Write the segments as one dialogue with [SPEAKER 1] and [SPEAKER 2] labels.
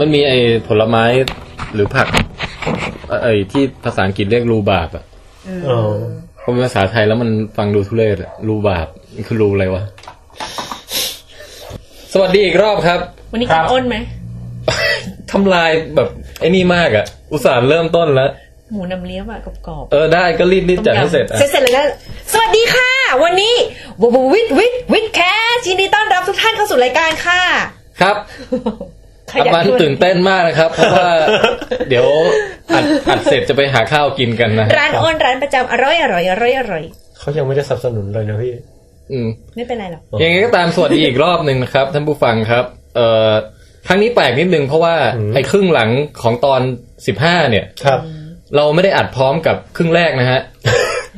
[SPEAKER 1] มันมีไอ้ผลไม้หรือผักเอ่อไอ้ที่ภาษาอังกฤษเรียกรูบาบอะ
[SPEAKER 2] เออ
[SPEAKER 1] พอเป็นภาษาไทยแล้วมันฟังดูทุเรศอะรูบาบมันคือรูอะไรวะ สวัสดีอีกรอบครับ
[SPEAKER 3] วันนี้
[SPEAKER 2] ครั
[SPEAKER 3] กิ
[SPEAKER 2] บ
[SPEAKER 3] นอ้นไหม
[SPEAKER 1] ทำลายแบบไอ้นี่มากอะอุตส่าห์เริ่มต้นแล้ว
[SPEAKER 3] หมูน้ำเลี้ยบอะกรอบ
[SPEAKER 1] เออได้ก็รีบรีบจัดให้เสร็จอะ
[SPEAKER 3] เสร็จเสร็จเลยก็สวัสดีค่ะ วันนี้วบวิดวิดวิดแคสยินดีต้อนรับทุกท่านเข้าสู่รายการ ค่ะ
[SPEAKER 1] ครับอามา
[SPEAKER 3] ด้วย
[SPEAKER 1] ตื่นเต้นมากนะครับ เพราะว่า เดี๋ยวอัดอัดเสร็จจะไปหาข้าวกินกันนะ
[SPEAKER 3] ร้านอ้นร้านประจำอร่อยอร่อยอร่อยอร่อย
[SPEAKER 2] เขายังไม่ได้สนับสนุนเลยนะพี่
[SPEAKER 1] อืม
[SPEAKER 3] ไม่เป็นไรหรอก
[SPEAKER 2] อ๋อ
[SPEAKER 1] ยั
[SPEAKER 2] อ
[SPEAKER 1] งไงก็ตามสวัสดีอีกรอบหนึ่งนะครับ ท่านผู้ฟังครับ เอ่อครั้งนี้แปลกนิดนึงเพราะว่าไอ้ครึ่งหลังของตอนสิบห้าเนี่ย
[SPEAKER 2] ครับ
[SPEAKER 1] เราไม่ได้อัดพร้อมกับครึ่งแรก นะฮะ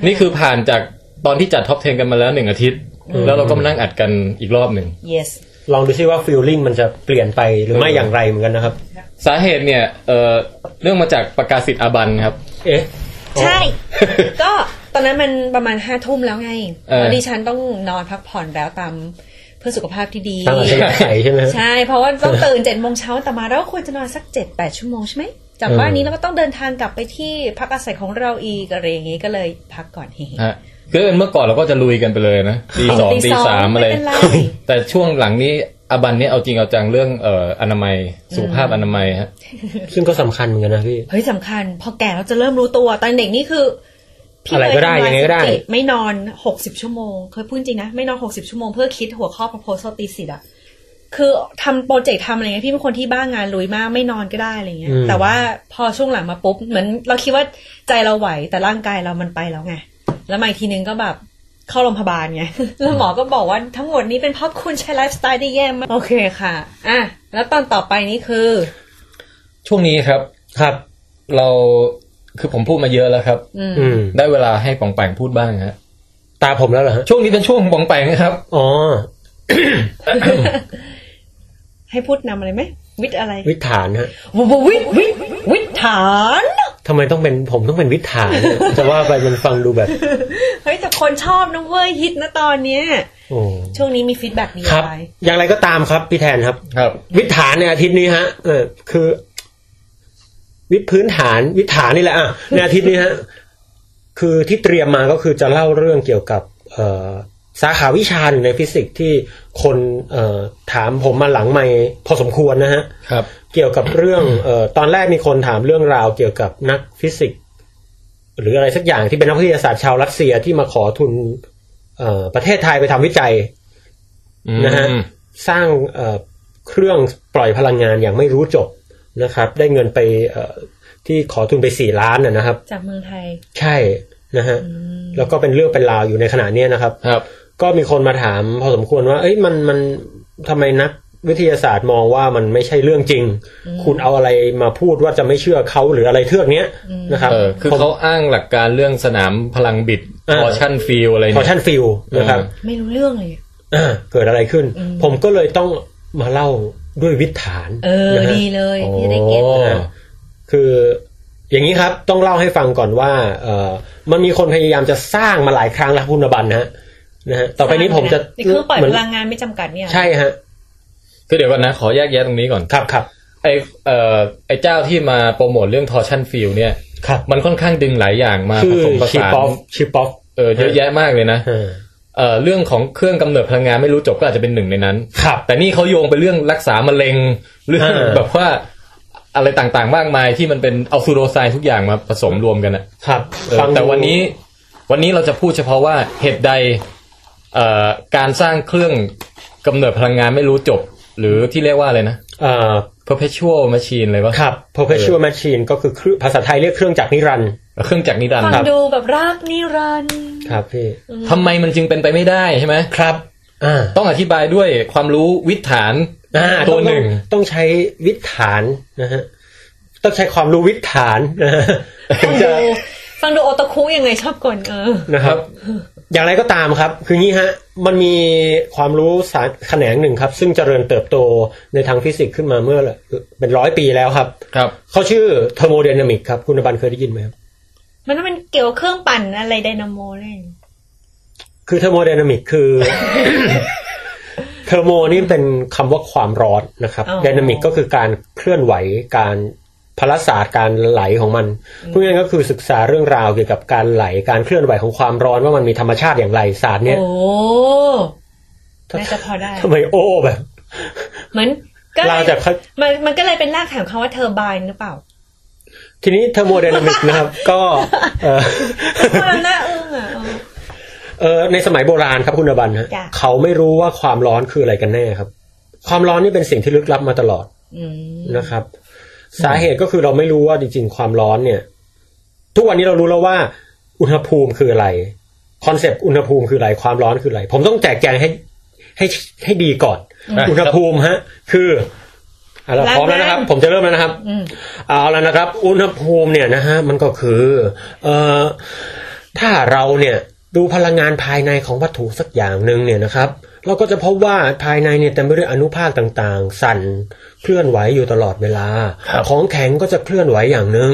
[SPEAKER 1] นี่คือผ่านจากตอนที่จัดท็อป 10 กันมาแล้วหนึ่งอาทิตย์ แล้วเราก็มานั่งอัดกันอีกรอบหนึ่ง
[SPEAKER 3] yes
[SPEAKER 2] ลองดูซิว่าฟิลลิ่งมันจะเปลี่ยนไปหรือไม่อย่างไรเหมือนกันนะครับ
[SPEAKER 1] สาเหตุเนี่ย เอ่อเรื่องมาจากประกาศสิทธิ์อาบันครับ
[SPEAKER 2] เอ๊ะ
[SPEAKER 3] ใช่ ก็ตอนนั้นมันประมาณห้าทุ่มแล้วไง
[SPEAKER 1] เออ
[SPEAKER 3] แล้วดิฉันต้องนอนพักผ่อนแล้วตามเพื่อสุขภาพที่ดี
[SPEAKER 2] ตั้งแต่ยาใส่ใช่ไหมฮะ
[SPEAKER 3] ใช่ เพราะว่าต้องตื่นเจ็ดโมงเช้าแต่มาเราควรจะนอนสักเจ็ดแปดชั่วโมงใช่ไหม จากบ้านนี้เราก็ต้องเดินทางกลับไปที่พักอาศัยของเราอีกอะไรอย่างงี้ก็เลยพักก่อนเฮ้
[SPEAKER 1] ฮะคือเมื่อก่อนเราก็จะลุยกันไปเลยนะตีสองตีสามอะไร
[SPEAKER 3] ไม่เป็นไร
[SPEAKER 1] แต่ช่วงหลังนี้อาบันเนี่ยเอาจริงเอาจังเรื่องเอ่ออนามัยสุขภาพอนามัยฮะ
[SPEAKER 2] ซึ่งก็สำคัญเหมือนกันนะพี่
[SPEAKER 3] เฮ้ยสำคัญ พอแก่เราจะเริ่มรู้ตัว ตอนเด็กนี่คือพี่
[SPEAKER 2] อะไรก็ได้
[SPEAKER 3] เค
[SPEAKER 2] ยังไงก็ได้
[SPEAKER 3] สถิติไม่นอนหกสิบชั่วโมง เคยพูดจริงนะ ไม่นอนหกสิบชั่วโมงเพื่อคิดหัวข้อ proposal ตีสิทธ์อะคือทำโปรเจกต์ทำอะไรเงี้ยพี่เป็นคนที่บ้างงานลุยมากไม่นอนก็ได้อะไรเงี้ย
[SPEAKER 2] อืม
[SPEAKER 3] แต่ว่าพอช่วงหลังมาปุ๊บ เหมือนเราคิดว่าใจเราไหวแต่ร่างกายเรามันไปแล้วไง แล้วมาอีกทีนึงก็แบบเข้าโรงพยาบาลไง แล้วหมอก็บอกว่าทั้งหมดนี้เป็นเพราะคุณใช้ไลฟ์สไตล์ได้แย่มาก โอเคค่ะ อ่ะ แล้วตอนต่อไปนี่คือ
[SPEAKER 1] ช่วงนี้ครับ
[SPEAKER 2] ครับ
[SPEAKER 1] เราคือผมพูดมาเยอะแล้วครับ
[SPEAKER 3] อืม
[SPEAKER 2] อืม
[SPEAKER 1] ได้เวลาให้ปองแปงพูดบ้างฮะ
[SPEAKER 2] ตาผมแล้วเหรอฮะ
[SPEAKER 1] ช่วงนี้เป็นช่วงของปองแปงนะครับ
[SPEAKER 2] อ๋อ
[SPEAKER 3] ให้พูดนำอะไรไหม วิทย์อะไร
[SPEAKER 2] วิถฐานฮะ
[SPEAKER 3] วิวิวิวิถฐาน
[SPEAKER 2] ทำไมต้องเป็นผมต้องเป็นวิถฐาน จะว่าไปมันฟังดูแบบ
[SPEAKER 3] เฮ้ยแต่คนชอบนะเว้ยฮิตนะตอนเนี้ย
[SPEAKER 2] โอ้
[SPEAKER 3] ช่วงนี้มีฟีดแบ็กดี
[SPEAKER 2] ครับ
[SPEAKER 3] อะไร
[SPEAKER 2] อย่างไรก็ตามครับ พี่แทนครับ
[SPEAKER 1] ครับ
[SPEAKER 2] วิถฐานในอาทิตย์นี้ฮะ เออ คือ วิพื้นฐานวิถฐานนี่แหละอ่ะในอาทิตย์นี้ฮะ คือที่เตรียมมาก็คือจะเล่าเรื่องเกี่ยวกับ เอ่อสาขาวิชาหนึ่งในฟิสิกส์ที่คนเอ่อถามผมมาหลังไม่พอสมควรนะฮะ
[SPEAKER 1] ครับ
[SPEAKER 2] เกี่ยวกับเรื่องเอ่อตอนแรกมีคนถามเรื่องราวเกี่ยวกับนักฟิสิกส์หรืออะไรสักอย่างที่เป็นนักวิทยาศาสตร์ชาวรัสเซียที่มาขอทุนเอ่อประเทศไทยไปทำวิจัย
[SPEAKER 1] อืม
[SPEAKER 2] นะฮะ สร้างเอ่อเครื่องปล่อยพลังงานอย่างไม่รู้จบนะครับ ได้เงินไปเอ่อที่ขอทุนไปสี่ล้านนะนะครับ
[SPEAKER 3] จากเมืองไทย
[SPEAKER 2] ใช่นะฮะแล้วก็เป็นเรื่องเป็นราวอยู่ในขณะเนี้ยนะครับ
[SPEAKER 1] ครับ
[SPEAKER 2] ก็มีคนมาถามพอสมควรว่า เอ้ยมันมันทำไมนักวิทยาศาสตร์มองว่ามันไม่ใช่เรื่องจริง คุณเอาอะไรมาพูดว่าจะไม่เชื่อเขาหรืออะไรเทือกเนี้ยนะครับ
[SPEAKER 1] เออ คือเขาอ้างหลักการเรื่องสนามพลังบิด
[SPEAKER 2] เออ
[SPEAKER 1] พอชั่นฟิลอะไร
[SPEAKER 2] คอ
[SPEAKER 1] เนี่ย
[SPEAKER 2] ชั่นฟิลนะครับ
[SPEAKER 1] อืม
[SPEAKER 3] ไม่รู้เรื่องเลย
[SPEAKER 2] อ่าเกิดอะไรขึ้น ผมก็เลยต้องมาเล่าด้วยวิถฐาน
[SPEAKER 3] เออ
[SPEAKER 2] นะฮะ
[SPEAKER 3] ดีเลย
[SPEAKER 1] โอ้
[SPEAKER 3] ที่ได้เก็ต
[SPEAKER 2] นะ คืออย่างนี้ครับต้องเล่าให้ฟังก่อนว่าเออมันมีคนพยายามจะสร้างมาหลายครั้งแล้วพุนบันนะฮะนะฮะต่อไปนี้ผมจะ
[SPEAKER 3] ในเครื่องปล่อย
[SPEAKER 2] เหมืน
[SPEAKER 3] พลังงานไม่จำกัดเนี่ย
[SPEAKER 2] ใช่ฮะ
[SPEAKER 1] คือเดี๋ยวก่อนนะ ขอแยกแยะตรงนี้ก่อน
[SPEAKER 2] ครับครับ
[SPEAKER 1] ไอเอ่อไอเจ้าที่มาโปรโมทเรื่องทอชั่นฟิลเนี่ย
[SPEAKER 2] ครับ
[SPEAKER 1] มันค่อนข้างดึงหลายอย่างมา
[SPEAKER 2] คื
[SPEAKER 1] ผ
[SPEAKER 2] อ
[SPEAKER 1] สมผ
[SPEAKER 2] ชิป
[SPEAKER 1] สาน
[SPEAKER 2] ปอฟชิปปอฟ
[SPEAKER 1] เออเยอะแยะมากเลยนะ เอ่อ เรื่องของเครื่องกำเนิดพลังงานไม่รู้จบก็อาจจะเป็นหนึ่งในนั้น
[SPEAKER 2] ครับ
[SPEAKER 1] แต่นี่เขาโยงไปเรื่องรักษามะเร็งเรื่อง
[SPEAKER 2] อ่า
[SPEAKER 1] แบบว่าอะไรต่างๆ มากมายที่มันเป็นเอาซูโดไซน์ทุกอย่างมาผสมรวมกันอะ
[SPEAKER 2] ครับ
[SPEAKER 1] เออ
[SPEAKER 2] ฟังดู
[SPEAKER 1] แต่วันนี้วันนี้เราจะพูดเฉพาะว่าเหตุใดเอ่อการสร้างเครื่องกำเนิดพลังงานไม่รู้จบ หรือที่เรียกว่าอะไรนะ
[SPEAKER 2] เอ่อ
[SPEAKER 1] perpetual machine เลยวะ
[SPEAKER 2] ครับ perpetual machine ก็คือเครื่องภาษาไทยเรียกเครื่องจักรนิรันดร์
[SPEAKER 1] เครื่องจักรนิรันด
[SPEAKER 3] ฟั
[SPEAKER 1] ร์
[SPEAKER 3] งดูแบบรากนิรันดร์
[SPEAKER 2] ครับพี่
[SPEAKER 1] ทำไมมันจึงเป็นไปไม่ได้ใช่ไหม
[SPEAKER 2] ครับอ่า
[SPEAKER 1] ต้องอธิบายด้วยความรู้วิถีฐาน
[SPEAKER 2] อ่า
[SPEAKER 1] ตัวหนึ่ง
[SPEAKER 2] ต้อต้องใช้วิถฐานนะฮะต้องใช้ความรู้วิถฐานนะฮะถึงจะ
[SPEAKER 3] ดูฟังดูโอตาคุยังไงชอบกลเออ
[SPEAKER 2] นะครับ อย่างไรก็ตามครับ คืองี้ฮะ มันมีความรู้สารแขนงหนึ่งครับ ซึ่งเจริญเติบโตในทางฟิสิกส์ขึ้นมาเมื่อเป็นร้อยปีแล้วครับ
[SPEAKER 1] ครับ
[SPEAKER 2] เขาชื่อเทอร์โมไดนามิกครับ คุณบันเคยได้ยินไหมครับ
[SPEAKER 3] มันต้องเป็นเกี่ยวเครื่องปั่นอะไรไดนาโมเลย
[SPEAKER 2] คือเทอร์โมไดนามิกคือ อร์โมนี่เป็นคำว่าความร้อนนะครับ
[SPEAKER 3] อ๋อ
[SPEAKER 2] ไดนามิกก็คือการเคลื่อนไหวการพลศาสตร์การไหลของมันพูดง่ายๆก็คือศึกษาเรื่องราวเกี่ยวกับการไหลการเคลื่อนไหวของความร้อนว่ามันมีธรรมชาติอย่างไรศาสตร์เนี้ย
[SPEAKER 3] โอ้น่าจะพอได้
[SPEAKER 2] ทำไมโอ้แบบ
[SPEAKER 3] เหมือนก็เล
[SPEAKER 2] ลาย จาก
[SPEAKER 3] มันมันก็เลยเป็นรากฐานคำว่าเทอร์ไบน์หรือเปล่า
[SPEAKER 2] ทีนี้เทอร์โมไดนามิกนะครับ ก็เอ่อ
[SPEAKER 3] มันน่าอึ้งอ่ะเออ
[SPEAKER 2] เอ่อในสมัยโบราณครับคุณอบันฮะ
[SPEAKER 3] จ้ะ
[SPEAKER 2] เขาไม่รู้ว่าความร้อนคืออะไรกันแน่ครับ ความร้อนนี่เป็นสิ่งที่ลึกลับมาตลอด
[SPEAKER 3] อืม
[SPEAKER 2] นะครับ สาเหตุก็คือเราไม่รู้ว่าจริงๆ ความร้อนเนี่ย ทุกวันนี้เรารู้แล้วว่า อุณหภูมิคืออะไรคอนเซปต์อุณหภูมิคืออะไรความร้อนคืออะไร ผมต้องแจกแจงให้ให้ให้ดีก่อน
[SPEAKER 1] ะ
[SPEAKER 2] อุณหภูมิฮะ คืออ่ะเราพร้อมแล้วนะครับ ผมจะเริ่มแล้วนะครับ
[SPEAKER 3] อืม
[SPEAKER 2] เอาแล้วนะครับ อุณหภูมิเนี่ยนะฮะมันก็คือเอ่อถ้าเราเนี่ยดูพลังงานภายในของวัตถุสักอย่างหนึ่งเนี่ยนะครับ เราก็จะพบว่าภายในเนี่ยเต็มไปด้วยอนุภาคต่างๆ สั่นเคลื่อนไหวอยู่ตลอดเวลา
[SPEAKER 1] ครับ
[SPEAKER 2] ของแข็งก็จะเคลื่อนไหวอย่างหนึ่ง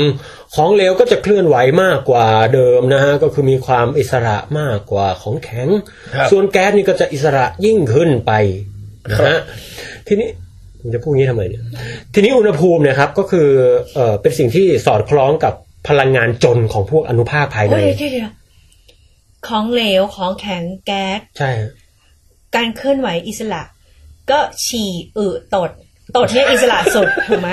[SPEAKER 2] ของเหลวก็จะเคลื่อนไหวมากกว่าเดิมนะฮะก็คือมีความอิสระมากกว่าของแข็ง
[SPEAKER 1] ครับ
[SPEAKER 2] ส่วนแก๊สนี่ก็จะอิสระยิ่งขึ้นไปนะฮะทีนี้ผมจะพูดงี้ทำไมเนี่ย ทีนี้อุณหภูมิเนี่ยครับก็คือเออเป็นสิ่งที่สอดคล้องกับพลังงานจนของพวกอนุภาคภายใน
[SPEAKER 3] เฮ้ยเดี๋ยวเดี๋ยวของเหลวของแข็งแก๊ส
[SPEAKER 2] ใช่ฮะ
[SPEAKER 3] การเคลื่อนไหวอิสระ ก็ฉี่อึตด ตดเนี่ยอิสระสุด ถูกไหม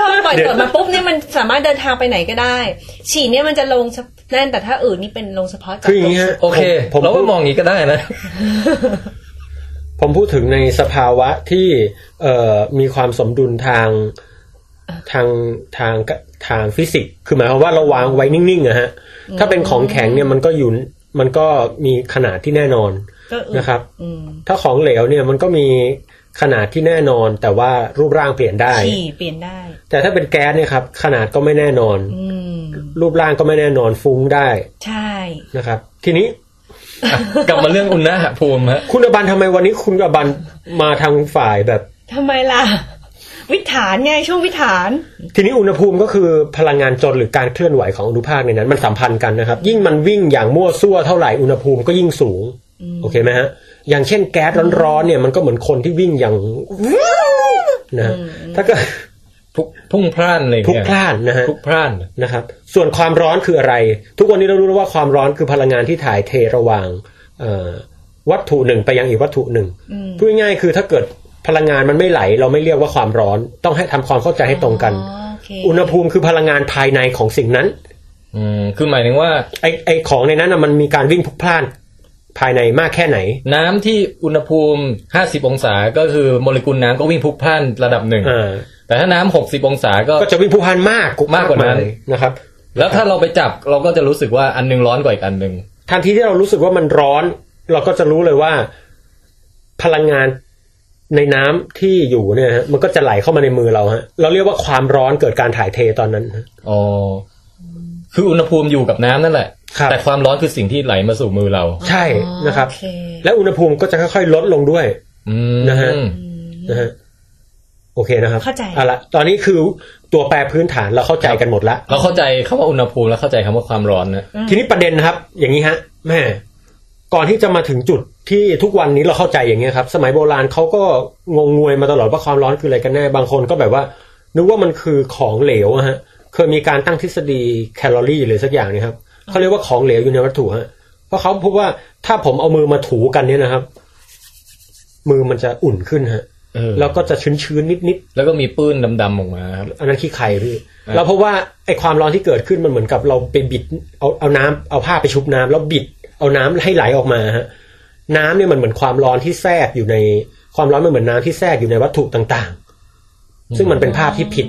[SPEAKER 3] พอปล่อยตดมาปุ๊บเนี่ยมันสามารถเดินทางไปไหนก็ได้ ฉี่เนี่ยมันจะลงเฉพาะนั่นแต่ถ้าอึนี่เป็นลงเฉพาะเจาะ
[SPEAKER 2] คืออย่างนี้ฮะ
[SPEAKER 1] โอเค
[SPEAKER 2] ผม
[SPEAKER 1] เรา
[SPEAKER 2] ผ
[SPEAKER 1] ก็
[SPEAKER 2] ม
[SPEAKER 1] มองอย่างนี้ก็ได้ นะ
[SPEAKER 2] ผมพูดถึงในสภาวะที่เอ่อมีความสมดุลทางทางทางทางฟิสิกส์คือหมายความว่าเราวางไว้นิ่งๆอะฮะถ้าเป็นของแข็งเนี่ยมันก็อยู่มันก็มีขนาดที่แน่นอน
[SPEAKER 3] ก็อึ
[SPEAKER 2] นะครับ
[SPEAKER 3] อืม
[SPEAKER 2] ถ้าของเหลวเนี่ยมันก็มีขนาดที่แน่นอน แต่ว่ารูปร่างเปลี่ยนได้
[SPEAKER 3] ฉี่เปลี่ยนได้
[SPEAKER 2] แต่ถ้าเป็นแก๊สเนี่ยครับขนาดก็ไม่แน่นอน
[SPEAKER 3] อืม
[SPEAKER 2] รูปร่างก็ไม่แน่นอนฟุ้งได้
[SPEAKER 3] ใช่
[SPEAKER 2] นะครับ ทีนี้
[SPEAKER 1] กลับมาเรื่องอุณหภูมิฮะ
[SPEAKER 2] คุณอบันทำไมวันนี้คุณอบันมาทางฝ่ายแบบ
[SPEAKER 3] ทำไมล่ะ วิถานไงช่วงวิถาน
[SPEAKER 2] ทีนี้อุณหภูมิก็คือพลังงานจนหรือการเคลื่อนไหวของอนุภาคในนั้น มันสัมพันธ์กันนะครับ ยิ่งมันวิ่งอย่างมั่วซั่วเท่าไหร่อุณหภูมิก็ยิ่งสูง โอเคไหมฮะอย่างเช่นแก๊สร้อนๆเนี่ยมันก็เหมือนคนที่วิ่งอย่างนะฮะถ้า เก็
[SPEAKER 1] พลุกพรุ่งพล่านอะไร
[SPEAKER 2] พลุก
[SPEAKER 1] เงี้ย
[SPEAKER 2] พล่านนะฮะ
[SPEAKER 1] พลุกพล่าน
[SPEAKER 2] นะครับส่วนความร้อนคืออะไร ทุกวันนี้เรารู้แล้วว่าความร้อนคือพลังงานที่ถ่ายเทระหว่างเอ่อวัตถุหนึ่งไปยังอีกวัตถุหนึ่ง
[SPEAKER 3] อืม
[SPEAKER 2] พูดง่ายๆคือถ้าเกิดพลังงานมันไม่ไหล เราไม่เรียกว่าความร้อนต้องให้ทำความเข้าใจให้ตรงกัน
[SPEAKER 3] อ๋อโอเค
[SPEAKER 2] อุณหภูมิคือพลังงานภายในของสิ่งนั้น
[SPEAKER 1] อืม คือหมายถึงว่า
[SPEAKER 2] ไอไอของในนั้นนะมันมีการวิ่งพลุกพล่านภายในมากแค่ไหน
[SPEAKER 1] น้ำที่อุณหภูมิ 50 องศา ก็คือโมเลกุลน้ำก็วิ่งพลุกพล่านระดับหนึ่ง
[SPEAKER 2] อ่า
[SPEAKER 1] แต่ถ้าน้ำ60 องศาก็
[SPEAKER 2] ก็จะวิ่งพลุกพล่านมาก
[SPEAKER 1] มากกว่านั้น
[SPEAKER 2] นะครับ
[SPEAKER 1] แล้วถ้าเราไปจับเราก็จะรู้สึกว่าอันหนึงร้อนกว่าอีกอันหนึ่ง
[SPEAKER 2] ทันทีที่เรารู้สึกว่ามันร้อน เราก็จะรู้เลยว่าพลังงาน ในน้ำที่อยู่เนี่ยฮะมันก็จะไหลเข้ามาในมือเราฮะเราเรียกว่าความร้อนเกิดการถ่ายเทตอนนั้นฮะ
[SPEAKER 1] อ๋อ คืออุณหภูมิอยู่กับน้ำนั่นแหละ
[SPEAKER 2] ครับ
[SPEAKER 1] แต่ความร้อนคือสิ่งที่ไหลมาสู่มือเรา
[SPEAKER 2] ใช่นะครับ
[SPEAKER 3] โอเ
[SPEAKER 2] และอุณหภูมิก็จะค่อยๆลดลงด้วย
[SPEAKER 1] อืม
[SPEAKER 2] นะฮะ
[SPEAKER 3] อืม
[SPEAKER 2] นะฮะโอเคนะครับ
[SPEAKER 3] เข้าใจ
[SPEAKER 2] เอาละตอนนี้คือตัวแปรพื้นฐานเราเข้าใจกันหมดละ
[SPEAKER 1] เราเข้าใจคำว่าอุณหภูมิแล้วเข้าใจคำว่าความร้อนนะ
[SPEAKER 3] อืม
[SPEAKER 2] ทีนี้ประเด็นนะครับ อย่างนี้ฮะ แม่ก่อนที่จะมาถึงจุดที่ทุกวันนี้เราเข้าใจอย่างเงี้ยครับ สมัยโบราณเขาก็งงงวยมาตลอดว่าความร้อนคืออะไรกันแน่บางคนก็แบบว่า นึกว่ามันคือของเหลวอะฮะ เคยมีการตั้งทฤษฎีแคลอรี่หรือสักอย่างเนะครับเขาเรียกว่าของเหลวอยู่ในวัตถุฮะ เพราะเขาพบว่าถ้าผมเอามือมาถูกันเนี่ยนะครับ มือมันจะอุ่นขึ้นฮะ
[SPEAKER 1] เออ
[SPEAKER 2] แล้วก็จะชื้นๆนิด
[SPEAKER 1] แล้วก็มีปื้นดำๆออกมาครับ
[SPEAKER 2] ๆอันนั้นขี้ไข่พี่
[SPEAKER 1] อ่า
[SPEAKER 2] แล้วเพราะว่าไอ้ความร้อนที่เกิดขึ้นมันเหมือนกับเราไปบิด เอาเอาน้ำเอาผ้าไปชุบน้ำแล้วบิด เอาน้ำให้ไหลออกมาฮะ น้ำเนี่ยมันเหมือนความร้อนที่แทรกอยู่ในความร้อนมันเหมือนน้ำที่แทรกอยู่ในวัตถุต่างๆ ซึ่งมันเป็นภาพที่ผิด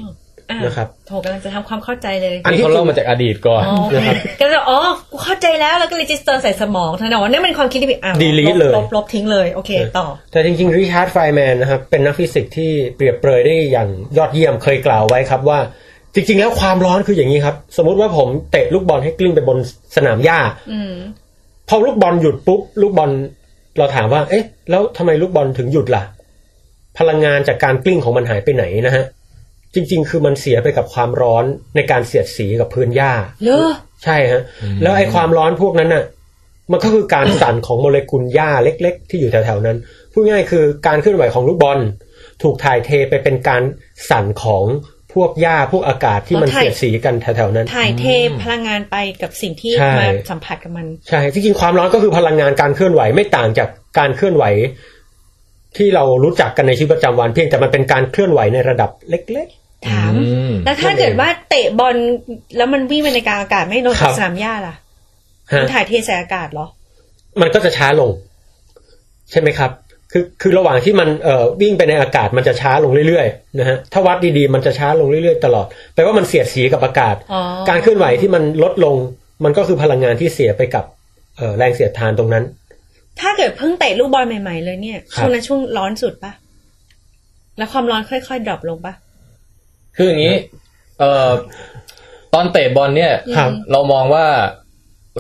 [SPEAKER 3] อ่
[SPEAKER 2] นะครับ
[SPEAKER 3] โถกำลังจะทำความเข้าใจเลย
[SPEAKER 2] อันที่
[SPEAKER 1] นี่เขาเล่ามาจากอดีตก่อน
[SPEAKER 3] อ๋อโอเคก็จะอ๋อกูเข้าใจแล้วแล้วก็รีจิสเตอร์ใส่สมองเท่านั้นว่านั่นเป็นความคิดที่ผิดอ่ะ
[SPEAKER 2] Delete เลย
[SPEAKER 3] ลบลบทิ้งเลย โอเค ต่อ
[SPEAKER 2] แต่จริงๆริชาร์ดไฟแมนนะครับเป็นนักฟิสิกส์ที่เปรียบเปรยได้อย่างยอดเยี่ยมเคยกล่าวไว้ครับว่า จริงๆ แล้วความร้อนคืออย่างนี้ครับ สมมติว่าผมเตะลูกบอลให้กลิ้งไปบนสนามหญ้า
[SPEAKER 3] อืม
[SPEAKER 2] พอลูกบอลหยุดปุ๊บลูกบอลเราถามว่า เอ๊ะ แล้วทำไมลูกบอลถึงหยุดล่ะ พลังงานจากการกลิ้งของมันหายไปไหนนะฮะ จริง ๆ คือมันเสียไปกับความร้อนในการเสียดสีกับพื้นหญ้า
[SPEAKER 3] เหรอ
[SPEAKER 2] ใช่ฮะ แล้วไอ้ความร้อนพวกนั้นน่ะ มันก็คือการสั่นของโมเลกุลหญ้าเล็ก ๆ ที่อยู่แถวๆนั้นพูดง่ายๆคือการเคลื่อนไหวของลูกบอล ถูกถ่ายเทไปเป็นการสั่นของพวกหญ้าพวกอากาศที่มัน
[SPEAKER 3] ถ่าย
[SPEAKER 2] เสียดสีกันแถวๆนั้น
[SPEAKER 3] ถ่ายเทพลังงานไปกับสิ่งที่
[SPEAKER 2] ใช่
[SPEAKER 3] มาสัมผัสกับมัน
[SPEAKER 2] ใช่ที่จริงความร้อนก็คือพลังงานการเคลื่อนไหวไม่ต่างจากการเคลื่อนไหว ที่เรารู้จักกันในชีวิตประจำวันเพียงแต่มันเป็นการเคลื่อนไหวในระดับเล็ก
[SPEAKER 3] ถาม
[SPEAKER 1] อืม
[SPEAKER 3] แล้วถ้าเกิดว่าเตะบอลแล้วมันวิ่งไปในกลางอากาศไม่ลง
[SPEAKER 2] ครั
[SPEAKER 3] จาก
[SPEAKER 2] บ
[SPEAKER 3] สนามหญ้าล่ะ
[SPEAKER 2] ๆฮะ
[SPEAKER 3] มันถ่ายเทใส่อากาศเหรอ
[SPEAKER 2] มันก็จะช้าลง ใช่ไหมครับ คือคือระหว่างที่มันเอ่อวิ่งไปในอากาศมันจะช้าลงเรื่อยๆนะฮะถ้าวัดดีๆมันจะช้าลงเรื่อยๆตลอดแปลว่ามันเสียดสีกับอากาศ
[SPEAKER 3] อ๋อ
[SPEAKER 2] การเคลื่อนไหวที่มันลดลง มันก็คือพลังงานที่เสียไปกับเอ่อแรงเสียดทานตรงนั้น
[SPEAKER 3] ถ้าเกิดเพิ่งเตะลูกบอลใหม่ๆเลยเนี่ย
[SPEAKER 2] ค
[SPEAKER 3] ช่
[SPEAKER 2] รับ
[SPEAKER 3] วงนั้นช่วงร้อนสุดปะแล้วความร้อนค่อยๆดรอปลงปะ
[SPEAKER 1] คืออย่างนี้ เอ่อ ตอนเตะบอลเนี่ย
[SPEAKER 3] อืม
[SPEAKER 2] ครับ
[SPEAKER 1] เรามองว่า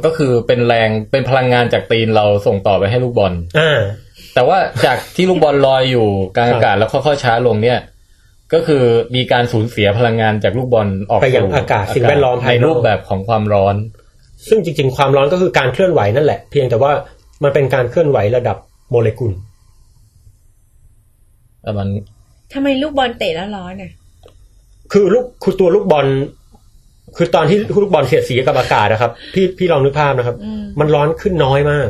[SPEAKER 1] ก็คือเป็นแรงเป็นพลังงานจากตีนเราส่งต่อไปให้ลูกบอล
[SPEAKER 2] อ่า
[SPEAKER 1] แต่ว่าจากที่ลูกบอลลอยอยู่กลางอากาศแล้วค่อยๆช้าลงเนี่ย ก็คือมีการสูญเสียพลังงานจากลูกบอลออก
[SPEAKER 2] ไปยัง
[SPEAKER 1] สู่
[SPEAKER 2] อากาศสิ่งแวดล้อมภา
[SPEAKER 1] ใน
[SPEAKER 2] ยนอก
[SPEAKER 1] รูปแบบของความร้อน
[SPEAKER 2] ซึ่งจริง ๆ ความร้อนก็คือการเคลื่อนไหวนั่นแหละ เพียงแต่ว่ามันเป็นการเคลื่อนไหวระดับโมเลกุล
[SPEAKER 1] แต่มัน
[SPEAKER 3] ทำไมลูกบอลเตะแล้วร้อนอ่ะ
[SPEAKER 2] คือลูกคือตัวลูกบอล คือตอนที่ลูกบอลเสียดสีกับอากาศนะครับ พี่พี่ลองนึกภาพนะครับ
[SPEAKER 3] อืม
[SPEAKER 2] มันร้อนขึ้นน้อยมาก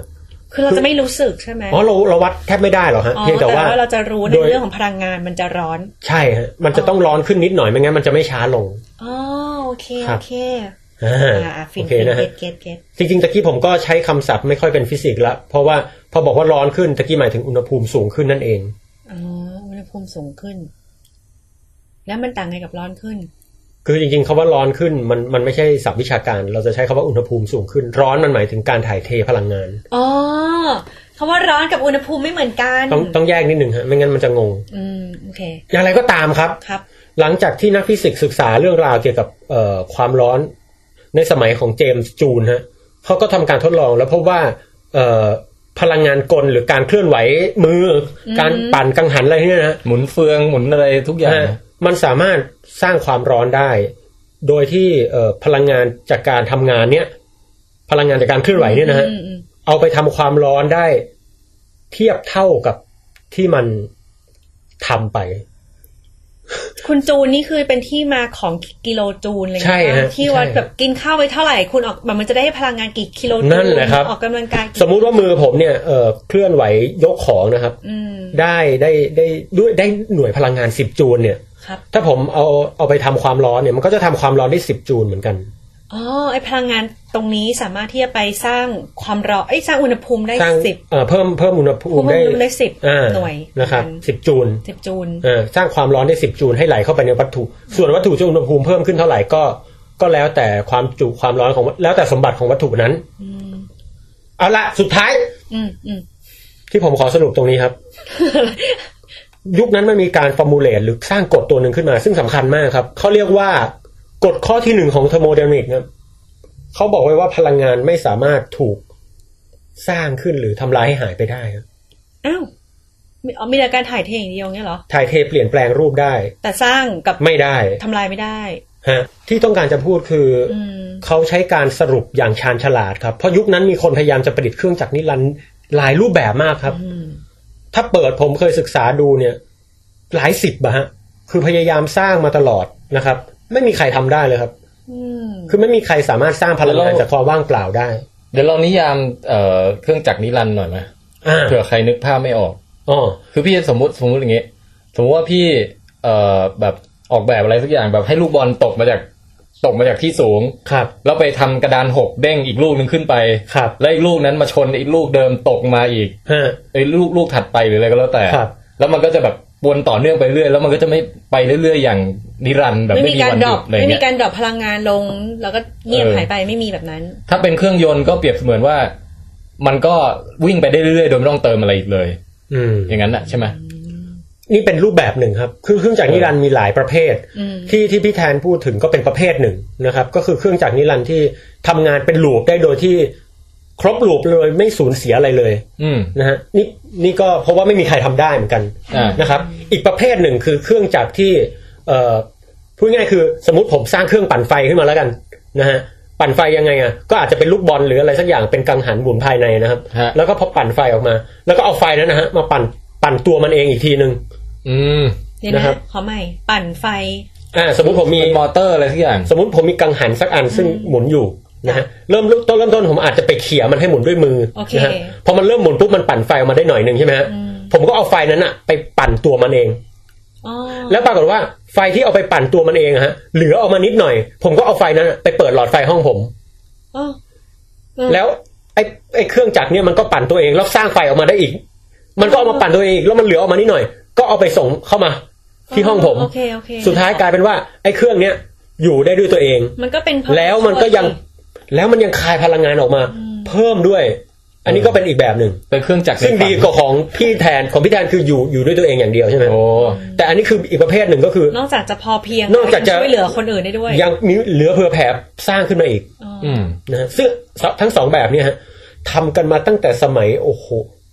[SPEAKER 3] คือเราจะไม่รู้สึกใช่ไหม
[SPEAKER 2] อ๋อเราเราวัดแทบไม่ได้หรอกฮะ
[SPEAKER 3] อ๋อ
[SPEAKER 2] เพียงแต่
[SPEAKER 3] แต่
[SPEAKER 2] ว่า
[SPEAKER 3] ว่าเราจะรู้ใน
[SPEAKER 2] โดย
[SPEAKER 3] เรื่องของพลังงานมันจะร้อน
[SPEAKER 2] ใช่ฮะมันจะต้องร้อนขึ้นนิดหน่อยไม่งั้นมันจะไม่ช้าลง
[SPEAKER 3] อ๋อโอเค
[SPEAKER 2] ครั
[SPEAKER 3] โอบ เค
[SPEAKER 2] อ่า
[SPEAKER 3] อ่าฟิ
[SPEAKER 2] โอน เค
[SPEAKER 3] ฟิน
[SPEAKER 2] นะ
[SPEAKER 3] เก็
[SPEAKER 2] ฮะ
[SPEAKER 3] ตเก็ตเก็ต
[SPEAKER 2] จริงๆตะกี้ผมก็ใช้คำศัพท์ไม่ค่อยเป็นฟิสิกส์ละเพราะว่าพอบอกว่าร้อนขึ้นตะกี้หมายถึงอุณหภูมิสูงขึ้นนั่นเอง
[SPEAKER 3] อ๋ออุณหภูมิสูงขึ้น แล้วมันต่างไงกับร้อนขึ้น
[SPEAKER 2] คือจริงๆคาว่าร้อนขึ้นมันมันไม่ใช่ศัพท์วิชาการ เราจะใช้คำว่าอุณหภูมิสูงขึ้น ร้อนมันหมายถึงการถ่ายเทพลังงาน
[SPEAKER 3] อ๋อคำว่าร้อนกับอุณหภูมิไม่เหมือนกัน
[SPEAKER 2] ต้องต้องแยกนิดหนึ่งฮะไม่งั้นมันจะงง
[SPEAKER 3] อืมโอเค
[SPEAKER 2] อย่างไรก็ตามครับ
[SPEAKER 3] ครับ
[SPEAKER 2] หลังจากที่นักฟิสิกส์ศึกษาเรื่องราวเกี่ยวกับเอ่อความร้อนในสมัยของเจมส์จูนฮะเขาก็ทำการทดลองแล้วพบว่าเอ่อพลังงานกลหรือการเคลื่อนไหวมืออการปั่นกังหันอะไรเนี่ยนะฮะ
[SPEAKER 1] หมุนเฟืองหมุนอะไรทุกอย่าง
[SPEAKER 2] ฮะมันสามารถสร้างความร้อนได้ โดยที่เอ่อพลังงานจากการทำงานเนี้ยพลังงานจากการเคลื่อนไหวเนี่ยนะฮะ
[SPEAKER 3] อืมอืม
[SPEAKER 2] เอาไปทำความร้อนได้ เทียบเท่ากับที่มันทำไป
[SPEAKER 3] คุณจูนนี่คือเป็นที่มาของกิโลจูนอะไรอย่างเลย
[SPEAKER 2] ใช่ฮะ
[SPEAKER 3] นะที่วัด
[SPEAKER 2] ใช่
[SPEAKER 3] แบบกินข้าวไปเท่าไหร่คุณออกแบบมันจะได้พลังงานกี่กิโลจูน
[SPEAKER 2] นั่นแหละครับ
[SPEAKER 3] ออกกำลังกายกี่
[SPEAKER 2] สมมุติว่ามือผมเนี่ยเอ่อเคลื่อนไหวยกของนะครับ
[SPEAKER 3] อืม
[SPEAKER 2] ได้ได้ได้ด้วยได้หน่วยพลังงาน 10 จูลเนี่ย
[SPEAKER 3] ครับ
[SPEAKER 2] ถ้าผมเอาเอาไปทำความร้อนเนี่ยมันก็จะทำความร้อนได้ 10 จูลเหมือนกัน
[SPEAKER 3] อ๋อไอพลังงานตรงนี้สามารถที่จะไปสร้างความร้อนไอยสร้างอุณหภูมิได้
[SPEAKER 2] สร้าง
[SPEAKER 3] สิบ
[SPEAKER 2] เอ่อเพิ่มเพิ่มอุณหภู
[SPEAKER 3] อุณ
[SPEAKER 2] มิ
[SPEAKER 3] ห
[SPEAKER 2] ได้
[SPEAKER 3] ภูมิได้สิบ
[SPEAKER 2] อ่า
[SPEAKER 3] หน่วย
[SPEAKER 2] นะครับสิบจูล
[SPEAKER 3] สิบจูน
[SPEAKER 2] เอ่อสร้างความร้อนได้ 10 จูลให้ไหลเข้าไปในวัตถุ ส่วนวัตถุจะอุณหภูมิเพิ่มขึ้นเท่าไหร่ก็ ก็แล้วแต่ความจุความร้อนของแล้วแต่สมบัติของวัตถุนั้น
[SPEAKER 3] อืม
[SPEAKER 2] เอาละสุดท้าย
[SPEAKER 3] อืมอืม
[SPEAKER 2] ที่ผมขอสรุปตรงนี้ครับ ยุคนั้นมันมีการฟอร์มูลเลตหรือสร้างกฎตัวหนึ่งขึ้นมา ซึ่งสำคัญมากครับเขาเรียกว่ากฎข้อที่หนึ่งของเทอร์โมไดนามิกนะเขาบอกไว้ว่าพลังงานไม่สามารถถูกสร้างขึ้นหรือทำลายให้หายไปได้ครับ
[SPEAKER 3] อ้าวมีอ๋อมีแต่การถ่ายเทอย่างเดียวเงี้ยเหรอ
[SPEAKER 2] ถ่ายเทเปลี่ยนแปลงรูปได้
[SPEAKER 3] แต่สร้างกับ
[SPEAKER 2] ไม่ได้
[SPEAKER 3] ทำลายไม่ได้
[SPEAKER 2] ฮะที่ต้องการจะพูดคืออ
[SPEAKER 3] อืม
[SPEAKER 2] เขาใช้การสรุปอย่างชาญฉลาดครับ เพราะยุคนั้นมีคนพยายามจะประดิษฐ์เครื่องจักรนิรันดร์หลายรูปแบบมากครับ
[SPEAKER 3] อืม
[SPEAKER 2] ถ้าเปิดผมเคยศึกษาดูเนี่ย หลายสิบอะฮะ คือพยายามสร้างมาตลอดนะครับ ไม่มีใครทำได้เลยครับ
[SPEAKER 3] อืม
[SPEAKER 2] คือไม่มีใครสามารถสร้างพลังงาน
[SPEAKER 1] แล้ว
[SPEAKER 2] จากความว่างเปล่าได้
[SPEAKER 1] เดี๋ยวเรานิยามเอ่อเครื่องจักรนิรันดร์หน่อยไหม
[SPEAKER 2] อ่า
[SPEAKER 1] เผื่อใครนึกภาพไม่ออก
[SPEAKER 2] อ๋อ
[SPEAKER 1] คือพี่สมมติสมมติอย่างงี้สมมติว่าพี่เอ่อแบบออกแบบอะไรสักอย่างแบบให้ลูกบอลตกมาจากตกมาจากที่สูง
[SPEAKER 2] ครับ
[SPEAKER 1] แล้วไปทำกระดานหกเด้งอีกลูกหนึ่งขึ้นไป
[SPEAKER 2] ครับ
[SPEAKER 1] แล้วอีกลูกนั้นมาชนอีกลูกเดิมตกมาอีก
[SPEAKER 2] ฮะ
[SPEAKER 1] ไอ้ลูกลูกถัดไปหรืออะไรก็แล้วแต่
[SPEAKER 2] ครับ
[SPEAKER 1] แล้วมันก็จะแบบวนต่อเนื่องไปเรื่อยแล้วมันก็จะไม่ไปเรื่อยๆอย่างนิรันดร์แบบ
[SPEAKER 3] ไม่
[SPEAKER 1] ไม่
[SPEAKER 3] มี
[SPEAKER 1] มี
[SPEAKER 3] การ
[SPEAKER 1] วันห
[SPEAKER 3] ดร
[SPEAKER 1] ยุ
[SPEAKER 3] อป
[SPEAKER 1] ดอะไร
[SPEAKER 3] ไม่มี
[SPEAKER 1] เงี้ย
[SPEAKER 3] การดรอปพลังงานลง แล้วก็เงียบ
[SPEAKER 1] เออ
[SPEAKER 3] หายไปไม่มีแบบนั้น
[SPEAKER 1] ถ้าเป็นเครื่องยนต์ก็เปรียบเสมือนว่า มันก็วิ่งไปได้เรื่อยๆโดยไม่ต้องเติมอะไรอีกเลย
[SPEAKER 2] อืม
[SPEAKER 1] อย่างนั้นน่ะใช่ไหม
[SPEAKER 2] นี่เป็นรูปแบบหนึ่งครับ คือเครื่องจักรนิรันดร์มีหลายประเภท
[SPEAKER 3] อืม
[SPEAKER 2] ที่ที่พี่แทนพูดถึงก็เป็นประเภทหนึ่งนะครับ ก็คือเครื่องจักรนิรันดร์ที่ทำงานเป็นลูปได้โดยที่ครบลูปเลยไม่สูญเสียอะไรเลย
[SPEAKER 1] อืม
[SPEAKER 2] นะฮะนี่นี่ก็เพราะว่าไม่มีใครทำได้เหมือนกัน
[SPEAKER 1] อ่าน
[SPEAKER 2] นะครับ อีกประเภทหนึ่งคือเครื่องจักรที่เอ่อพูดง่ายๆคือสมมติผมสร้างเครื่องปั่นไฟขึ้นมาแล้วกันนะฮะ ปั่นไฟยังไงอ่ะก็อาจจะเป็นลูกบอลหรืออะไรสักอย่างเป็นกังหันหมุนภายในนะครับ
[SPEAKER 1] ฮะ
[SPEAKER 2] แล้วก็พอปั่นไฟออกมา แล้วก็เอาไฟนั้นนะฮะมาปั่นปั่นตัวมันเองอีกทีหนึ่ง
[SPEAKER 1] อืม
[SPEAKER 3] เดี๋ยวนะ
[SPEAKER 2] นะครับ
[SPEAKER 3] ขอใหม่ ปั่นไฟ
[SPEAKER 2] อ่าสมมติผมมี
[SPEAKER 1] เป็นมอเตอร์อะไรสักอย่าง
[SPEAKER 2] สมมติผมมีกังหันสักอันซึ่งหมุนอยู่นะฮะเริ่มต้นเริ่มต้นผมอาจจะไปเขี่ยมันให้หมุนด้วยมือ
[SPEAKER 3] โอเค
[SPEAKER 2] นะฮะพอมันเริ่มหมุนปุ๊บมันปั่นไฟออกมาได้หน่อยหนึ่งใช่ไหมฮะ
[SPEAKER 3] อืม
[SPEAKER 2] ผมก็เอาไฟนั้นอะไปปั่นตัวมันเอง
[SPEAKER 3] อ๋อ
[SPEAKER 2] แล้วปรากฏว่าไฟที่เอาไปปั่นตัวมันเองอะฮะเหลือออกมานิดหน่อย ผมก็เอาไฟนั้นอะไปเปิดหลอดไฟห้องผม
[SPEAKER 3] อ๋อ
[SPEAKER 2] แล้วไอ้ไอ้เครื่องจักรเนี่ยมันก็ปั่นตัวเองแล้วสร้างไฟออกมาได้อีก มันก็เอามาปั่นตัวเองอีกแล้วมันเหลือออกมานิดหน่อย ก็เอาไปส่งเข้ามาที่ห้องผม
[SPEAKER 3] โอเคโอเค
[SPEAKER 2] สุดท้ายกลายเป็นว่าไอ้เครื่องเนี้ยอยู่ได้ด้วยตัวเอง
[SPEAKER 3] มันก็เป็น
[SPEAKER 2] แล้วมันก็ยังแล้วมันยังคายพลังงานออกมา เพิ่มด้วย อันนี้ก็เป็นอีกแบบหนึ่ง
[SPEAKER 1] เป็นเครื่องจักร
[SPEAKER 2] ซึ่ง
[SPEAKER 1] ในฝัน
[SPEAKER 2] ดีกว่าของพี่แทนของพี่แทนคืออยู่อยู่ด้วยตัวเองอย่างเดียวใช่ไหม
[SPEAKER 1] โอ้
[SPEAKER 2] แต่อันนี้คืออีกประเภทหนึ่งก็คือ
[SPEAKER 3] นอกจากจะพอเพียง
[SPEAKER 2] นอกจากจะ
[SPEAKER 3] ช่วยเหลือคนอื่นได้ด้วย
[SPEAKER 2] ยังมีเหลือเผื่อแผ่สร้างขึ้นมาอีก
[SPEAKER 3] อ๋อ
[SPEAKER 1] อืม
[SPEAKER 2] นะฮะซึ่งทั้งสองแบบเนี่ยฮะทำกันมาตั้งแต่สมัยโอ้โห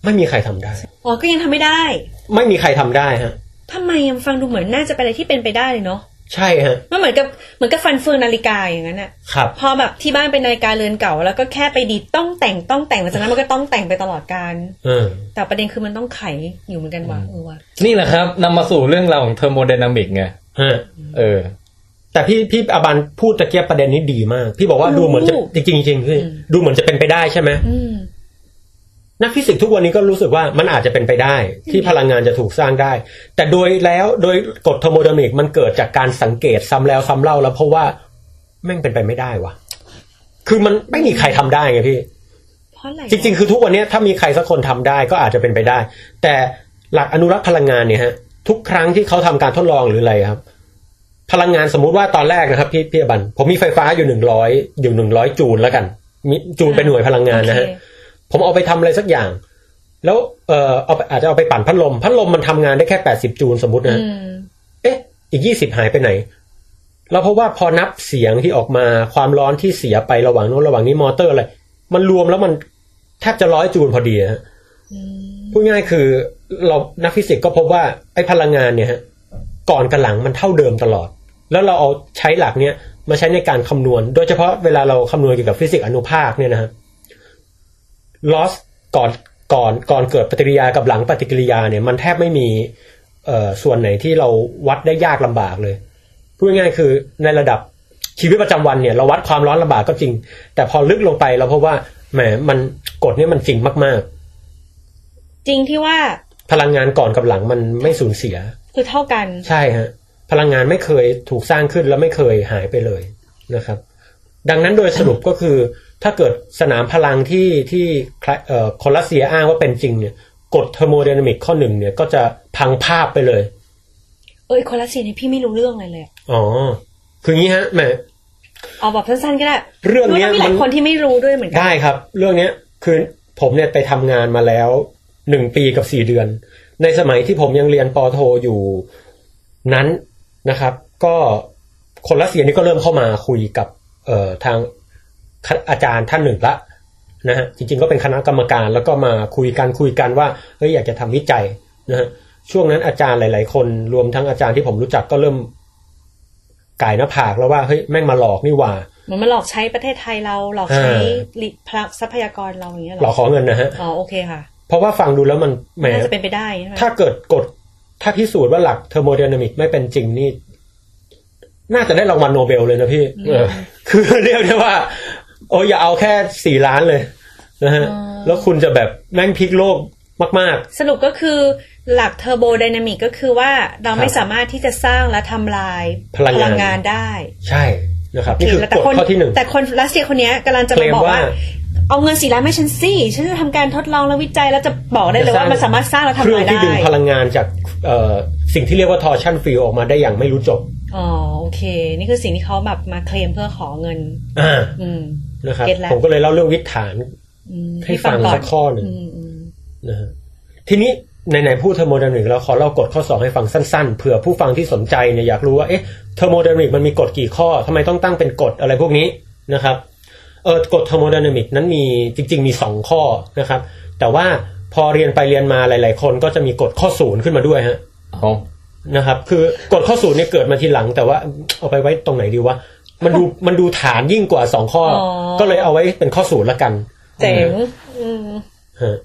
[SPEAKER 2] ไม่มีใครทำได้
[SPEAKER 3] อ๋อก็ยังทำไม่ได้
[SPEAKER 2] ไม่มีใครทำได้ฮะ
[SPEAKER 3] ทำไมยังฟังดูเหมือนน่าจะเป็นอะไรที่เป็นไปได้เลยเนาะ
[SPEAKER 2] ใช่ฮะ
[SPEAKER 3] มันเหมือนกับเหมือนกับฟันเฟืองนาฬิกาอย่างนั้นอะ
[SPEAKER 2] ครับ
[SPEAKER 3] พอแบบที่บ้านเป็นนาฬิกาเรือนเก่า แล้วก็แค่ไปดีดต้องแต่งต้องแต่งหลังจากนั้นมันก็ต้องแต่งไปตลอดการ
[SPEAKER 2] เออ
[SPEAKER 3] แต่ประเด็นคือมันต้องไขอยู่เหมือนกันว่ะเออว่ะ
[SPEAKER 1] นี่แหละครับนำมาสู่เรื่องราวของเทอร์โมไดนามิกไง
[SPEAKER 2] ฮะ
[SPEAKER 1] เออ
[SPEAKER 2] แต่พี่พี่อาบันพูดตะเกียบประเด็นนี้ดีมาก พี่บอกว่าดูเหมือนจะจริงๆจริงๆพี่ดูเหมือนจะเป็นไปได้ใช่ไหม
[SPEAKER 3] อืม
[SPEAKER 2] นักฟิสิกส์ทุกวันนี้ก็รู้สึกว่ามันอาจจะเป็นไปได้ที่พลังงานจะถูกสร้างได้ แต่โดยแล้วโดยกฎเทอร์โมไดนามิกมันเกิดจากการสังเกตซ้ำแล้วซ้ำเล่าแล้วเพราะว่าแม่งเป็นไปไม่ได้วะคือมันไม่มีใครทำได้ไงพี่
[SPEAKER 3] เพราะอะไร
[SPEAKER 2] จริง ๆ คือทุกวันนี้ถ้ามีใครสักคนทำได้ก็อาจจะเป็นไปได้ แต่หลักอนุรักษ์พลังงานเนี่ยฮะ ทุกครั้งที่เขาทำการทดลองหรืออะไรครับ พลังงานสมมุติว่าตอนแรกนะครับ พี่พี่อบันผมมีไฟฟ้าอยู่หนึ่งร้อยอยู่หนึ่งร้อยจูลแล้วกันมีจูลเป็นหน่วยพลังงานนะฮะ
[SPEAKER 3] โอเค
[SPEAKER 2] ผมเอาไปทำอะไรสักอย่าง แล้วเออเอาไปอาจจะเอาไปปั่นพัดลม พัดลมมันทำงานได้แค่แปดสิบจูลสมมตินะ
[SPEAKER 3] อืม
[SPEAKER 2] เอ๊ะ อีกยี่สิบหายไปไหน เราเพราะว่าพอนับเสียงที่ออกมาความร้อนที่เสียไประหว่างโน้นระหว่างนี้มอเตอร์อะไรมันรวมแล้วมันแทบจะร้อยจูลพอดีฮะ
[SPEAKER 3] อืม
[SPEAKER 2] พูดง่ายคือเรานักฟิสิกส์ก็พบว่าไอ้พลังงานเนี่ยฮะก่อนกับหลังมันเท่าเดิมตลอด แล้วเราเอาใช้หลักเนี้ยมาใช้ในการคำนวณ โดยเฉพาะเวลาเราคำนวณเกี่ยวกับฟิสิกส์อนุภาคเนี่ยนะฮะ loss ก่อนก่อนก่อนเกิดปฏิกิริยากับหลังปฏิกิริยาเนี่ยมันแทบไม่มีเอ่อส่วนไหนที่เราวัดได้ยากลำบากเลยพูดง่ายๆคือในระดับชีวิตประจำวันเนี่ยเราวัดความร้อนลำบากก็จริง แต่พอลึกลงไปเราพบว่าแหมมันกฎเนี่ยมันจริงมาก
[SPEAKER 3] จริงที่ว่า
[SPEAKER 2] ๆ พลังงานก่อนกับหลังมันไม่สูญเสีย
[SPEAKER 3] คือเท่ากัน
[SPEAKER 2] ใช่ฮะพลังงานไม่เคยถูกสร้างขึ้นและไม่เคยหายไปเลยนะครับ ดังนั้นโดยสรุปก็คือ ถ้าเกิดสนามพลังที่ที่ใครเอ่อคนรัสเซียอ้างว่าเป็นจริงเนี่ยกฎเทอร์โมไดนามิกข้อหนึ่งเนี่ยก็จะพังภาพไปเลย
[SPEAKER 3] เอ้ยคนละสีนี่พี่ไม่รู้เรื่องเลยเลย
[SPEAKER 2] อ๋อ คืองี้ฮะแหม
[SPEAKER 3] เอาแบบสั้นๆก็ได้
[SPEAKER 2] เรื่องเนี้ย
[SPEAKER 3] พาะว่ามีหลาย
[SPEAKER 2] มัน
[SPEAKER 3] คนที่ไม่รู้ด้วยเหมือนกัน
[SPEAKER 2] ได้ครับ เรื่องเนี้ยคือผมเนี่ยไปทำงานมาแล้วหนึ่งปีกับสี่เดือน ในสมัยที่ผมยังเรียนปอโทอยู่นั้นนะครับ ก็คนรัสเซียนี่ก็เริ่มเข้ามาคุยกับเอ่อทางอาจารย์ท่านหนึ่งละนะฮะจริงๆก็เป็นคณะกรรมการแล้วก็มาคุยกันคุยกันว่าเฮ้ยอยากจะทำวิจัยนะฮะช่วงนั้นอาจารย์หลาย ๆ คนรวมทั้งอาจารย์ที่ผมรู้จักก็เริ่มก่ายหน้าผากแล้วว่าเฮ้ยแม่งมาหลอกนี่หว่า
[SPEAKER 3] เหมือนมันหลอกใช้ประเทศไทยเราหลอกใช้
[SPEAKER 2] อ่
[SPEAKER 3] ลิพลักทรัพยากรเราอย่างเงี้ยเห
[SPEAKER 2] ห
[SPEAKER 3] ร
[SPEAKER 2] ลอ
[SPEAKER 3] อก
[SPEAKER 2] ขอเงินนะฮะ
[SPEAKER 3] อ๋อโอเคค่ะ
[SPEAKER 2] เพราะว่าฟังดูแล้วมันแหม
[SPEAKER 3] น่าจะเป็นไปได้ใช่ไหม
[SPEAKER 2] ถ้าเกิดกฎถ้าพิสูจน์ว่าหลักเทอร์โมไดนามิกไม่เป็นจริงนี่ น่าจะได้รางวัลโนเบลเลยนะพี่
[SPEAKER 1] เออ
[SPEAKER 2] คือ เรียกได้ว่า โอ้ยอย่าเอาแค่สี่ล้านเลยนะฮะ แล้วคุณจะแบบแม่งพลิกโลกมาก
[SPEAKER 3] สรุปก็คือหลักเทอร์โบไดนามิกก็คือว่าเราไม่
[SPEAKER 2] ครับ
[SPEAKER 3] สามารถที่จะสร้างและทำลาย
[SPEAKER 2] พลังงาน
[SPEAKER 3] งานได้
[SPEAKER 2] ๆ ใช่นะครับ
[SPEAKER 3] โอ
[SPEAKER 2] นี่
[SPEAKER 3] เค
[SPEAKER 2] คือก
[SPEAKER 3] แต่
[SPEAKER 2] ฎ
[SPEAKER 3] คน
[SPEAKER 2] ข้อที่หนึ่ง
[SPEAKER 3] แต่คนรัสเซียคนเนี้ยกำลังจะมาบอกว่า
[SPEAKER 2] เคลมว่
[SPEAKER 3] เอาเงินสี่ล้านให้ฉันสิฉันจะทำการทดลองและวิจัยแล้วจะบอกได้เลย
[SPEAKER 2] จะสร้าง
[SPEAKER 3] ว่ามันสามารถสร้างและ
[SPEAKER 2] เค
[SPEAKER 3] ทำ
[SPEAKER 2] รื่อง
[SPEAKER 3] ลาย
[SPEAKER 2] ที่
[SPEAKER 3] ได้
[SPEAKER 2] ดึงพลังงานจากเอ่อสิ่งที่เรียกว่าทอร์ชันฟิลออกมาได้อย่างไม่รู้จบ
[SPEAKER 3] อ๋อโอเค นี่คือสิ่งที่เขาแบบมาเคลมเพื่อขอเงิน
[SPEAKER 2] อ่า
[SPEAKER 3] อืม
[SPEAKER 2] นะครับ
[SPEAKER 3] เก็ตแล้ว
[SPEAKER 2] ผมก็เลยเล่าเรื่องวิถีฐาน
[SPEAKER 3] อืม
[SPEAKER 2] ให้ฟัง
[SPEAKER 3] ก่
[SPEAKER 2] สักข้อหนึ่ง
[SPEAKER 3] มอืม
[SPEAKER 2] นะฮะทีนี้ไหนๆพูดเทอร์โมไดนามิกแล้วขอเล่ากฎข้อ 2 ให้ฟังสั้นๆเผื่อผู้ฟังที่สนใจเนี่ยอยากรู้ว่าเอ๊ะเทอร์โมไดนามิกมันมีกฎกี่ข้อทำไมต้องตั้งเป็นกฎอะไรพวกนี้นะครับเออกฎเทอร์โมไดนามิกนั้นมีจริง ๆ มี 2 ข้อนะครับ แต่ว่าพอเรียนไปเรียนมาหลาย ๆ คนก็จะมีกฎข้อศูนย์ขึ้นมาด้วยฮะ
[SPEAKER 1] เอา
[SPEAKER 2] นะครับคือกฎข้อศูนย์เนี่ยเกิดมาทีหลัง แต่ว่าเอาไปไว้ตรงไหนดีวะ มันดูมันดูฐานยิ่งกว่าสองข้ออ
[SPEAKER 3] อ
[SPEAKER 2] ก็เลยเอาไว้เป็นข้อศูนย์ละกัน
[SPEAKER 3] เจ๋งอืม
[SPEAKER 2] ฮะ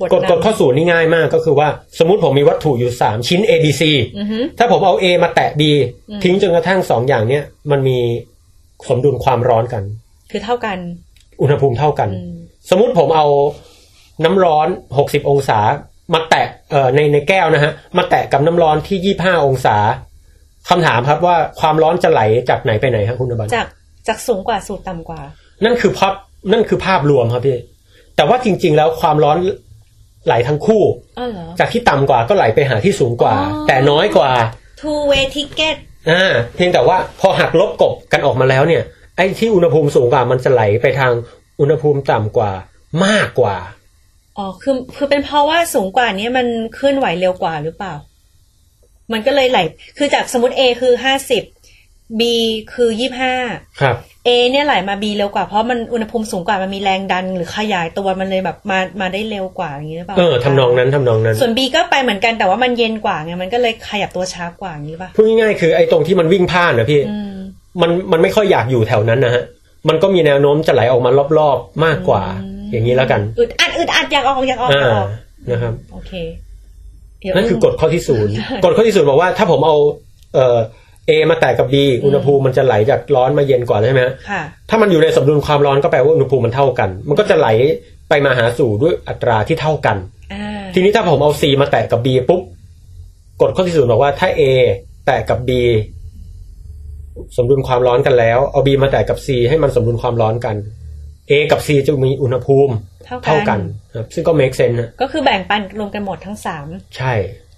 [SPEAKER 3] บท
[SPEAKER 2] กฎ
[SPEAKER 3] นำ
[SPEAKER 2] กฎข้อศูนย์นี่ง่ายมากก็คือว่า สมมติผมมีวัตถุอยู่ 3 ชิ้น A B C
[SPEAKER 3] อือฮึ
[SPEAKER 2] ถ้าผมเอา A มาแตะ B
[SPEAKER 3] อืม
[SPEAKER 2] ทิ้งจนกระทั่ง 2 อย่างเนี้ยมันมีสมดุลความร้อนกัน
[SPEAKER 3] คือเท่ากัน
[SPEAKER 2] อุณหภูมิเท่ากัน
[SPEAKER 3] อืม
[SPEAKER 2] สมมติผมเอาน้ำร้อน 60 องศา มาแตะเอ่อในในแก้วนะฮะ มาแตะกับน้ำร้อนที่ 25 องศาคำถามครับว่าความร้อนจะไหลจากไหนไปไหนครับคุณอบัน
[SPEAKER 3] จากจากสูงกว่าสู่ต่ำกว่า
[SPEAKER 2] นั่นคือภาพนั่นคือภาพรวมครับพี่ แต่ว่าจริง ๆ แล้วความร้อนไหลทั้งคู่
[SPEAKER 3] อ้าวเหรอ
[SPEAKER 2] จากที่ต่ำกว่าก็ไหลไปหาที่สูงกว่า
[SPEAKER 3] อ๋อ
[SPEAKER 2] แต่น้อยกว่า
[SPEAKER 3] two way ticket
[SPEAKER 2] อ่าเพียงแต่ว่าพอหักลบกบกันออกมาแล้วเนี่ย ไอ้ที่อุณหภูมิสูงกว่ามันจะไหลไปทางอุณหภูมิต่ำกว่ามากกว่า
[SPEAKER 3] อ๋อ คือ คือเป็นเพราะว่าสูงกว่านี้มันเคลื่อนไหวเร็วกว่าหรือเปล่า มันก็เลยไหล คือจากสมมติ A คือห้าสิบ B คือยี่ห้า
[SPEAKER 2] ครับ
[SPEAKER 3] A เนี่ยไหลมา B เร็วกว่า เพราะมันอุณหภูมิสูงกว่า มันมีแรงดัน หรือขยายตัวมันเลยแบบมา มาได้เร็วกว่าอย่างนี้หรือเปล่า
[SPEAKER 2] เออทำนองนั้นทำนองนั้น
[SPEAKER 3] ส่วน B ก็ไปเหมือนกัน แต่ว่ามันเย็นกว่าไง มันก็เลยขยับตัวช้ากว่าอย่างนี้หรือเปล่า
[SPEAKER 2] พูดง่ายๆคือไอ้ตรงที่มันวิ่งผ่านนะพี่
[SPEAKER 3] อืม
[SPEAKER 2] มันมันไม่ค่อยอยากอยู่แถวนั้นนะฮะ มันก็มีแนวโน้มจะไหลออกมารอบๆมากกว่า
[SPEAKER 3] อืม
[SPEAKER 2] อย่างนี้แล้วกัน
[SPEAKER 3] อึดอัด อึดอัด อยากออก อยากออกอยากออก
[SPEAKER 2] อ่านะครับ
[SPEAKER 3] โอเคเดี๋ยว
[SPEAKER 2] นั่นคือกฎข้อที่ศูนย์ กฎข้อที่ศูนย์บอกว่าถ้าผมเอาเอ่อ A มาแตะกับ B อุณหภูมิมันจะไหลจากร้อนมาเย็นก่อนใช่ไหมฮะ
[SPEAKER 3] ค่ะ
[SPEAKER 2] ถ้ามันอยู่ในสมดุลความร้อนก็แปลว่าอุณหภูมิมันเท่ากัน มันก็จะไหลไปมาหาสู่ด้วยอัตราที่เท่ากัน
[SPEAKER 3] อ่า
[SPEAKER 2] ทีนี้ถ้าผมเอา C มาแตะกับ B ปุ๊บกฎข้อที่ศูนย์บอกว่าถ้า A แตะกับ B สมดุลความร้อนกันแล้ว เอา B มาแตะกับ C ให้มันสมดุลความร้อนกัน A กับ C จะมีอุณหภูมิ
[SPEAKER 3] เท่ากัน
[SPEAKER 2] เท่ากันครับซึ่งก็ make sense นะ
[SPEAKER 3] ก็คือแบ่งปันรวมกันหมดทั้งสาม
[SPEAKER 2] ใช่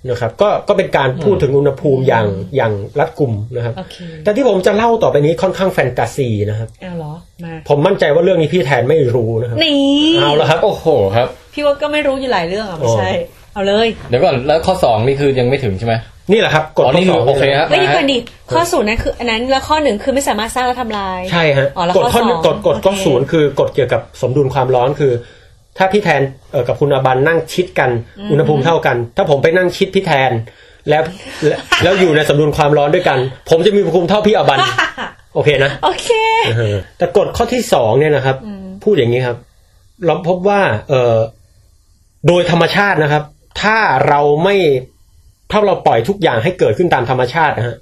[SPEAKER 2] นะครับก็ก็เป็นการพูดถึงอุณหภูมิอย่างอย่างรัดกลุ่มนะครับ
[SPEAKER 3] โอเค
[SPEAKER 2] แต่ที่ผมจะเล่าต่อไปนี้ค่อนข้างแฟนตาซีนะครับ
[SPEAKER 3] เอาเหรอ มา
[SPEAKER 2] ผมมั่นใจว่าเรื่องนี้พี่แทนไม่รู้นะครับ
[SPEAKER 3] นี่
[SPEAKER 2] เอาละครับ
[SPEAKER 1] โอ้โหครับ
[SPEAKER 3] พี่ว่าก็ไม่รู้อยู่หลายเรื่องอ่ะ ไม่ใช่
[SPEAKER 2] โอ้
[SPEAKER 3] เอาเลย
[SPEAKER 1] เดี๋ยวก่อนแล้วข้อสองนี่คือยังไม่ถึงใช่ไหม
[SPEAKER 2] นี่แหละครับกฎ
[SPEAKER 1] อ๋อ
[SPEAKER 2] ข้อ
[SPEAKER 1] นี่
[SPEAKER 2] ส
[SPEAKER 1] คือ องโอเคฮะ
[SPEAKER 3] ไม่ดี
[SPEAKER 1] นะ
[SPEAKER 3] ก
[SPEAKER 1] ฮะ
[SPEAKER 3] ว่านี่ข้อศูนย์นั่นคือ อันนั้นแล้วข้อหนึ่งคือไม่สามารถสร้างและทำลาย
[SPEAKER 2] ใช่ฮะ
[SPEAKER 3] อ๋อแล้ว
[SPEAKER 2] กฎข้อ
[SPEAKER 3] ข้อสอง
[SPEAKER 2] กฎกฎข้อ
[SPEAKER 3] โอเค
[SPEAKER 2] ศูนย์คือกฎเกี่ยวกับสมดุลความร้อนคือ ถ้าพี่แทนเอ่อกับคุณอาบันนั่งชิดกันอุณหภูมิเท่ากัน ถ้าผมไปนั่งชิดพี่แทน แล้วแล้วแล้วอยู่ในสมดุลความร้อนด้วยกัน ผมจะมีอุณหภูมิเท่าพี่อา บันโอเคนะ
[SPEAKER 3] โอเค
[SPEAKER 2] เออแต่กฎข้อที่สองเนี่ยนะครับ
[SPEAKER 3] อืม
[SPEAKER 2] พูดอย่างนี้ครับ เราพบว่า เออโดยธรรมชาตินะครับ ถ้าเราไม่ถ้าเราปล่อยทุกอย่างให้เกิดขึ้นตามธรรมชาตินะฮะ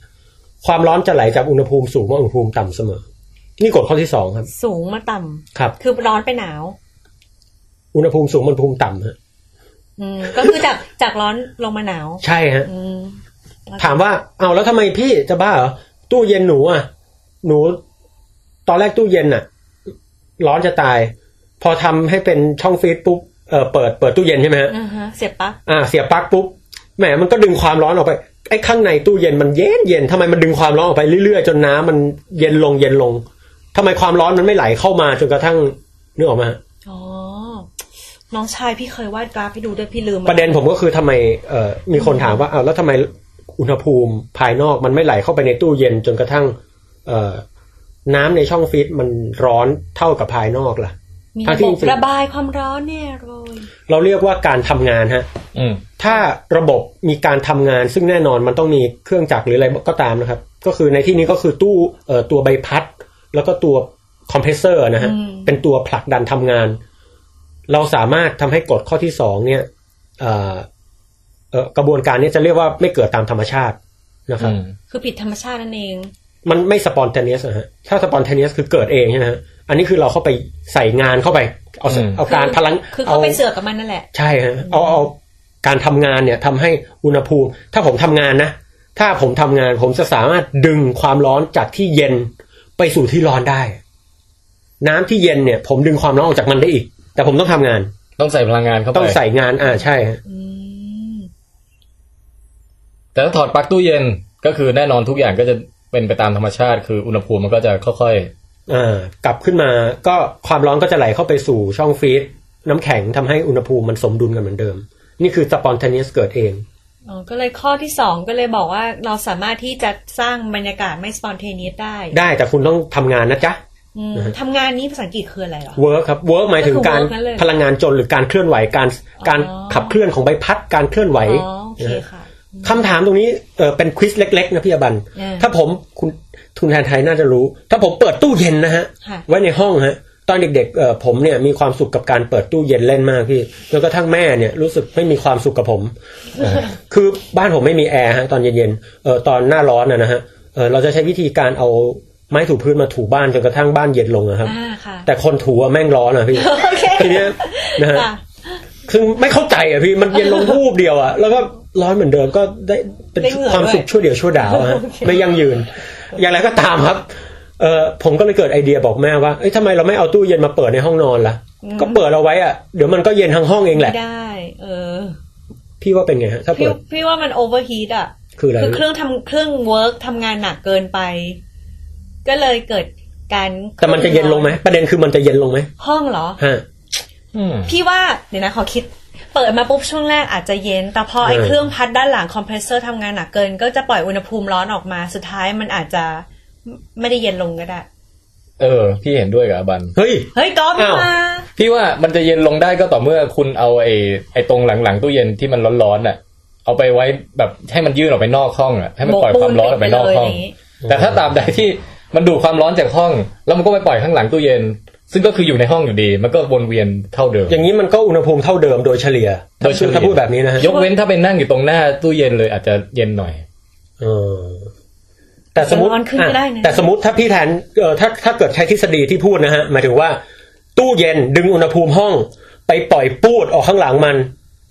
[SPEAKER 2] ความร้อนจะไหลจากอุณหภูมิสูงมาอุณหภูมิต่ำเสมอ นี่กฎข้อที่สองครับ
[SPEAKER 3] สูงมาต่ำ
[SPEAKER 2] ครับ
[SPEAKER 3] คือร้อนไปหนาว
[SPEAKER 2] อุณหภูมิสูงมาอุณหภูมิต่ำฮะ
[SPEAKER 3] อืม ก็คือจากจากร้อนลงมาหนาว
[SPEAKER 2] ใช่ฮะ
[SPEAKER 3] อืม
[SPEAKER 2] ถามว่าเอาแล้วทำไมพี่จะบ้าเหรอตู้เย็นหนูอ่ะ หนู ตอนแรกตู้เย็นน่ะ ร้อนจะตาย พอทำให้เป็นช่องฟรีซปุ๊บเออเปิดเปิดตู้เย็นใช่ไหมฮะ
[SPEAKER 3] อ่าฮะ เสียบปลั๊ก
[SPEAKER 2] อ่าเสียบปลั๊กปุ๊บแหมมันก็ดึงความร้อนออกไปไอ้ข้างในตู้เย็นมันเย็นเย็นทำไมมันดึงความร้อนออกไปเรื่อยๆ จนน้ำมันเย็นลงเย็นลงทำไมความร้อนมันไม่ไหลเข้ามาจนกระทั่งนึกออกมา
[SPEAKER 3] อ๋อ น้องชายพี่เคยวาดกราฟให้ดูด้วยพี่ลืม
[SPEAKER 2] ประเด็นผมก็คือทำไมเอ่อมีคนถามว่าเอาวแล้วทำไมอุณหภูมิภายนอกมันไม่ไหลเข้าไปในตู้เย็นจนกระทั่ง เอ่อน้ำในช่องฟรีซมันร้อนเท่ากับภายนอกล่ะ
[SPEAKER 3] มี
[SPEAKER 2] อ่ะ
[SPEAKER 3] ระ
[SPEAKER 2] ที่
[SPEAKER 3] บบ
[SPEAKER 2] จริง
[SPEAKER 3] ระบายความร้อนเนี่ยโรย
[SPEAKER 2] เราเรียกว่าการทำงานฮะ
[SPEAKER 1] อืม
[SPEAKER 2] ถ้าระบบมีการทำงานซึ่งแน่นอนมันต้องมีเครื่องจักรหรืออะไรก็ตามนะครับ ก็คือในที่นี้ก็คือตู้เอ่อตัวใบพัด แล้วก็ตัวคอมเพรสเซอร์นะฮะ
[SPEAKER 3] อืม
[SPEAKER 2] เป็นตัวผลักดันทำงาน เราสามารถทำให้กฎข้อที่สองเนี่ยเอ่อเอ่อกระบวนการเนี้จะเรียกว่าไม่เกิดตามธรรมชาตินะครับ
[SPEAKER 1] อืม
[SPEAKER 3] คือผิดธรรมชาตินั่นเอง
[SPEAKER 2] มันไม่สปอนเทเนียสนะฮะถ้าสปอนเทเนียสคือเกิดเองใช่ไหมฮะอันนี้คือเราเข้าไปใส่งานเข้าไป เอา
[SPEAKER 1] อืม
[SPEAKER 2] เอาการพลัง
[SPEAKER 3] คือเขาไปเสือกกับมันนั่นแหละ
[SPEAKER 2] ใช่ฮะเอาเอาการทำงานเนี่ยทำให้อุณหภูมิ ถ้าผมทำงานนะ ถ้าผมทำงานผมจะสามารถดึงความร้อนจากที่เย็นไปสู่ที่ร้อนได้ น้ำที่เย็นเนี่ย ผมดึงความร้อนออกจากมันได้อีก แต่ผมต้องทำงาน
[SPEAKER 1] ต้องใส่พลังงานเข้าไป
[SPEAKER 2] ต้องใส่งานอ่าใช่ฮะ
[SPEAKER 3] อืม
[SPEAKER 1] แต่ถ้าถอดปลั๊กตู้เย็นก็คือแน่นอนทุกอย่างก็จะเป็นไปตามธรรมชาติ คืออุณหภูมิมันก็จะค่อย
[SPEAKER 2] อ่ากลับขึ้นมา ก็ความร้อนก็จะไหลเข้าไปสู่ช่องฟรีซน้ำแข็งทำให้อุณหภูมิมันสมดุลกันเหมือนเดิม นี่คือ spontaneous เกิดเอง
[SPEAKER 3] อ๋อก็เลยข้อที่สองก็เลยบอกว่าเราสามารถที่จะสร้างบรรยากาศไม่ spontaneous ได้
[SPEAKER 2] ได้แต่คุณต้องทำงานนะจ๊ะ
[SPEAKER 3] อืมทำงานนี้ภาษาอังกฤษคืออะไรเหรอ
[SPEAKER 2] เวิร์กครับเวิร์กหมายถึงการ
[SPEAKER 3] ก็คือ work นั่นเลย
[SPEAKER 2] พลังงานจลหรือการเคลื่อนไหวการการ
[SPEAKER 3] อ๋อ
[SPEAKER 2] ขับเคลื่อนของใบพัดการเคลื่อนไหว
[SPEAKER 3] อ๋อโอเค
[SPEAKER 2] นะฮะ
[SPEAKER 3] ค่ะ
[SPEAKER 2] คำถามตรงนี้เออเป็นควิสเล็ก ๆ นะพี่อบัน
[SPEAKER 3] อ่า
[SPEAKER 2] ถ้าผมคุณทุนแทนไทยน่าจะรู้ ถ้าผมเปิดตู้เย็นนะฮะ
[SPEAKER 3] ค่ะ
[SPEAKER 2] ไว้ในห้องฮะ ตอนเด็กๆเออผมเนี่ยมีความสุขกับการเปิดตู้เย็นเล่นมากพี่จนกระทั่งแม่เนี่ยรู้สึกไม่มีความสุขกับผมเออ คือบ้านผมไม่มีแอร์ฮะตอนเย็นๆเออตอนหน้าร้อนนะนะฮะเออเราจะใช้วิธีการเอาไม้ถูพื้นมาถูบ้านจนกระทั่งบ้านเย็นลงนะครับ
[SPEAKER 3] อ่าค่ะ
[SPEAKER 2] แต่คนถูอะแม่งร้อนอะพี่
[SPEAKER 3] โอเค
[SPEAKER 2] ทีเนี้ยนะฮะ
[SPEAKER 3] ค่ะ
[SPEAKER 2] คือไม่เข้าใจอ่ะพี่มันเย็นลงรูปเดียวอ่ะแล้วก็ร้อนเหมือนเดิมก็ได้เป็น
[SPEAKER 3] ได้เหงื่อ
[SPEAKER 2] ความ
[SPEAKER 3] ด้วย
[SPEAKER 2] สุขชั่วเดียวชั่วดาวอะฮะ
[SPEAKER 3] โอเค
[SPEAKER 2] ไม่ยั่งยืน อย่างไรก็ตามครับเออผมก็เลยเกิดไอเดียบอกแม่ว่าเอ้ยทำไมเราไม่เอาตู้เย็นมาเปิดในห้องนอนล่ะ ก็เปิดเอาไว้อ่ะเดี๋ยวมันก็เย็นทั้งห้องเองแห
[SPEAKER 3] ไม่
[SPEAKER 2] ละ
[SPEAKER 3] ได้ เออ
[SPEAKER 2] พี่ว่าเป็นไงฮะถ้า
[SPEAKER 3] พี่
[SPEAKER 2] เปิด
[SPEAKER 3] พี่ว่ามันโอเวอร์ฮีทอ่ะ
[SPEAKER 2] คืออะไร
[SPEAKER 3] คือเครื่องทำเครื่องเวิร์กทำงานหนักเกินไป ก็เลยเกิดการ
[SPEAKER 2] แต่มันจะเย็นลงไหมประเด็นคือมันจะเย็นลงไหม
[SPEAKER 3] ห้องเหรอ
[SPEAKER 2] ฮะ
[SPEAKER 1] อืม
[SPEAKER 3] พี่ว่าเดี๋ยวนะขอคิด เปิดมาปุ๊บช่วงแรกอาจจะเย็น แต่พอไอ้
[SPEAKER 2] เออ
[SPEAKER 3] เครื่องพัดด้านหลังคอมเพรสเซอร์ทำงานหนักเกิน ก็จะปล่อยอุณหภูมิร้อนออกมาสุดท้ายมันอาจจะไม่ได้เย็นลงก็ได้
[SPEAKER 1] เออ พี่เห็นด้วยกับอาบัน
[SPEAKER 2] เฮ้ย
[SPEAKER 3] เฮ้ยก๊อฟ
[SPEAKER 2] อ้าว
[SPEAKER 3] มา
[SPEAKER 1] พี่ว่ามันจะเย็นลงได้ก็ต่อเมื่อคุณเอาไอ้ไอ้ตรงหลังๆตู้เย็นที่มันร้อนๆน่ะ เอาไปไว้แบบให้มันยื่นออกไปนอกห้องอ่ะให้มันปล่อยความร้อนออกไปนอกห้อง
[SPEAKER 3] ย่างงี้
[SPEAKER 1] แต่ถ้าตามใดที่มันดูดความร้อนจากห้อง แล้วมันก็ไปปล่อยข้างหลังตู้เย็น ซึ่งก็คืออยู่ในห้องอยู่ดี มันก็วนเวียนเท่าเดิม
[SPEAKER 2] อย่างนี้มันก็อุณหภูมิเท่าเดิมโดยเฉลี่ย
[SPEAKER 1] โดยเฉลี่ย
[SPEAKER 2] ถ้าพูดแบบนี้นะฮะ
[SPEAKER 1] ยกเว้นถ้าไปนั่งอยู่ตรงหน้าตู้เย็นเลยอาจจะเย็นหน่อย
[SPEAKER 2] เออแต่สมมติ
[SPEAKER 3] ร้อนขึ้นก็ได้นะ
[SPEAKER 2] อ่ะแต่สมมติถ้าพี่แทนเออถ้าถ้าเกิดใช้ทฤษฎีที่พูดนะฮะหมายถึงว่า ตู้เย็นดึงอุณหภูมิห้อง ไปปล่อยปูดออกข้างหลังมัน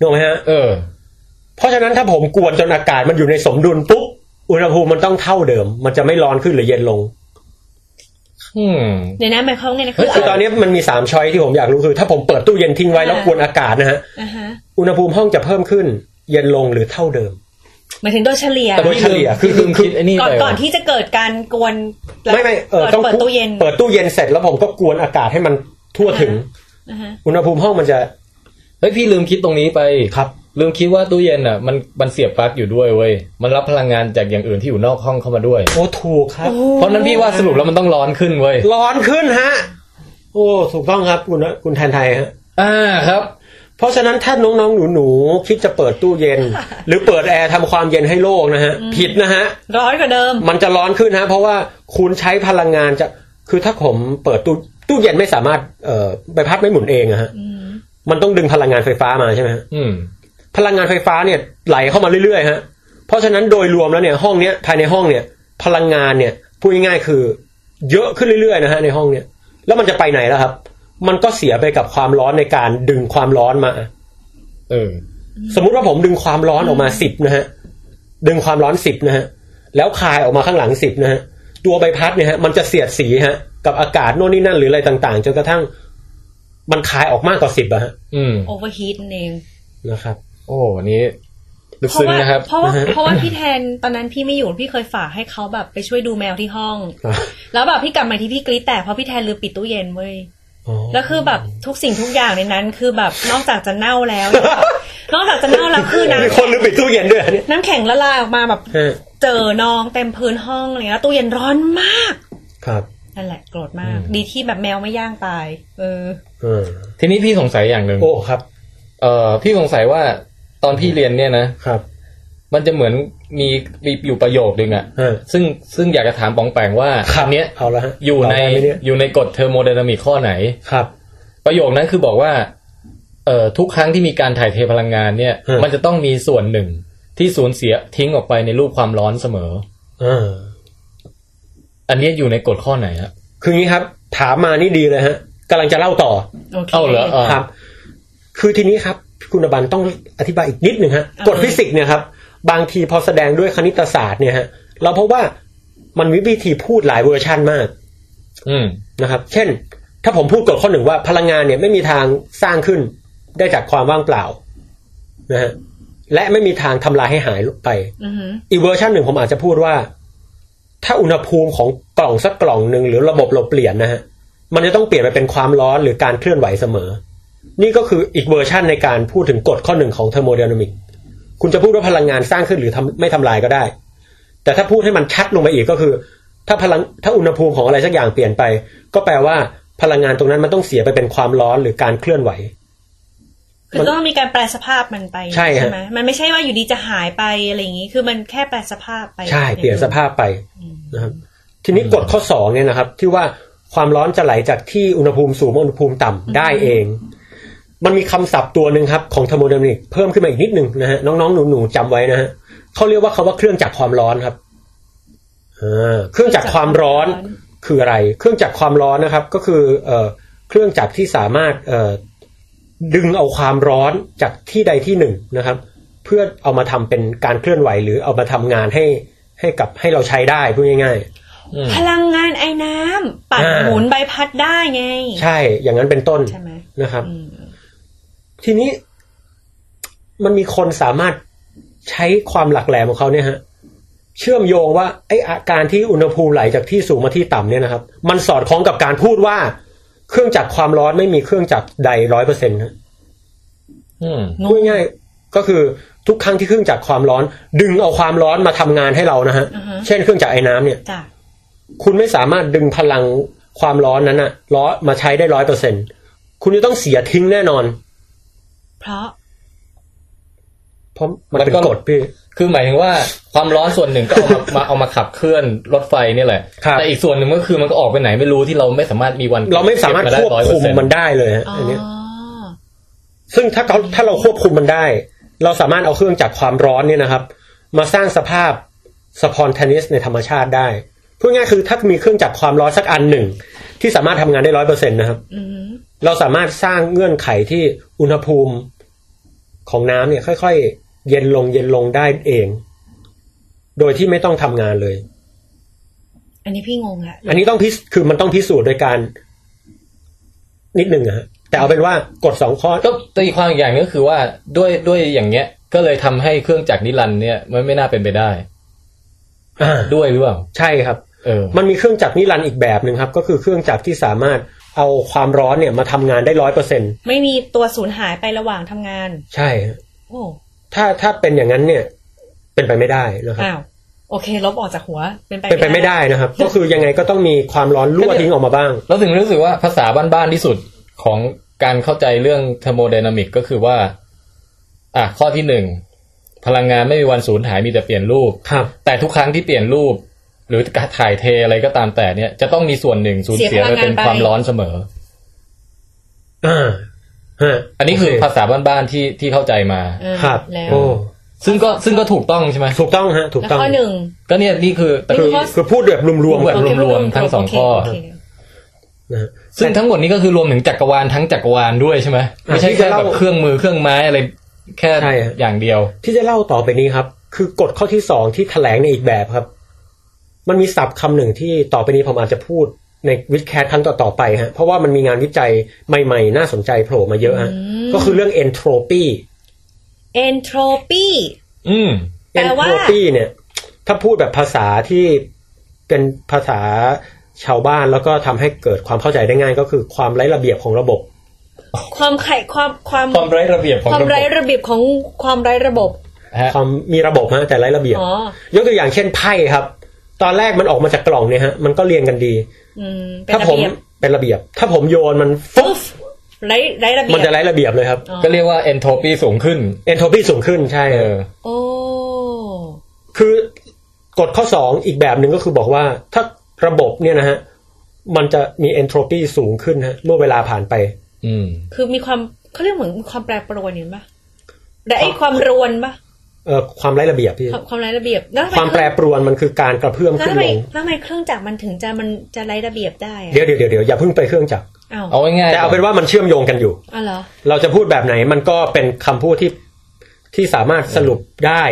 [SPEAKER 2] นึกไหมฮะ
[SPEAKER 1] เออ
[SPEAKER 2] เพราะฉะนั้นถ้าผมกวนจนอากาศมันอยู่ในสมดุลปุ๊บอุณหภูมิมันต้องเท่าเดิม มันจะไม่ร้อนขึ้นหรือเย็นลง
[SPEAKER 1] อืม
[SPEAKER 3] เดี๋ยวนะหมายความว่าไงนะ
[SPEAKER 1] เฮ้ย
[SPEAKER 2] คือตอนนี้มันมีสามช้อยที่ผมอยากรู้คือ ถ้าผมเปิดตู้เย็นทิ้งไว้แล้วกวนอากาศนะฮะ
[SPEAKER 3] อ่าฮะ
[SPEAKER 2] อุณหภูมิห้องจะเพิ่มขึ้น เย็นลงหรือเท่าเดิม
[SPEAKER 3] หมายถึงโดยเฉลี่ย
[SPEAKER 1] แต่
[SPEAKER 2] โดย
[SPEAKER 1] พี่
[SPEAKER 2] เฉ
[SPEAKER 1] ลื
[SPEAKER 2] ลี่ย
[SPEAKER 1] ม
[SPEAKER 2] คื
[SPEAKER 1] คือ อ
[SPEAKER 2] คื
[SPEAKER 1] ลื
[SPEAKER 2] อ
[SPEAKER 1] มคิดไอ้นี่
[SPEAKER 3] ก่อน
[SPEAKER 1] ไป
[SPEAKER 3] ก่อนที่จะเกิดการกวน
[SPEAKER 2] ไม่ไม่เออ
[SPEAKER 3] ปิด
[SPEAKER 2] ต้อง
[SPEAKER 3] เปิดตู้เย็น
[SPEAKER 2] เปิดตู้เย็นเสร็จแล้วผมก็กวนอากาศให้มันทั่วถึง
[SPEAKER 3] นะฮะ
[SPEAKER 2] อุณหภูมิห้องมันจะ
[SPEAKER 1] เฮ้ยพี่ลืมคิดตรงนี้ไป
[SPEAKER 2] ครับ
[SPEAKER 1] ลืมคิดว่าตู้เย็นอ่ะมันมันเสียบปลั๊กอยู่ด้วยเว้ยมันรับพลังงานจากอย่างอื่นที่อยู่นอกห้องเข้ามาด้วย
[SPEAKER 2] โอ้ถูกครับ
[SPEAKER 1] เพราะฉะนั้นพี่ว่าสรุปแล้วมันต้องร้อนขึ้นเว้ย
[SPEAKER 2] ร้อนขึ้นฮะ โอ้ถูกต้องครับคุณคุณแทนไทยฮะ
[SPEAKER 1] อ่าครับ
[SPEAKER 2] เพราะฉะนั้นถ้าน้องๆหนูๆคิดจะเปิดตู้เย็ น หรือเปิดแอร์ทำความเย็นให้โลกนะฮะ ผิดนะฮะ
[SPEAKER 3] ร้อนกว่าเดิม
[SPEAKER 2] มันจะร้อนขึ้นฮะ เพราะว่าคุณใช้พลังงานจะคือถ้าผมเปิดตู้ตู้เย็นไม่สามารถเอ่อใบพัดไม่หมุนเองอะฮะ
[SPEAKER 3] อืม
[SPEAKER 2] มันต้องดึงพลังงานไฟฟ้ามาใช่ไหมฮะ
[SPEAKER 1] อืม
[SPEAKER 2] พลังงานไฟฟ้าเนี่ยไหลเข้ามาเรื่อยๆฮะ เพราะฉะนั้นโดยรวมแล้วเนี่ยห้องเนี้ยภายในห้องเนี่ยพลังงานเนี่ยพูดง่ายๆคือ เยอะขึ้นเรื่อยๆนะฮะในห้องเนี่ยแล้วมันจะไปไหนแล้วครับ มันก็เสียไปกับความร้อนในการดึงความร้อนมา
[SPEAKER 1] เออ
[SPEAKER 2] สมมุติว่าผมดึงความร้อนออกมาสิบนะฮะดึงความร้อนสิบนะฮะแล้วคายออกมาข้างหลังสิบนะฮะตัวใบพัดเนี่ยฮะมันจะเสียดสีฮะกับอากาศโน่นนี่นั่นหรืออะไรต่างๆจนกระทั่ง มันคายออกมากกว่าสิบอะฮะ
[SPEAKER 1] อืม
[SPEAKER 3] โอเวอร์ฮีทนั่นเอง
[SPEAKER 2] นะครับ
[SPEAKER 1] โอ้อันนี้ลึก
[SPEAKER 3] เพราะ
[SPEAKER 1] ซึ้ง
[SPEAKER 3] ว่า
[SPEAKER 1] นะครับ
[SPEAKER 3] เพราะว่า
[SPEAKER 2] นะฮะ
[SPEAKER 3] เพราะว่าพี่แทนตอนนั้นพี่ไม่อยู่พี่เคยฝากให้เขาแบบไปช่วยดูแมวที่ห้อง แล้วแบบพี่กลับมาที่พี่กรี๊ดแตกเพราะพี่แทนลืมปิดตู้เย็นเว้ย
[SPEAKER 2] อ๋อ
[SPEAKER 3] แล้วคือแบบทุกสิ่งทุกอย่างในนั้น คือแบบนอกจากจะเน่าแล้วเนี่ยแบบนอกจากจะเน่าแล้วคือน้
[SPEAKER 2] มีคนลืมปิดตู้เย็นด้วยเหรอเนี่ย
[SPEAKER 3] ำน้ำแข็งละลายออกมาแบบ
[SPEAKER 2] ฮะ
[SPEAKER 3] เจอนองเต็มพื้นห้องอะไรเลยแล้วตู้เย็นร้อนมาก
[SPEAKER 2] ครับ
[SPEAKER 3] นั่นแหละโกรธมาก ดีที่แบบแมวไม่ย่างตาย เออ
[SPEAKER 2] เออ
[SPEAKER 1] ทีนี้พี่สงสัยอย่างหนึ่ง
[SPEAKER 2] โอ้ครับ
[SPEAKER 1] เออพี่สงสัยว่าตอนพี่เรียนเนี่ยนะ
[SPEAKER 2] ครับ
[SPEAKER 1] มันจะเหมือนมีมีอยู่ประโยคนึงอะ
[SPEAKER 2] ฮะ
[SPEAKER 1] ซึ่งซึ่งอยากจะถามปองแปงว่า
[SPEAKER 2] คำ
[SPEAKER 1] คำเนี้ย
[SPEAKER 2] เอาละฮะ
[SPEAKER 1] อยู่ใน
[SPEAKER 2] ต่ได้ไหมเย
[SPEAKER 1] อยู่ในกฎเทอร์โมไดนามิกข้อไหน
[SPEAKER 2] ครับ
[SPEAKER 1] ประโยคนั้นคือบอกว่า เอ่อทุกครั้งที่มีการถ่ายเทพลังงานเนี่ย
[SPEAKER 2] ฮะ
[SPEAKER 1] มันจะต้องมีส่วนหนึ่งที่สูญเสียทิ้งออกไปในรูปความร้อนเสมอ
[SPEAKER 2] เออ
[SPEAKER 1] อันเนี้ยอยู่ในกฎข้อไหนฮะ
[SPEAKER 2] คืองี้ครับ ถามมานี่ดีเลยฮะกำลังจะเล่าต่อ
[SPEAKER 3] โอเค
[SPEAKER 1] เอ้าเหรอเออ
[SPEAKER 2] ครับ คือทีนี้ครับคุณอบันต้องอธิบายอีกนิดหนึ่งฮะ
[SPEAKER 3] เอา
[SPEAKER 2] กฎฟิสิกส์เนี่ยครับ บางทีพอแสดงด้วยคณิตศาสตร์เนี่ยฮะเราพบว่ามันมีวิธีพูดหลายเวอร์ชันมาก
[SPEAKER 1] อืม
[SPEAKER 2] นะครับ เช่น ถ้าผมพูดกฎข้อหนึ่งว่าพลังงานเนี่ยไม่มีทางสร้างขึ้นได้จากความว่างเปล่านะฮะและไม่มีทางทำลายให้หายไป
[SPEAKER 3] อือหือ
[SPEAKER 2] อีกเวอร์ชันหนึ่งผมอาจจะพูดว่า ถ้าอุณหภูมิของกล่องสักกล่องหนึ่งหรือระบบเราเปลี่ยนนะฮะมันจะต้องเปลี่ยนไปเป็นความร้อนหรือการเคลื่อนไหวเสมอ นี่ก็คืออีกเวอร์ชันในการพูดถึงกฎข้อหนึ่งของเทอร์โมไดนามิกคุณจะพูดว่าพลังงานสร้างขึ้นหรือทำไม่ทำลายก็ได้ แต่ถ้าพูดให้มันชัดลงไปอีกก็คือ ถ้าพลังถ้าอุณหภูมิของอะไรสักอย่างเปลี่ยนไป ก็แปลว่าพลังงานตรงนั้นมันต้องเสียไปเป็นความร้อนหรือการเคลื่อนไหว
[SPEAKER 3] คือต้องมีการแปลสภาพมันไป
[SPEAKER 2] ใช่ฮะ
[SPEAKER 3] ไหมมันไม่ใช่ว่าอยู่ดีจะหายไปอะไรอย่างนี้ คือมันแค่แปลสภาพไป
[SPEAKER 2] ใช่เปลี่ยนสภาพไป
[SPEAKER 3] อืม
[SPEAKER 2] นะครับ ทีนี้กฎข้อสองเนี่ยนะครับ ที่ว่าความร้อนจะไหลจากที่อุณหภูมิสูงมาอุณหภูมิต่ำได้เอง มันมีคำศัพท์ตัวหนึ่งครับ ของเทอร์โมไดนามิกเพิ่มขึ้นมาอีกนิดหนึ่งนะฮะน้องๆ หนูๆจำไว้นะฮะเขาเรียกว่าคาว่าเครื่องจักรความร้อนครับอาเครื่องจักรความร้อน คืออะไร เครื่องจักรความร้อนนะครับ ก็คือเอ่อเครื่องจักรที่สามารถเอ่อดึงเอาความร้อนจากที่ใดที่หนึ่งนะครับ เพื่อเอามาทำเป็นการเคลื่อนไหวหรือเอามาทำงานให้ให้กับให้เราใช้ได้พูดง่าย
[SPEAKER 1] อืม
[SPEAKER 3] พลังงานไอ้น้ำปั่น
[SPEAKER 2] อ่า
[SPEAKER 3] หมุนใบพัดได้ไง
[SPEAKER 2] ๆ ใช่อย่างนั้นเป็นต้น
[SPEAKER 3] ใช่ไหม
[SPEAKER 2] นะครับ
[SPEAKER 3] อืม
[SPEAKER 2] ทีนี้มันมีคนสามารถใช้ความหลักแหลมของเขาเนี่ยฮะเชื่อมโยงว่าไออาการที่อุณหภูมิไหลจากที่สูงมาที่ต่ำเนี่ยนะครับ มันสอดคล้องกับการพูดว่า เครื่องจักรความร้อนไม่มีเครื่องจักรใดร้อยเปอร์เซ็นต์นะ
[SPEAKER 1] อืม
[SPEAKER 2] พูดง่ายๆก็คือทุกครั้งที่เครื่องจักรความร้อน ดึงเอาความร้อนมาทำงานให้เรานะฮะ
[SPEAKER 3] อ่าฮะ
[SPEAKER 2] เช่นเครื่องจักรไอ้น้ำเนี่ย
[SPEAKER 3] จ้ะ
[SPEAKER 2] คุณไม่สามารถดึงพลังความร้อนนั้นอะร้อนมาใช้ได้ร้อยเปอร์เซ็นคุณจะต้องเสียทิ้งแน่นอน
[SPEAKER 3] เพราะ
[SPEAKER 2] เพราะมันเป็นกฎพี่
[SPEAKER 1] คือหมายถึงว่าความร้อนส่วนหนึ่งก็เอา มา มาเอามาขับเคลื่อนรถไฟเนี่ยแหละ
[SPEAKER 2] ครับ
[SPEAKER 1] แต่อีกส่วนหนึ่งก็คือมันก็ออกไปไหนไม่รู้ที่เราไม่สามารถมีวัน
[SPEAKER 2] เราไม่สามารถควบคุมมันได้เลยฮะ
[SPEAKER 3] อ๋อ
[SPEAKER 2] อันเนี้ย
[SPEAKER 3] อ
[SPEAKER 2] ซึ่งถ้าเขาถ้าเราควบคุมมันได้ เราสามารถเอาเครื่องจักรความร้อนเนี่ยนะครับ มาสร้างสภาพสปอนเทนิสในธรรมชาติได้พูดง่ายๆคือถ้ามีเครื่องจักรความร้อนสักอันหนึ่ง ที่สามารถทำงานได้ร้อยเปอร์เซ็นต์นะครับ
[SPEAKER 3] อืม
[SPEAKER 2] เราสามารถสร้างเงื่อนไขที่อุณหภูมิของน้ำเนี่ย ค่อยๆ เย็นลงเย็นลงได้เอง โดยที่ไม่ต้องทำงานเลย
[SPEAKER 3] อันนี้พี่งงละ
[SPEAKER 2] อันนี้ต้องพิสคือมันต้องพิสูจน์โดยการนิดหนึ่งอะฮะแต่เอาเป็นว่ากฎสองข้อ
[SPEAKER 1] ก็ตีความอีกอย่างหนึ่งก็คือว่าด้วยด้วยอย่างเงี้ย ก็เลยทำให้เครื่องจักรนิรันดร์เนี่ยมันไม่น่าเป็นไปได้
[SPEAKER 2] อ่า
[SPEAKER 1] ด้วยหรือเปล่า
[SPEAKER 2] ใช่ครับ
[SPEAKER 1] เออ
[SPEAKER 2] มันมีเครื่องจักรนิรันดร์อีกแบบหนึ่งครับ ก็คือเครื่องจักรที่สามารถเอาความร้อนเนี่ยมาทำงานได้ร้อยเปอร์เซ็น
[SPEAKER 3] ไม่มีตัวสูญหายไประหว่างทำงาน
[SPEAKER 2] ใช่ฮะ
[SPEAKER 3] โอ้
[SPEAKER 2] ถ้าถ้าเป็นอย่างนั้นเนี่ย เป็นไปไม่ได้นะครับ
[SPEAKER 3] อ้าว โอเค ลบออกจากหัว เป็นไป
[SPEAKER 2] เป็นไปไม่ได้นะครับ ก็คือยังไงก็ต้องมีความร้อนรั่วทิ้งออกมาบ้าง
[SPEAKER 1] เราถึงรู้สึกว่าภาษาบ้านๆที่สุดของการเข้าใจเรื่องเทอร์โมไดนามิกก็คือว่า อ่ะข้อที่หนึ่งพลังงานไม่มีวันสูญหายมีแต่เปลี่ยนรูป
[SPEAKER 2] ครับ
[SPEAKER 1] แต่ทุกครั้งที่เปลี่ยนรูป หรือการถ่ายเทอะไรก็ตามแต่เนี่ย จะต้องมีส่วนหนึ่งสูญเสียไปเป็นความร้อนเสมอ
[SPEAKER 2] อ่าฮะ
[SPEAKER 1] อันนี้คือ
[SPEAKER 2] โเ
[SPEAKER 1] ภาษาบ้านๆที่ที่เข้าใจมา
[SPEAKER 3] อ่า
[SPEAKER 2] ครับ
[SPEAKER 3] แล้ว
[SPEAKER 2] โอ้
[SPEAKER 1] ซึ่งก็ซึ่งก็ถูกต้องใช่ไหม
[SPEAKER 2] ถูกต้องฮะ ถูก
[SPEAKER 3] แล้ว
[SPEAKER 2] ต้อง
[SPEAKER 3] ข้อหนึ่ง
[SPEAKER 1] ก็เนี่ยนี่คือแต่
[SPEAKER 3] ถู
[SPEAKER 2] คือก
[SPEAKER 3] ต้อง
[SPEAKER 2] คือพูดแบบรวมๆ
[SPEAKER 1] แบ
[SPEAKER 2] กับ น
[SPEAKER 1] รวมๆทั้งสองข้อ
[SPEAKER 3] โเคโเค
[SPEAKER 2] นะฮะ
[SPEAKER 1] ซึ่งทั้งหมดนี้ก็คือรวมถึงจักรวาลทั้งจักรวาลด้วยใช่ไหมไม่ใช่แค่แบบเครื่องมือเครื่องไม้อะไรแค่
[SPEAKER 2] ใช่ฮะ
[SPEAKER 1] อย่างเดียว
[SPEAKER 2] ที่จะเล่าต่อไปนี้ครับ คือกฎข้อที่สองที่แถลงในอีกแบบครับ มันมีศัพท์คำหนึ่งที่ต่อไปนี้ผมอาจจะพูดในวิดแคสครั้งต่อๆไปฮะ เพราะว่ามันมีงานวิจัยใหม่ๆ น่าสนใจโผล่มาเยอะฮะ ก็คือเรื่อง entropy
[SPEAKER 3] เอนโทรปี
[SPEAKER 1] อืม
[SPEAKER 3] แปลว่า
[SPEAKER 2] entropy เนี่ย ถ้าพูดแบบภาษาที่เป็นภาษาชาวบ้านแล้วก็ทำให้เกิดความเข้าใจได้ง่าย ก็คือความไร้ระเบียบของระบบ
[SPEAKER 3] ความไข่ความความ
[SPEAKER 1] ความไร้ระเบียบของ
[SPEAKER 3] ความ
[SPEAKER 1] ระบบ
[SPEAKER 3] ไร้ระเบียบของความไร้ระบบ
[SPEAKER 1] ฮะ
[SPEAKER 2] ความมีระบบฮะแต่ไร้ระเบียบ
[SPEAKER 3] อ๋อ
[SPEAKER 2] ยกตัวอย่างเช่นไพ่ครับ ตอนแรกมันออกมาจากกล่องเนี่ยฮะมันก็เรียงกันดี
[SPEAKER 3] อืม เป็น
[SPEAKER 2] ถ้า
[SPEAKER 3] ระ
[SPEAKER 2] ผม
[SPEAKER 3] เบียบ
[SPEAKER 2] เป็นระเบียบ ถ้าผมโยนมันฟุ๊บ
[SPEAKER 3] ไร้ไร้ระเบีย
[SPEAKER 2] มัน
[SPEAKER 3] บ
[SPEAKER 2] จะไร้ระเบียบเลยครับ
[SPEAKER 3] อ๋อ
[SPEAKER 1] ก็เรียกว่าเอนโทรปีสูงขึ้น
[SPEAKER 2] เอนโทรปีสูงขึ้นใช่
[SPEAKER 1] เออ
[SPEAKER 2] ฮะ
[SPEAKER 3] โอ้
[SPEAKER 2] คือกฎข้อสองอีกแบบหนึ่งก็คือบอกว่า ถ้าระบบเนี่ยนะฮะมันจะมีเอนโทรปีสูงขึ้นฮะเมื่อเวลาผ่านไป
[SPEAKER 1] อืม
[SPEAKER 3] คือมีความเขาเรียกเหมือนความแปรปรวนเนี่ยปะแต่ไอความรวนปะ
[SPEAKER 2] เอ่อความไร้ระเบียบพี่
[SPEAKER 3] ความความไร้ระเบียบแล้วทำไ
[SPEAKER 2] ความแปรปรวนมันคือการกระเพื่อม
[SPEAKER 3] แล้ว
[SPEAKER 2] ขึ้น
[SPEAKER 3] ทำไม
[SPEAKER 2] ลง
[SPEAKER 3] แล้วทำไมเครื่องจักรมันถึงจะมันจะไร้ระเบียบได้อะ
[SPEAKER 2] เดี๋ยวเดี๋ยวเดี๋ยวเดี๋ยวอย่าเพิ่งไปเครื่องจักร
[SPEAKER 3] อ้าว
[SPEAKER 1] เอาง่ายๆ
[SPEAKER 2] แต่เอาเป็นว่ามันเชื่อมโยงกันอยู่
[SPEAKER 3] อ้าวเหรอ
[SPEAKER 2] เราจะพูดแบบไหนมันก็เป็นคำพูดที่ที่สามารถสรุปได้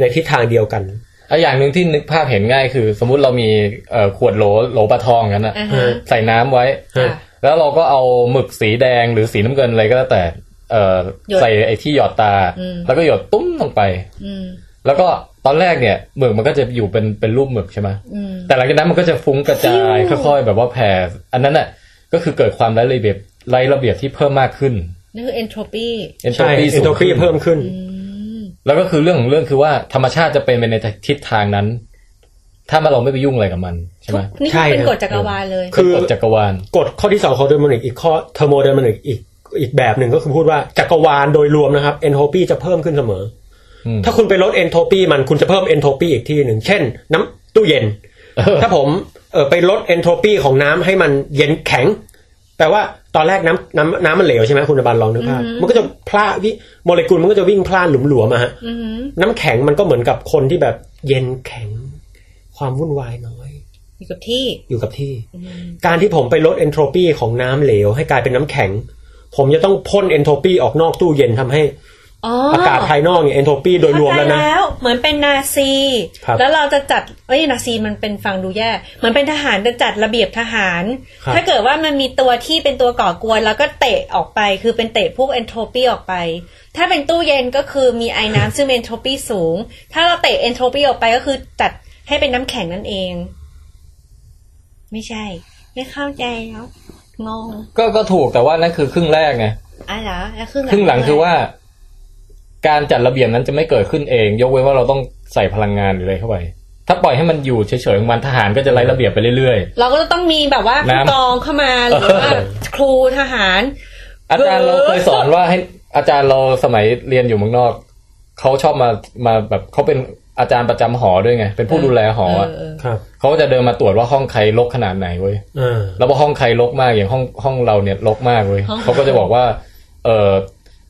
[SPEAKER 2] ในทิศทางเดียวกัน
[SPEAKER 1] เอาอย่างหนึ่งที่นึกภาพเห็นง่ายคือ สมมุติเรามีเอ่อขวดโหลโหลปลาทองกันนะ
[SPEAKER 3] อ่าฮะ
[SPEAKER 1] ใส่น้ำไว้
[SPEAKER 2] ฮะ
[SPEAKER 3] ค่ะ
[SPEAKER 1] แล้วเราก็เอาหมึกสีแดงหรือสีน้ำเงินอะไรก็แล้วแต่เอ่อ
[SPEAKER 3] หยด
[SPEAKER 1] ใส่ไอ้ที่หยอดตา
[SPEAKER 3] อืม
[SPEAKER 1] แล้วก็หยดตุ้มลงไป
[SPEAKER 3] อืม
[SPEAKER 1] แล้วก็ตอนแรกเนี่ยหมึกมันก็จะอยู่เป็นเป็นรูปหมึกใช่ไหม
[SPEAKER 3] อืม
[SPEAKER 1] แต่หลังจากนั้นมันก็จะฟุ้งกระจาย
[SPEAKER 3] ฟิว
[SPEAKER 1] ค่อยๆ แบบว่าแผ่อันนั้นน่ะก็คือเกิดความไร้ระเบียบไร้ระเบียบที่เพิ่มมากขึ้น
[SPEAKER 3] นั่นคือ entropy
[SPEAKER 1] เอนโทร
[SPEAKER 2] ใช่
[SPEAKER 1] ปี
[SPEAKER 2] เอน
[SPEAKER 1] สู
[SPEAKER 2] โทรงปี
[SPEAKER 1] ขึ้น
[SPEAKER 2] เพิ่มขึ้น
[SPEAKER 3] อืม
[SPEAKER 1] แล้วก็คือเรื่องของเรื่องคือว่าธรรมชาติจะเป็นไปในทิศทางนั้น ถ้าเราไม่ไปยุ่งอะไรกับมันใช่ไหม
[SPEAKER 3] นี่
[SPEAKER 2] ใช่
[SPEAKER 3] คือเป็น
[SPEAKER 2] ฮะ
[SPEAKER 3] กฎจักรวาลเลย
[SPEAKER 2] คือ
[SPEAKER 1] เป็นกฎจักรวาล
[SPEAKER 2] กฎข้อที่สองของเดอร์มนิกอีกข้อเทอร์โมเดอร์มนิกอีก อีกแบบหนึ่งก็คือพูดว่าจักรวาลโดยรวมนะครับ entropy จะเพิ่มขึ้นเสมอ
[SPEAKER 1] อืม
[SPEAKER 2] ถ้าคุณไปลด entropy มันคุณจะเพิ่ม entropy อีกที่หนึ่ง เช่น น้ำตู้เย็น
[SPEAKER 1] เออ
[SPEAKER 2] ถ้าผมเออไปลด entropy ของน้ำให้มันเย็นแข็ง แปลว่าตอนแรกน้ำน้ำน้ำมันเหลวใช่ไหมคุณอบันลองนึกภาพ
[SPEAKER 3] อือหือ
[SPEAKER 2] มันก็จะพลาวิโมเลกุลมันก็จะวิ่งพล่านหลุมหลวมๆอะฮะ
[SPEAKER 3] อือหือ
[SPEAKER 2] น้ำแข็งมันก็เหมือนกับคนที่แบบเย็นแข็ง ความวุ่นวายน้อย
[SPEAKER 3] อยู่กับที่
[SPEAKER 2] อยู่กับที่
[SPEAKER 3] อืม
[SPEAKER 2] การที่ผมไปลดเอนโทรปีของน้ำเหลว ให้กลายเป็นน้ำแข็ง ผมจะต้องพ่นเอนโทรปีออกนอกตู้เย็นทำให้
[SPEAKER 3] อ๋อ
[SPEAKER 2] อากาศภายนอกเนี่ยเอนโทรปีโดยรวมแล้ว
[SPEAKER 3] เข้า
[SPEAKER 2] นะ
[SPEAKER 3] ใจแล้วเหมือนเป็นนาซี
[SPEAKER 2] ครับ
[SPEAKER 3] แล้วเราจะจัดเอ้ยนาซีมันเป็นฟังดูแย่เหมือนเป็นทหารจะจัดระเบียบทหาร
[SPEAKER 2] ครับ
[SPEAKER 3] ถ้าเกิดว่ามันมีตัวที่เป็นตัวก่อกวน แล้วก็เตะออกไปคือเป็นเตะพวกเอนโทรปีออกไป ถ้าเป็นตู้เย็นก็คือมีไอ้น้ำซึ่งเอนโทรปีสูง ถ้าเราเตะเอนโทรปีออกไปก็คือจัดให้เป็นน้ำแข็งนั่นเอง ไม่ใช่ ไม่เข้าใจแล้วงง
[SPEAKER 1] ก็ก็ถูกแต่ว่านั่นคือครึ่งแรกไง
[SPEAKER 3] อ่ะเหรอแล้วครึ่งหลั
[SPEAKER 1] ค
[SPEAKER 3] ง
[SPEAKER 1] รึ่งหลังคือว่า การจัดระเบียบนั้นจะไม่เกิดขึ้นเอง ยกเว้นว่าเราต้องใส่พลังงานหรืออะไรเข้าไป ถ้าปล่อยให้มันอยู่เฉยๆของมันทหารก็จะไล่ระเบียบไปเรื่อย
[SPEAKER 3] เราก็จะต้องมีแบบว่าผู้
[SPEAKER 1] น้ำ
[SPEAKER 3] กองเข้ามาหรือว่า
[SPEAKER 1] เออ
[SPEAKER 3] ครูทหาร
[SPEAKER 1] ๆ อาจารย์เราเคยสอนว่าให้อาจารย์เราสมัยเรียนอยู่เมืองนอกเขาชอบมามาแบบเขาเป็นอาจารย์ประจำหอด้วยไง เป็นผู้ดูแลหออะ
[SPEAKER 3] เออ
[SPEAKER 2] ครับ
[SPEAKER 1] เขาก็จะเดินมาตรวจว่าห้องใครรกขนาดไหนเว้ย
[SPEAKER 2] เออ
[SPEAKER 1] แล้วพอห้องใครรกมากอย่างห้องห้องเราเนี่ยรกมากเลย
[SPEAKER 3] ห้อง
[SPEAKER 1] เขาก็จะบอกว่า เออ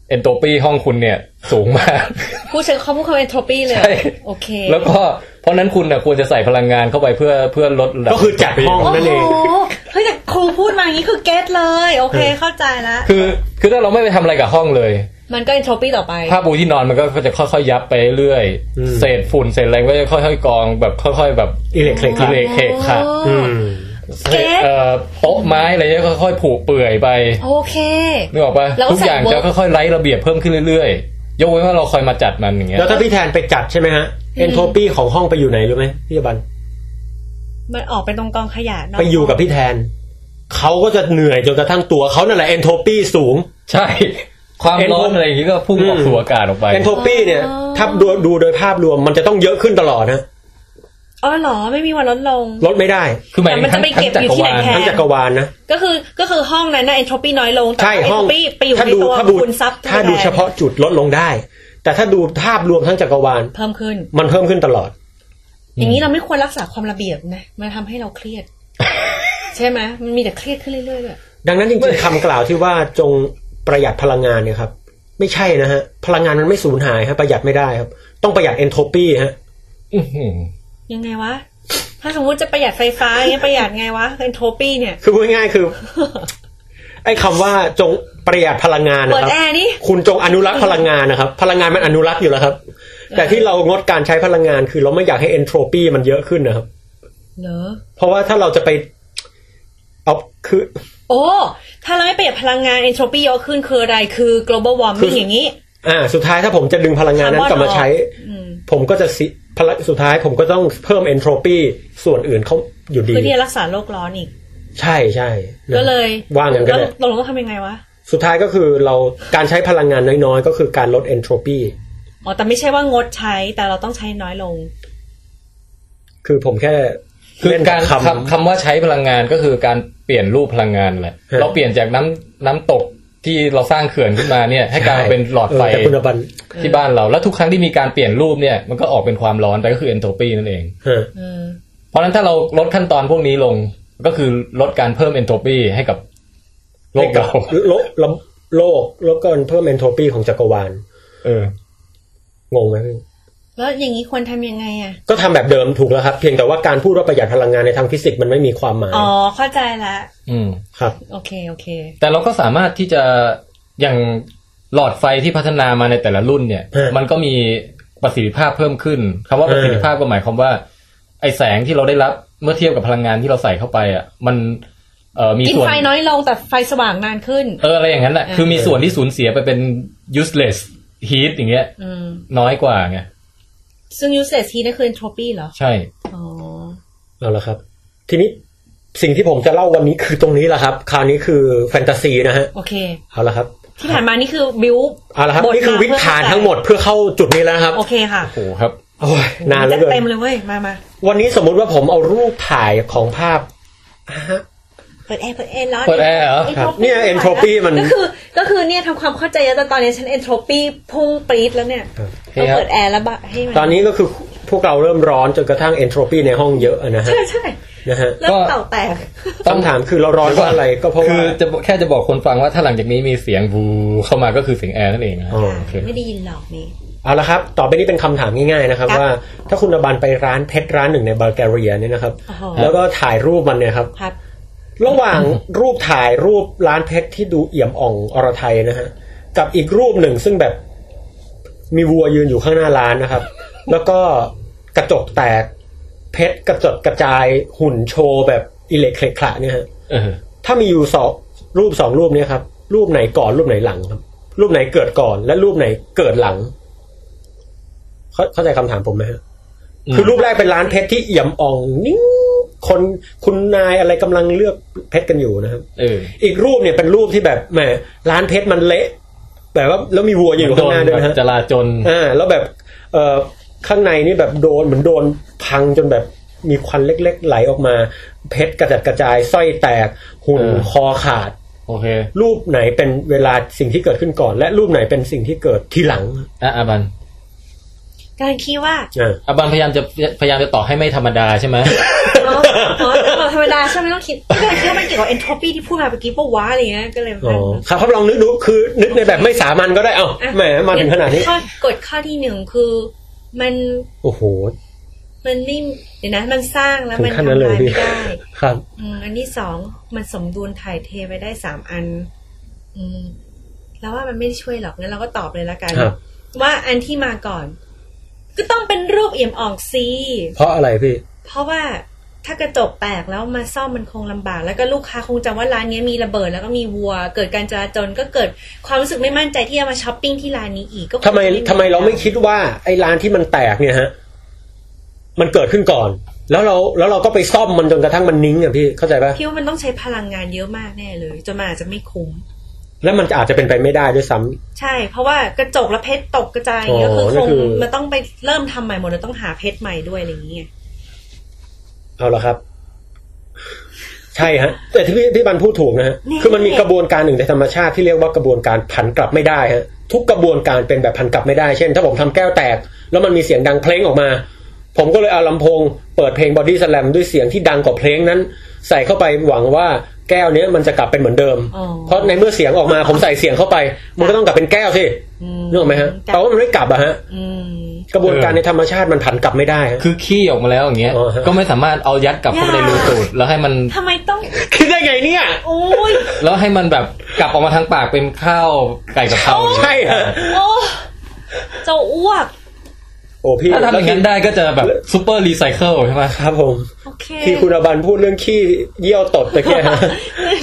[SPEAKER 1] เอนโตรปีห้องคุณเนี่ย สูงมาก
[SPEAKER 3] พูดเชิงเขาพูดคำเอนโทรปีเลย
[SPEAKER 1] ใช่
[SPEAKER 3] โอเค
[SPEAKER 1] แล้วก็เพราะนั้นคุณน่ะควรจะใส่พลังงานเข้าไปเพื่อเพื่อลดระดับ
[SPEAKER 2] ก็คือจัดห้อง
[SPEAKER 3] โอ้
[SPEAKER 2] นั่น
[SPEAKER 3] โห
[SPEAKER 2] เง
[SPEAKER 3] เฮ้ยแต่ครูพูดมาอย่างนี้คือเก็ตเลย โอเคเข้าใจละ
[SPEAKER 1] คือ คือถ้าเราไม่ไปทำอะไรกับห้องเลย
[SPEAKER 3] มันก็เอนโทรปีต่อไป
[SPEAKER 1] ผ้าปูที่นอนมันก็จะค่อยๆยับไปเรื่อย
[SPEAKER 2] อืม
[SPEAKER 1] เศษฝุ่นเศษอะไรก็จะค่อยๆกองแบบค่อย ๆ แบบ
[SPEAKER 2] อิเล็กทริก
[SPEAKER 1] อิเล็ก ขะค่ะ
[SPEAKER 3] โอ้
[SPEAKER 2] อืม
[SPEAKER 1] เศษเอ่อโต๊ะไม้อะไรเงี้ยค่อยๆผุเปื่อยไป
[SPEAKER 3] โอเค
[SPEAKER 1] นึกออกปะ
[SPEAKER 3] แล้วก็
[SPEAKER 1] ทุก
[SPEAKER 3] ใส่
[SPEAKER 1] อย่างจะ
[SPEAKER 3] work
[SPEAKER 1] ค่อยๆไร้ระเบียบเพิ่มขึ้นเรื่อยๆ ยกเว้นว่าเราคอยมาจัดมันอย่างเงี้ย
[SPEAKER 2] แล้วถ้าพี่แทนไปจัดใช่ไหมฮะเอนโทรปีของห้องไปอยู่ไหนรู้ไหมพี่อบัน
[SPEAKER 3] มันออกไปตรงกองขยะเนาะ
[SPEAKER 2] ไปอยู่กับพี่แทน เขาก็จะเหนื่อยจนกระทั่งตัวเขานั่นแหละเอนโทรปีสูง
[SPEAKER 1] ใช่ ความร้อนอะไรอย่างงี้ก็พุ่งออกสู่อากาศออกไป
[SPEAKER 2] เอนโทรปีเนี่ยถ้าดูดูโดยภาพรวมมันจะต้องเยอะขึ้นตลอดนะ
[SPEAKER 3] อ๋อเหรอไม่มีวันลดลง
[SPEAKER 2] ลดไม่ได้
[SPEAKER 1] คือหมายถึงทั้ง
[SPEAKER 3] แต่มันจะไป
[SPEAKER 1] ทั้
[SPEAKER 3] เก็
[SPEAKER 1] ง
[SPEAKER 3] บ
[SPEAKER 1] จั
[SPEAKER 3] อยู่
[SPEAKER 1] กร
[SPEAKER 3] ที่ไหน
[SPEAKER 1] วาล
[SPEAKER 3] แท
[SPEAKER 2] ทั้งจักรวาลนะ
[SPEAKER 3] ก็คือก็คือห้องนั้นน่ะเอนโทรปีน้อยลงแต่
[SPEAKER 2] ใช่
[SPEAKER 3] ว่าเอนโท
[SPEAKER 2] ห้อง
[SPEAKER 3] รปีไปอยู่
[SPEAKER 2] ถ้า
[SPEAKER 3] ใน
[SPEAKER 2] ดู
[SPEAKER 3] ตัว
[SPEAKER 2] ถ้าดู
[SPEAKER 3] คุณซับ
[SPEAKER 2] ถ้าดูเฉพาะจุดลดลงได้ แต่ถ้าดูภาพรวมทั้งจักรวาล
[SPEAKER 3] เพิ่มขึ้น
[SPEAKER 2] มันเพิ่มขึ้นตลอด
[SPEAKER 3] อย่างนี้เราไม่ควรรักษาความระเบียบนะมันทำให้เราเค รียด ใช่ไหมมันมีแต่เครียดขึ้นเรื่อยๆเลย
[SPEAKER 2] ดังนั้นจริงๆคำกล่าวที่ว่าจงประหยัดพลังงานเนี่ยครับไม่ใช่นะฮะพลังงานมันไม่สูญหายฮะประหยัดไม่ได้ครับ ต้องประหยัดเอนโทรปีฮะ
[SPEAKER 1] อื้อหือ
[SPEAKER 3] ยังไงวะ ถ้าสมมุติจะประหยัดไฟฟ้าอย่างเงี้ยประหยัดไงวะเอนโทรปีเนี่ย
[SPEAKER 2] คือพูดง่ายๆคือ ไอ้คำว่าจงประหยัดพลังงานนะ
[SPEAKER 3] เปิด
[SPEAKER 2] ครับ
[SPEAKER 3] แอร์นี่
[SPEAKER 2] คุณจงอนุรักษ์พลังงานนะครับ พลังงานมันอนุรักษ์อยู่แล้วครับ แต่ที่เรางดการใช้พลังงานคือเราไม่อยากให้เอนโทรปีมันเยอะขึ้นนะครับ
[SPEAKER 3] เหรอ
[SPEAKER 2] เพราะว่าถ้าเราจะไปเอาคือ
[SPEAKER 3] โอ้ ถ้าเราไม่ประหยัดพลังงานเอนโทรปีเยอะขึ้นคืออะไร คือ global
[SPEAKER 2] คื
[SPEAKER 3] warming
[SPEAKER 2] อ
[SPEAKER 3] อ
[SPEAKER 2] อ
[SPEAKER 3] ย่างนี้
[SPEAKER 2] อ่าสุดท้ายถ้าผมจะดึงพลังงานนั้นกลับมาใช้
[SPEAKER 3] อืม
[SPEAKER 2] ผมก็จะสิพลังสุดท้ายผมก็ต้องเพิ่มเอนโทรปีส่วนอื่นเขาอยู่ดี
[SPEAKER 3] เพื่อที่จะรักษาโลกร้อนอีก
[SPEAKER 2] ใช่ใช่นะ
[SPEAKER 3] ก็เลย
[SPEAKER 2] ว่างกันก็
[SPEAKER 3] แล้ว
[SPEAKER 2] ได้
[SPEAKER 3] ตกลงต้องทำยังไงวะ
[SPEAKER 2] สุดท้ายก็คือเราการใช้พลังงานน้อยๆ ก็คือการลดเอนโทรปี
[SPEAKER 3] อ๋อ แต่ไม่ใช่ว่างดใช้ แต่เราต้องใช้น้อยลง
[SPEAKER 2] คือผมแค่
[SPEAKER 1] คือ
[SPEAKER 2] เล่นบ
[SPEAKER 1] การ
[SPEAKER 2] คำ
[SPEAKER 1] คำคำว่าใช้พลังงานก็คือการเปลี่ยนรูปพลังงานแหละ
[SPEAKER 2] ฮะ
[SPEAKER 1] เราเปลี่ยนจากน้ำน้ำตกที่เราสร้างเขื่อนขึ้นมาเนี่ย ให้กลายมาเป็นหลอดไฟ
[SPEAKER 2] เแต่คุณบัน
[SPEAKER 1] ที่บ้านเรา แล้วทุกครั้งที่มีการเปลี่ยนรูปเนี่ยมันก็ออกเป็นความร้อนแต่ก็คือเอนโทรปีนั่นเอง
[SPEAKER 2] ฮะ
[SPEAKER 3] เออ
[SPEAKER 1] เพราะฉะนั้นถ้าเราลดขั้นตอนพวกนี้ลงก็คือลดการเพิ่มเอนโทรปีให้กับโลกเรา
[SPEAKER 2] โลกโลกโลกแล้วก็เพิ่มเอนโทรปีของจักรวาล
[SPEAKER 1] เออ
[SPEAKER 2] งงไหมพี่
[SPEAKER 3] แล้วอย่างนี้ควรทำยังไงอ่ะ
[SPEAKER 2] ก็ทำแบบเดิมถูกแล้วครับ เพียงแต่ว่าการพูดว่าประหยัดพลังงานในทางฟิสิกส์มันไม่มีความหมาย
[SPEAKER 3] อ๋อ เข้าใจละ
[SPEAKER 1] อืม
[SPEAKER 2] ครับ
[SPEAKER 3] โอเค โอเค
[SPEAKER 1] แต่เราก็สามารถที่จะอย่างหลอดไฟที่พัฒนามาในแต่ละรุ่นเนี่ย
[SPEAKER 2] เออ
[SPEAKER 1] มันก็มีประสิทธิภาพเพิ่มขึ้นคำว่า
[SPEAKER 2] เอ
[SPEAKER 1] ป
[SPEAKER 2] อ
[SPEAKER 1] ระสิทธิภาพก็หมายความว่า ไอแสงที่เราได้รับเมื่อเทียบกับพลังงานที่เราใส่เข้าไปอ่ะมันเอ่อมี
[SPEAKER 3] กิน
[SPEAKER 1] ส่วน
[SPEAKER 3] ไฟน้อยลงแต่ไฟสว่างนานขึ้น
[SPEAKER 1] เอออะไรอย่างนั้นแหละ
[SPEAKER 3] เออ
[SPEAKER 1] คือมีส่วนที่สูญเสียไปเป็น useless heat อย่างเงี้ย
[SPEAKER 3] อืม
[SPEAKER 1] น้อยกว่าไง
[SPEAKER 3] ซึ่ง usage heat นั่นคือ entropy เหรอ
[SPEAKER 1] ใช่
[SPEAKER 3] อ๋อ
[SPEAKER 2] เอาละครับ ทีนี้สิ่งที่ผมจะเล่าวันนี้คือตรงนี้แหละครับ คราวนี้คือแฟนตาซีนะฮะ
[SPEAKER 3] โอเค
[SPEAKER 2] เอาละครับ
[SPEAKER 3] ที่ผ่านมานี่คือ build
[SPEAKER 2] เอาละครับ
[SPEAKER 3] บทมา
[SPEAKER 2] นี่คือวิถีฐาน
[SPEAKER 3] เพื่อ
[SPEAKER 2] ทั้งหมดเพื่อเข้าจุดนี้แล้วนะครับ
[SPEAKER 3] โอเคค่ะ
[SPEAKER 1] โอ้โหครับ
[SPEAKER 2] โอ้ยนานแล้ว
[SPEAKER 3] จั
[SPEAKER 2] เกิ
[SPEAKER 3] ด
[SPEAKER 2] น
[SPEAKER 3] เต็มเลยเว้ย มามา
[SPEAKER 2] วันนี้สมมุติว่าผมเอารูปถ่ายของภาพอ่ะฮะ
[SPEAKER 3] ปิดแอร์เปิดแอร์ร้อน
[SPEAKER 1] เปิดแอร์เหรอ
[SPEAKER 2] ครับเนี่ย entropy มัน
[SPEAKER 3] ก็คือก็คือเนี่ยทำความเข้าใจแล้วแต่ตอนนี้ฉันเอนโทรปีพุ่งปรี๊ดแล้วเนี่ย
[SPEAKER 1] นี่ค
[SPEAKER 3] เรา
[SPEAKER 1] รับ
[SPEAKER 3] เปิดแอร์แล้วบะให้มัน
[SPEAKER 2] ตอนนี้ก็คือพวกเราเริ่มร้อนจนกระทั่งเอนโทรปีในห้องเยอะนะฮะ
[SPEAKER 3] ใช่ใช่
[SPEAKER 2] นะฮะ
[SPEAKER 3] เริ่มเต่าแตก
[SPEAKER 2] คำถามคือเราร้อนเพราะอะไรก็เพราะ
[SPEAKER 1] คื
[SPEAKER 2] ว่า
[SPEAKER 1] อจะแค่จะบอกคนฟังว่าถ้าหลังจากนี้มีเสียงบูเข้ามาก็คือเสียงแอร์นั่นเองนะ
[SPEAKER 2] อ๋อ
[SPEAKER 1] โเค
[SPEAKER 3] ไม่ได้ยินหรอกนี่
[SPEAKER 2] เอาละครับ ต่อไปนี้เป็นคำถามง่ายๆนะครับ
[SPEAKER 3] ครับ
[SPEAKER 2] ว่าถ้าคุณอบันไปร้านเพชรร้านหนึ่งในบัลแกเรียเนี่ยนะครับ
[SPEAKER 3] โอ้โห
[SPEAKER 2] แล้วก็ถ่ายรูปมันเนี่ยครับ
[SPEAKER 3] ครับ
[SPEAKER 2] ระหว่างรูปถ่ายรูปร้านเพชรที่ดูเอี่ยมอ่องอรไทยนะฮะกับอีกรูปหนึ่งซึ่งแบบมีวัวยืนอยู่ข้างหน้าร้านนะครับ แล้วก็กระจกแตก เพชรกระจดกระจายหุ่นโชว์แบบอิเล็กเคลขละเนี่ยฮะ
[SPEAKER 1] เออ
[SPEAKER 2] ถ้ามีอยู่สองรูปสองรูปเนี่ยครับ รูปไหนก่อนรูปไหนหลังครับ รูปไหนเกิดก่อน และรูปไหนเกิดหลัง เข้าเข้าใจคำถามผมไหมฮะ คือรูปแรกเป็นร้านเพชรที่เอี่ยมอ่องนิ่งคนคุณนายอะไรกำลังเลือกเพชรกันอยู่นะครับ
[SPEAKER 1] เออ
[SPEAKER 2] อีกรูปเนี่ยเป็นรูปที่แบบแหมร้านเพชรมันเละแบบว่าแล้วมีวัวอ
[SPEAKER 1] โด
[SPEAKER 2] ยู่ข้างหน้าด้วยนะ
[SPEAKER 1] น
[SPEAKER 2] ฮะ
[SPEAKER 1] จราจน
[SPEAKER 2] อ่าแล้วแบบเอ่อข้างในนี่แบบโดนเหมือนโดนพังจนแบบมีควันเล็กๆ ไหลออกมา เพชรกระจัดกระจายสร้อยแตก หุ่น
[SPEAKER 1] เออ
[SPEAKER 2] คอขาด
[SPEAKER 1] โอเค
[SPEAKER 2] รูปไหนเป็นเวลาสิ่งที่เกิดขึ้นก่อน และรูปไหนเป็นสิ่งที่เกิดทีหลัง
[SPEAKER 1] อ่ะอาบัน
[SPEAKER 3] การคิดว่า
[SPEAKER 2] อ่า
[SPEAKER 1] อาบันพยายามจะพยายามจะต่อให้ไม่ธรรมดาใช่ไหม
[SPEAKER 3] อ๋ออ๋อเราธรรมดาใช่ไหมต้องคิดก็เลยคิดว่ามันเกี่ยวกับเอนโทรปีที่พูดมาเมื่อกี้ปะวะอะไรเงี้ยก็เลย
[SPEAKER 2] อ๋อครับครับลองนึกดูคือ นึกในแบบไม่สามัญก็ได้เอ้า
[SPEAKER 3] อ่ะ
[SPEAKER 2] แหมมาถึงขนาดนี้
[SPEAKER 3] ข้อกฎข้อที่หนึ่งคือ มัน
[SPEAKER 2] โอ้โห
[SPEAKER 3] มันไม่เดี๋ยวนะ มันสร้างแล้ว
[SPEAKER 2] ถึ
[SPEAKER 3] มัน
[SPEAKER 2] ง
[SPEAKER 3] ทำ
[SPEAKER 2] ขั้นนั้นเล
[SPEAKER 3] ลาย ย
[SPEAKER 2] พี่
[SPEAKER 3] ไม่ได้
[SPEAKER 2] ครับ
[SPEAKER 3] อืมอันที่สองมันสมดุลถ่ายเทไปได้สามอัน อืมแล้วว่ามันไม่ได้ช่วยหรอกงั้นเราก็ตอบเลยละกัน
[SPEAKER 2] ครับ
[SPEAKER 3] ว่าอันที่มาก่อน ก็ต้องเป็นรูปเอี่ยมอ่องซี
[SPEAKER 2] เพราะอะไรพี่
[SPEAKER 3] เพราะว่าถ้ากระจกแตกแล้วมาซ่อมมันคงลำบาก แล้วก็ลูกค้าคงจำว่าร้านเนี้ยมีระเบิดแล้วก็มีวัว เกิดการจราจนก็เกิดความรู้สึกไม่มั่นใจที่จะมาช้อปปิ้งที่ร้านนี้อีกก็คง
[SPEAKER 2] ทำไม
[SPEAKER 3] จะ
[SPEAKER 2] ทำไมเราไม่คิดว่าไอ้ร้านที่มันแตกเนี่ยฮะ มันเกิดขึ้นก่อน แล้วเราแล้วเราก็ไปซ่อมมันจนกระทั่งมันนิ้งอ่ะพี่เข้าใจปะ
[SPEAKER 3] พี่ว่ามันต้องใช้พลังงานเยอะมากแน่เลย จนมันอาจจะไม่คุ้ม
[SPEAKER 2] แล้วมันอาจจะเป็นไปไม่ได้ด้วยซ้ำ
[SPEAKER 3] ใช่ เพราะว่ากระจกและเพชรตกกระจายอย่างเงี้ย
[SPEAKER 2] อ๋อ
[SPEAKER 3] คือคง
[SPEAKER 2] นั่นคือ
[SPEAKER 3] มันต้องไปเริ่มทำใหม่หมดแล้วต้องหาเพชรใหม่ด้วยอะไรอย่างเงี้ย
[SPEAKER 2] เอาละครับ ใช่ฮะ แต่ที่พี่ที่บันพูดถูกนะฮะคือมันมีกระบวนการหนึ่งในธรรมชาติที่เรียกว่ากระบวนการผันกลับไม่ได้ฮะทุกกระบวนการเป็นแบบผันกลับไม่ได้เช่น ถ้าผมทำแก้วแตก แล้วมันมีเสียงดังเพลงออกมา ผมก็เลยเอาลำโพง เปิดเพลงบอดี้สแลมด้วยเสียงที่ดังกว่าเพลงนั้น ใส่เข้าไปหวังว่าแก้วเนี้ยมันจะกลับเป็นเหมือนเดิม
[SPEAKER 3] อ๋อ
[SPEAKER 2] เพราะในเมื่อเสียงออกมาผมใส่เสียงเข้าไป มันก็ต้องกลับเป็นแก้วสิ
[SPEAKER 3] อื
[SPEAKER 2] นึกออกไหมฮะ
[SPEAKER 3] จ้
[SPEAKER 2] แต่ว่ามันไม่กลับอะฮะ
[SPEAKER 3] อืม
[SPEAKER 2] กระบวนการในธรรมชาติมันผันกลับไม่ได้ฮะ
[SPEAKER 1] คือขี้ออกมาแล้วอย่างเงี้ย
[SPEAKER 2] อ๋อฮะ
[SPEAKER 1] ก็ไม่สามารถเอายัดกลับเข้าไปในรูตูดแล้วให้มัน
[SPEAKER 3] ทำไมต้อง
[SPEAKER 2] คิดได้ไงเนี่ย
[SPEAKER 3] โอ้ย
[SPEAKER 1] แล้วให้มันแบบกลับออกมาทางปากเป็น ข้าวไก่กะเพรา
[SPEAKER 2] ใช่ฮะ
[SPEAKER 3] โอ้เจ้าอ้วก
[SPEAKER 2] โอ้พี่
[SPEAKER 1] ถ้าทำอย่างนั้นได้ก็จะแบบซูเปอร์รีไซเคิลใช่ไหม
[SPEAKER 2] ครับผม
[SPEAKER 3] โอเค
[SPEAKER 2] ที่คุณอบันพูดเรื่องขี้เยี่ยวตดตะเกียฮะ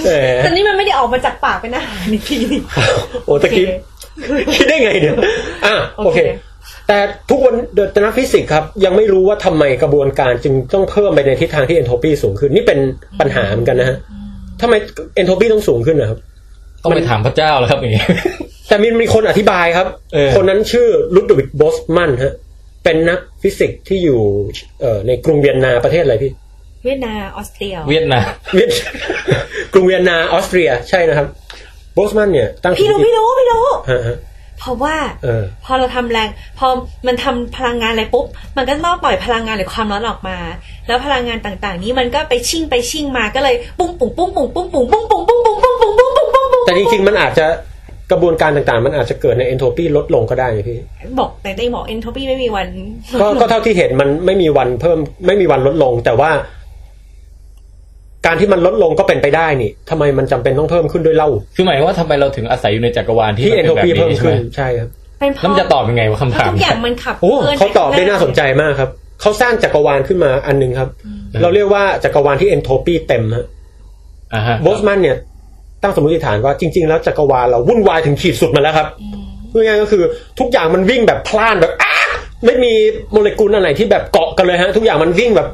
[SPEAKER 2] แหม
[SPEAKER 3] แต่นี่มันไม่ได้ออกมาจากปากเป็นอาหารอีกทีนี่
[SPEAKER 2] โอ้ตะกี้คิดได้ไงเนี่ยอ่ะโอเค
[SPEAKER 3] โอเค
[SPEAKER 2] แต่ทุกวันเดนนักฟิสิกส์ครับ ยังไม่รู้ว่าทำไมกระบวนการจึงต้องเพิ่มไปในทิศทางที่เอนโทรปีสูงขึ้น นี่เป็นปัญหาเหมือนกันนะฮะทำไมเอนโทรปีต้องสูงขึ้นนะครับ
[SPEAKER 1] ต้องไปถามพระเจ้าแล้วครับอย่างเงี้ย
[SPEAKER 2] แต่มีมีคนอธิบายครับ
[SPEAKER 1] เออ
[SPEAKER 2] คนนั้นชื่อลุดวิกบอสมันฮะเป็นนักฟิสิกส์ที่อยู่เอ่อในกรุงเวียนนาประเทศอะไรพี่
[SPEAKER 3] เวียดนามออสเตรีย
[SPEAKER 1] เวียดนาม
[SPEAKER 2] เวียด กรุงเวียนนาออสเตรียใช่นะครับโบสมันเนี่ย ตั้ง
[SPEAKER 3] พี่รู้พี่รู้พี่รู้
[SPEAKER 2] ฮะฮะ
[SPEAKER 3] เพราะว่า
[SPEAKER 2] เออ
[SPEAKER 3] พอเราทำแรง พอมันทำพลังงานอะไรปุ๊บ มันก็ต้องปล่อยพลังงานหรือความร้อนออกมา แล้วพลังงานต่างๆ นี้มันก็ไปชิ่งไปชิ่งมาก็เลยปุ้งปุ้งปุ้งปุ้งปุ้งปุ้งปุ้งปุ้งปุ้งปุ้งปุ้งปุ้งปุ้งปุ้งปุ้งปุ้ง
[SPEAKER 2] แต่จริงๆ มันอาจจะกระบวนการต่างๆ มันอาจจะเกิดในเอนโทรปีลดลงก็ได้ไงพี่
[SPEAKER 3] บอกแต่ได้บอกเอนโทรปีไม่มีวัน
[SPEAKER 2] ก็ก็เท่าที่เห็นมันไม่มีวันเพิ่ม ไม่มีวันลดลง แต่ว่า การที่มันลดลงก็เป็นไปได้นี่ทำไมมันจำเป็นต้องเพิ่มขึ้นด้วยเล่า
[SPEAKER 1] คือหมายว่าทำไมเราถึงอาศัยอยู่ในจักรวาลที่
[SPEAKER 2] ที่
[SPEAKER 1] มั
[SPEAKER 2] เอน น
[SPEAKER 1] เป็
[SPEAKER 2] โทร
[SPEAKER 1] นแบบ
[SPEAKER 2] ปี
[SPEAKER 1] นี้
[SPEAKER 2] เพิ่ม
[SPEAKER 1] ใช่ไหม
[SPEAKER 2] ขึ้นใช่ครับ
[SPEAKER 3] เป็นเพ
[SPEAKER 1] แล้ว
[SPEAKER 3] ราะ
[SPEAKER 1] มันจะตอบยังไงวะคำถาม
[SPEAKER 3] ทุกอย่างมันขับ
[SPEAKER 2] โอ้
[SPEAKER 3] คลื่น
[SPEAKER 2] เขาตอบได้
[SPEAKER 3] ปข้งห
[SPEAKER 2] น่าสนใจมากครับเขาสร้างจักรวาลขึ้นมาอันหนึงครับ เราเรียกว่าจักรวาลที่เอนโทรปีเต็มฮะ
[SPEAKER 1] อ่าฮะ
[SPEAKER 2] โบสมันเนี่ย ตั้งสมมติฐานว่าจริง ๆ แล้วจักรวาลเราวุ่นวายถึงขีดสุดมาแล้วครับพูดง่ายๆก็คือทุกอย่างมันวิ่งแบบพล่านแบบอ๊ากไม่มีโมเลกุลอันไหนที่แบบเกาะกันเลยฮะ ทุกอย่างมันวิ่งแบบ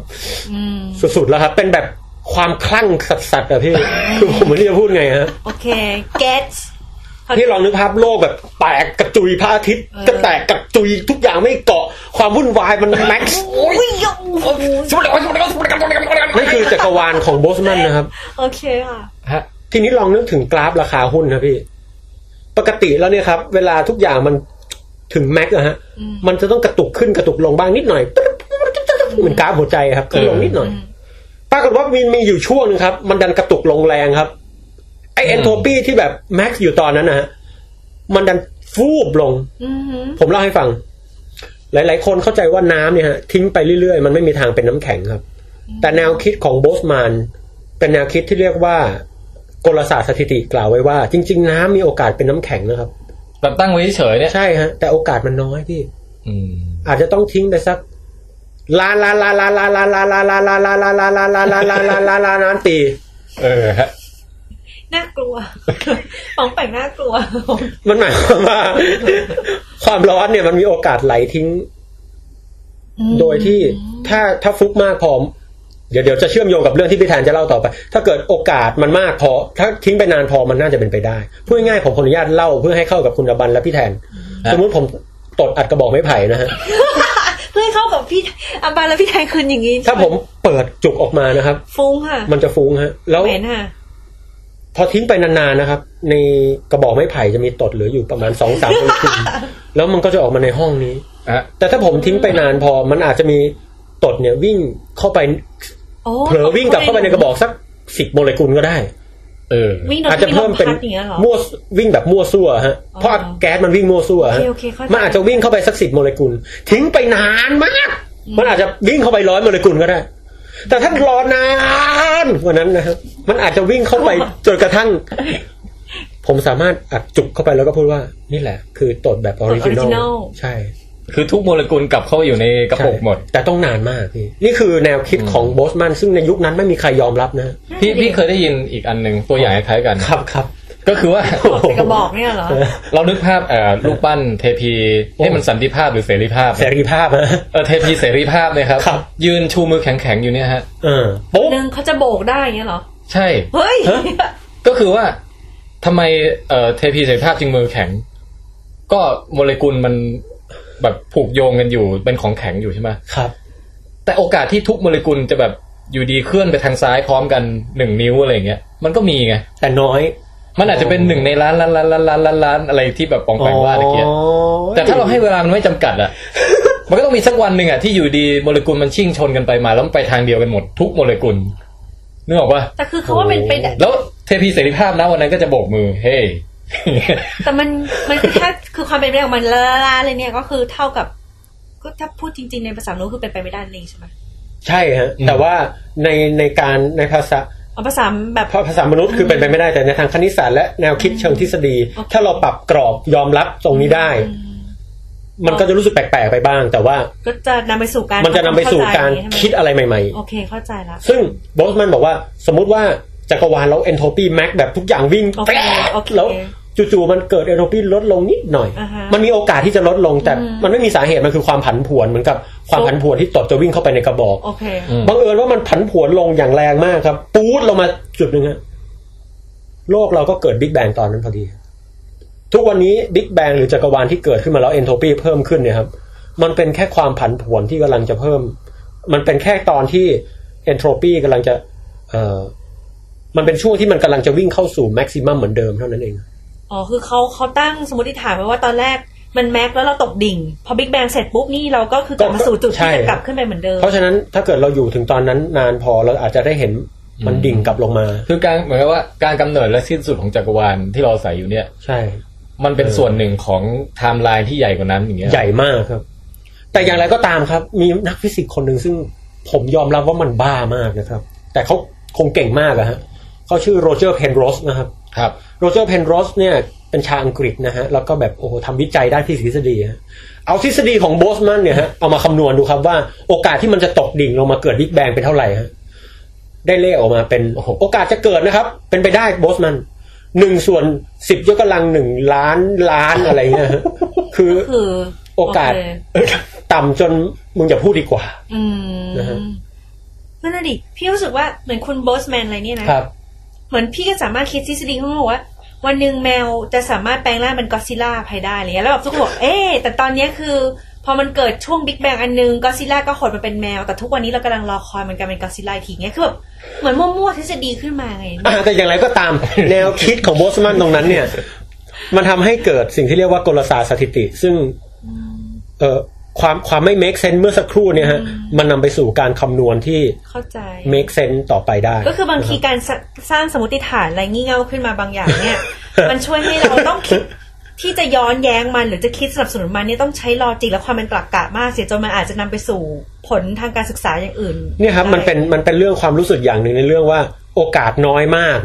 [SPEAKER 3] อืม
[SPEAKER 2] สุดๆแล้วครับ เป็นแบบความคลั่งสัตว์ๆอะพี่ คือผมไม่รู้จะพูดไงฮะ
[SPEAKER 3] โอเค get
[SPEAKER 2] นี่ลองนึกภาพโลกแบบแตกกระจุยพระอาทิตย์ ก็แตกกระจุยทุกอย่างไม่เกาะความวุ่นวายมันแม็กซ์
[SPEAKER 3] โอ้ยโ
[SPEAKER 2] นั่นคือจักรวาลของโบสมันนะครับ
[SPEAKER 3] โอเคค่ะ
[SPEAKER 1] ฮะ
[SPEAKER 2] ทีนี้ลองนึกถึงกราฟราคาหุ้นนะพี่ ปกติแล้วเนี่ยครับ เวลาทุกอย่างมันถึงแม็กซ์อะฮะ
[SPEAKER 3] อืม
[SPEAKER 2] มันจะต้องกระตุกขึ้นกระตุกลงบ้างนิดหน่อยตึ๊ดเหมือนกราฟหัวใจครับขึ้นลงนิดหน่อย ปรากฏว่ามีมีอยู่ช่วงหนึงครับ มันดันกระตุกลงแรงครับ ไอ
[SPEAKER 1] อืม
[SPEAKER 2] เอนโทรปีที่แบบแม็กซ์อยู่ตอนนั้นนะฮะ มันดันฟูบลง
[SPEAKER 3] อืมหือ
[SPEAKER 2] ผมเล่าให้ฟัง หลาย ๆ คนเข้าใจว่าน้ำเนี่ยฮะทิ้งไปเรื่อย ๆ มันไม่มีทางเป็นน้ำแข็งครับ แต่แนวคิดของโบสมานเป็นแนวคิดที่เรียกว่ากลศาสตร์สถิติกล่าวไว้ว่า จริง ๆ น้ำมีโอกาสเป็นน้ำแข็งนะครับ
[SPEAKER 1] แบบตั้งไว้เฉยๆเนี่ย
[SPEAKER 2] ใช่ฮะ แต่โอกาสมันน้อยพี่
[SPEAKER 1] อืม
[SPEAKER 2] อาจจะต้องทิ้งไปสักล้านล้านล้านล้านล้านล้านล้านล้านล้านล้านล้านล้านล้านล้านล้านล้านล้านล้านล้านล้านล้านปี
[SPEAKER 1] เออฮะ
[SPEAKER 3] น่ากลัวป๋องแปงน่ากลัว
[SPEAKER 2] มันหมายความว่า ความร้อนเนี่ยมันมีโอกาสไหลทิ้ง โดยที่ถ้าถ้าฟลุกมากพอเดี๋ยวเดี๋ยวจะเชื่อมโยงกับเรื่องที่พี่แทนจะเล่าต่อไป ถ้าเกิดโอกาสมันมากพอ ถ้าทิ้งไปนานพอมันน่าจะเป็นไปได้พูดง่ายๆผมขออนุญาตเล่าเพื่อให้เข้ากับคุณระบันและพี่แทน สมมติผมตดอัดกระบอกไม้ไผ่นะฮะ
[SPEAKER 3] เพื่อให้เข้ากับพี่อัมบานและพี่แทนคืนอย่างนี้
[SPEAKER 2] ถ้าผมเปิดจุกออกมานะครับ
[SPEAKER 3] ฟุ้งค่ะ
[SPEAKER 2] มันจะฟุ้งฮะ แล้ว
[SPEAKER 3] เหม็นค่ะ
[SPEAKER 2] พอทิ้งไปนานๆนะครับ ในกระบอกไม้ไผ่จะมีตดเหลืออยู่ประมาณสองสามกลุ่มแล้วมันก็ จะออกมาในห้องนี้
[SPEAKER 1] ฮะ
[SPEAKER 2] แต่ถ้าผมทิ้งไปนานพอมันอาจจะมีตดเนี่ยวิ่งเข้าไป
[SPEAKER 3] โอ้
[SPEAKER 2] เผลอวิ่งกลับเข้าไปในกระบอกสักสิบโมเลกุลก็ได้
[SPEAKER 1] เออ
[SPEAKER 3] วิ่งโดย
[SPEAKER 2] อาจจะ
[SPEAKER 3] ที่
[SPEAKER 2] เพิ่มเป็น
[SPEAKER 3] ลพัดอย่างเงี้ยเหรอ
[SPEAKER 2] มั่ววิ่งแบบมั่วซั่วฮะ
[SPEAKER 3] อ๋อ
[SPEAKER 2] เพราะแก๊สมันวิ่งมั่วซั่วฮะ
[SPEAKER 3] โอเคโอเคเข้าใจ
[SPEAKER 2] มันอาจจะวิ่งเข้าไปสักสิบโมเลกุล ทิ้งไปนานมาก มันอาจจะวิ่งเข้าไปร้อยโมเลกุลก็ได้ แต่ถ้ารอนานกว่านั้นนะครับมันอาจจะวิ่งเข้าไปจนกระ ทั่ง ผมสามารถอัดจุกเข้าไปแล้วก็พูดว่า นี่แหละ คือตดแบบออริจินอล
[SPEAKER 3] original
[SPEAKER 2] ใช่
[SPEAKER 1] คือทุกโมเลกุลกลับเข้าอยู่ในกระปุกหมด
[SPEAKER 2] ใช่แต่ต้องนานมากพี่นี่คือแนวคิดของโบสมันซึ่งในยุคนั้นไม่มีใครยอมรับนะ
[SPEAKER 1] พี่พี่เคยได้ยินอีกอันหนึ่งตัวอย่างคล้ายๆกัน
[SPEAKER 2] ครับครับ
[SPEAKER 1] ก็คือว่า
[SPEAKER 3] บอกใส่กระบอกเนี่ยเหรอ
[SPEAKER 1] เรานึกภาพเอ่อรูปปั้นเทพีให้มันสันติภาพหรือเสรีภาพ
[SPEAKER 2] เสรีภาพนะ
[SPEAKER 1] เออเทพีเสรีภาพเนี่ยครับ
[SPEAKER 2] ครับ
[SPEAKER 1] ยืนชูมือแข็งๆอยู่เนี่ยฮะ
[SPEAKER 2] เออปุ๊บ
[SPEAKER 3] หนึ่งเขาจะโบกได้อย่างเงี้ยเหรอ
[SPEAKER 1] ใช่
[SPEAKER 3] เฮ้ย
[SPEAKER 2] ฮะ
[SPEAKER 1] ก็คือว่าทำไมเอ่อเทพีเสรีภาพจึงมือแข็ง ก็โมเลกุลมันแบบผูกโยงกันอยู่เป็นของแข็งอยู่ใช่ไหม
[SPEAKER 2] ครับ
[SPEAKER 1] แต่โอกาสที่ทุกโมเลกุลจะแบบอยู่ดีเคลื่อนไปทางซ้ายพร้อมกันหนึ่งนิ้วอะไรอย่างเงี้ยมันก็มีไง
[SPEAKER 2] แต่น้อย
[SPEAKER 1] มันอาจจะเป็นหนึ่งในล้านล้านล้านล้านล้านล้านล้านอะไรที่แบบปองแปงว่าตะเกียบแต่ถ้าเราให้เวลามันไม่จำกัด อะ มันก็ต้องมีสักวันหนึ่งอะที่อยู่ดีโมเลกุลมันชิ่งชนกันไปมาแล้วมันไปทางเดียวกันหมดทุกโมเลกุลนึกออกปะ
[SPEAKER 3] แต่คือเขาว่าเป็นไปได้
[SPEAKER 1] แล้วเทพีเสรีภาพนะวันนั้นก็จะโบกมือ เฮ้
[SPEAKER 3] แต่มัน มันคือถ้าคือความเป็นไปได้ของมันละละละเลยเนี่ยก็คือเท่ากับ ก็ถ้าพูดจริง ๆ ในภาษาโน้นคือเป็นไปไม่ได้เลยใช่ไหม
[SPEAKER 2] ใช่ฮะ
[SPEAKER 1] อืม
[SPEAKER 2] แต่ว่าในในการในภาษา
[SPEAKER 3] เอาภาษาแบบ
[SPEAKER 2] ภาษามนุษย์คือเป็นไปไม่ได้แต่ในทางคณิตศาสตร์และแนวคิดเชิงทฤษฎี ถ้าเราปรับกรอบยอมรับตรงนี้ได้
[SPEAKER 3] อืม
[SPEAKER 2] มันก็จะรู้สึกแปลกๆไปบ้าง แต่ว่า
[SPEAKER 3] ก็จะนำไปสู่การ
[SPEAKER 2] มันจะนำไปสู่การ
[SPEAKER 3] เข้ใจอย่งเงี้ยใช่ไหม
[SPEAKER 2] คิดอะไรใหม่
[SPEAKER 3] โอเคเข้าใจละ
[SPEAKER 2] ๆ ซึ่งโบสมันบอกว่าสมมุติว่าจักรวาลเราเอนโทรปีแม็กแบบทุกอย่างวิ่ง
[SPEAKER 3] โอเค
[SPEAKER 2] แป๊ะ
[SPEAKER 3] โอเค
[SPEAKER 2] แล้วจู่ๆมันเกิดเอนโทรปีลดลงนิดหน่อย
[SPEAKER 3] อ่าฮะ
[SPEAKER 2] มันมีโอกาสที่จะลดลงแต่
[SPEAKER 3] อืม
[SPEAKER 2] มันไม่มีสาเหตุมันคือความผันผวนเหมือนกับความผันผวนที่ตดจะวิ่งเข้าไปในกระบอก
[SPEAKER 3] โอเค
[SPEAKER 1] อืม
[SPEAKER 2] บังเอิญว่ามันผันผวนลงอย่างแรงมากครับ ปู๊ดลงมาจุดหนึ่งฮะโลกเราก็เกิดบิ๊กแบงตอนนั้นพอดี ทุกวันนี้บิ๊กแบงหรือจักรวาลที่เกิดขึ้นมาแล้วเอนโทรปีเพิ่มขึ้นเนี่ยครับ มันเป็นแค่ความผันผวนที่กำลังจะเพิ่ม มันเป็นแค่ตอนที่เอนโทรปีกำลังจะเอ่อมันเป็นช่วงที่มันกำลังจะวิ่งเข้าสู่แม็กซิมัมเหมือนเดิมเท่านั้นเอง
[SPEAKER 3] อ๋อคือเขาเขาตั้งสมมติฐานไว้ว่าตอนแรกมันแม็กแล้วเราตกดิ่ง พอบิ๊กแบงเสร็จปุ๊บนี่เราก็คือกลับมาสู่จุด
[SPEAKER 2] ใช่
[SPEAKER 3] ที่จะกลับขึ้นไปเหมือนเดิม
[SPEAKER 2] เพราะฉะนั้นถ้าเกิดเราอยู่ถึงตอนนั้นนานพอเราอาจจะได้เห็นมัน
[SPEAKER 1] อืม
[SPEAKER 2] ดิ่งกลับลงมา
[SPEAKER 1] คือการเหมือนกับว่าการกำเนิดและสิ้นสุดของจักรวาลที่เราอาศัยอยู่เนี่ย
[SPEAKER 2] ใช่
[SPEAKER 1] มันเป็นส่วนหนึ่งของไทม์ไลน์ที่ใหญ่กว่านั้นอย่างเงี้ย
[SPEAKER 2] ใหญ่มากครับ แต่อย่างไรก็ตามครับ มีนักฟิสิกส์คนหนึ่งซึ่งผมยอมรับว่ามันบ้ามากนะครับ แต่เขาคงเก่งมากอะฮะเขาชื่อโรเจอร์เพนโรสนะครับ
[SPEAKER 1] ครับ
[SPEAKER 2] โรเจอร์เพนโรสเนี่ยเป็นชาวอังกฤษนะฮะ แล้วก็แบบโอ้โหทำวิจัยด้านฟิสิกส์ทฤษฎีฮะเอาทฤษฎีของโบสมันเนี่ยฮะ เอามาคำนวณดูครับว่าโอกาสที่มันจะตกดิ่งลงมาเกิดบิ๊กแบงเป็นเท่าไหร่ฮะ ได้เลขออกมาเป็น
[SPEAKER 1] โอ้โห
[SPEAKER 2] โอกาสจะเกิดนะครับ เป็นไปได้โบสมันหนึ่งส่วนสิบยกกำลังหนึ่งล้านล้านอะไรเงี้ยฮะคือ
[SPEAKER 3] ก็คือ
[SPEAKER 2] โอกาส
[SPEAKER 3] เค
[SPEAKER 2] ต่ำจนมึงอย่าพูดดีกว่า
[SPEAKER 3] อื
[SPEAKER 2] นะฮะ
[SPEAKER 3] มนั่นน่ะดิพี่รู้สึกว่าเหมือนคุณโบสแมนอะไรเนี่ยนะ เหมือนพี่ก็สามารถคิดทฤษฎีเขาบอกว่า วันหนึ่งแมวจะสามารถแปลงร่างเป็นก็อดซิลล่าภายได้อะไรเงี้ยแล้วแบบทุกคนบอกเอ๊ะแต่ตอนเนี้ยคือ พอมันเกิดช่วงบิ๊กแบงอันนึงก็ซิล่าก็หดมาเป็นแมว แต่ทุกวันนี้เรากำลังรอคอยมันกลายเป็นก็ซิล่าอีกทีเงี้ยคือแบบเหมือนมั่วๆทฤษฎีขึ้นมาไง
[SPEAKER 2] อ่ะแต่อย่างไรก็ ตาม แนวคิดของโบสมันตรงนั้นเนี่ย มันทำให้เกิดสิ่งที่เรียกว่ากลศาสตร์สถิติ ซึ่งเออความความไม่ make sense เมื่อสักครู่เนี่ยฮะ มันนำไปสู่การคำนวณที่
[SPEAKER 3] เข้าใจ
[SPEAKER 2] make sense ต่อไปได้
[SPEAKER 3] ก็คือบางทีการสรสร้างสมมติฐานอะไรงี่เง่าขึ้นมาบางอย่างเนี่ย มันช่วยให้เราต้องคิดที่จะย้อนแย้งมันหรือจะคิดสนับสนุนมันเนี่ยต้องใช้ลอจิกและความเป็นตรรกะมากเสียจนมันอาจจะนำไปสู่ผลทางการศึกษาอย่างอื่น
[SPEAKER 2] เนี่ยครับมันเป็นมันเป็นเรื่องความรู้สึกอย่างหนึ่งในเรื่องว่าโอกาสน้อยมาก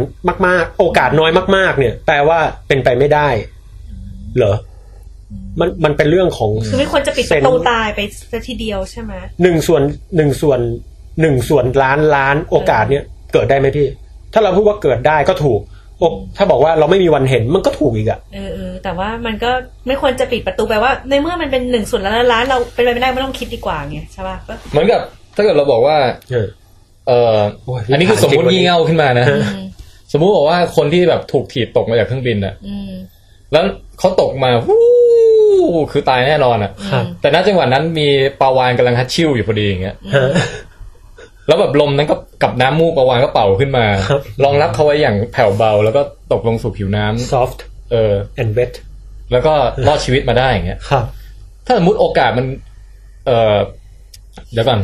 [SPEAKER 2] มาก ๆ โอกาสน้อยมาก ๆ เนี่ยแปลว่าเป็นไปไม่ได้ เหรอ มันมันเป็นเรื่องของ
[SPEAKER 3] คือไม่ควรจะปิด
[SPEAKER 2] เซ็
[SPEAKER 3] ป
[SPEAKER 2] น
[SPEAKER 3] ระตูตายไปซะทีเดียวใช่ไหม
[SPEAKER 2] หนึ่งส่วนหนึ่งส่วนหนึ่งส่วนล้านล้านโอกาสเนี่ย เกิดได้ไหมพี่ ถ้าเราพูดว่าเกิดได้ก็ถูกโอถ้าบอกว่าเราไม่มีวันเห็นมันก็ถูกอีกอะ
[SPEAKER 3] เออเออแต่ว่ามันก็ไม่ควรจะปิดประตูแปลว่า ในเมื่อมันเป็นหนึ่งส่วนล้านล้านเราเป็นไปไม่ได้ไม่ต้องคิดดีกว่าไงใช่ป่ะก็
[SPEAKER 1] เหมือนกับถ้าเกิดเราบอกว่า
[SPEAKER 2] เออ
[SPEAKER 1] เออ
[SPEAKER 2] โอ้ย
[SPEAKER 1] อันนี้คือสมมติ
[SPEAKER 2] จริงๆ
[SPEAKER 1] งี่เง่าขึ้นมานะ
[SPEAKER 3] อืม
[SPEAKER 1] สมมุติบอกว่าคนที่แบบถูกถีบตกมาจากเครื่องบินอ่ะ
[SPEAKER 3] อืม
[SPEAKER 1] แล้วเขาตกมาวู้คือตายแน่นอนอ่ะ
[SPEAKER 2] ครับ
[SPEAKER 1] แต่ณจังหวะนั้นมีปลาวานกำลังฮัดชิวอยู่พอดีอย่างเงี้ย
[SPEAKER 2] ฮะ
[SPEAKER 1] แล้วแบบลมนั้นก็กับน้ำมูกปลาวานก็เป่าขึ้นมา
[SPEAKER 2] ครับ
[SPEAKER 1] รองรับเขาไว้อย่างแผ่วเบา แล้วก็ตกลงสู่ผิวน้ำ
[SPEAKER 2] soft
[SPEAKER 1] เออ
[SPEAKER 2] and wet
[SPEAKER 1] แล้วก็รอดชีวิตมาได้อย่างเงี้ย
[SPEAKER 2] ครับ
[SPEAKER 1] ถ้าสมมติโอกาสมัน เออเดี๋ยวก่อน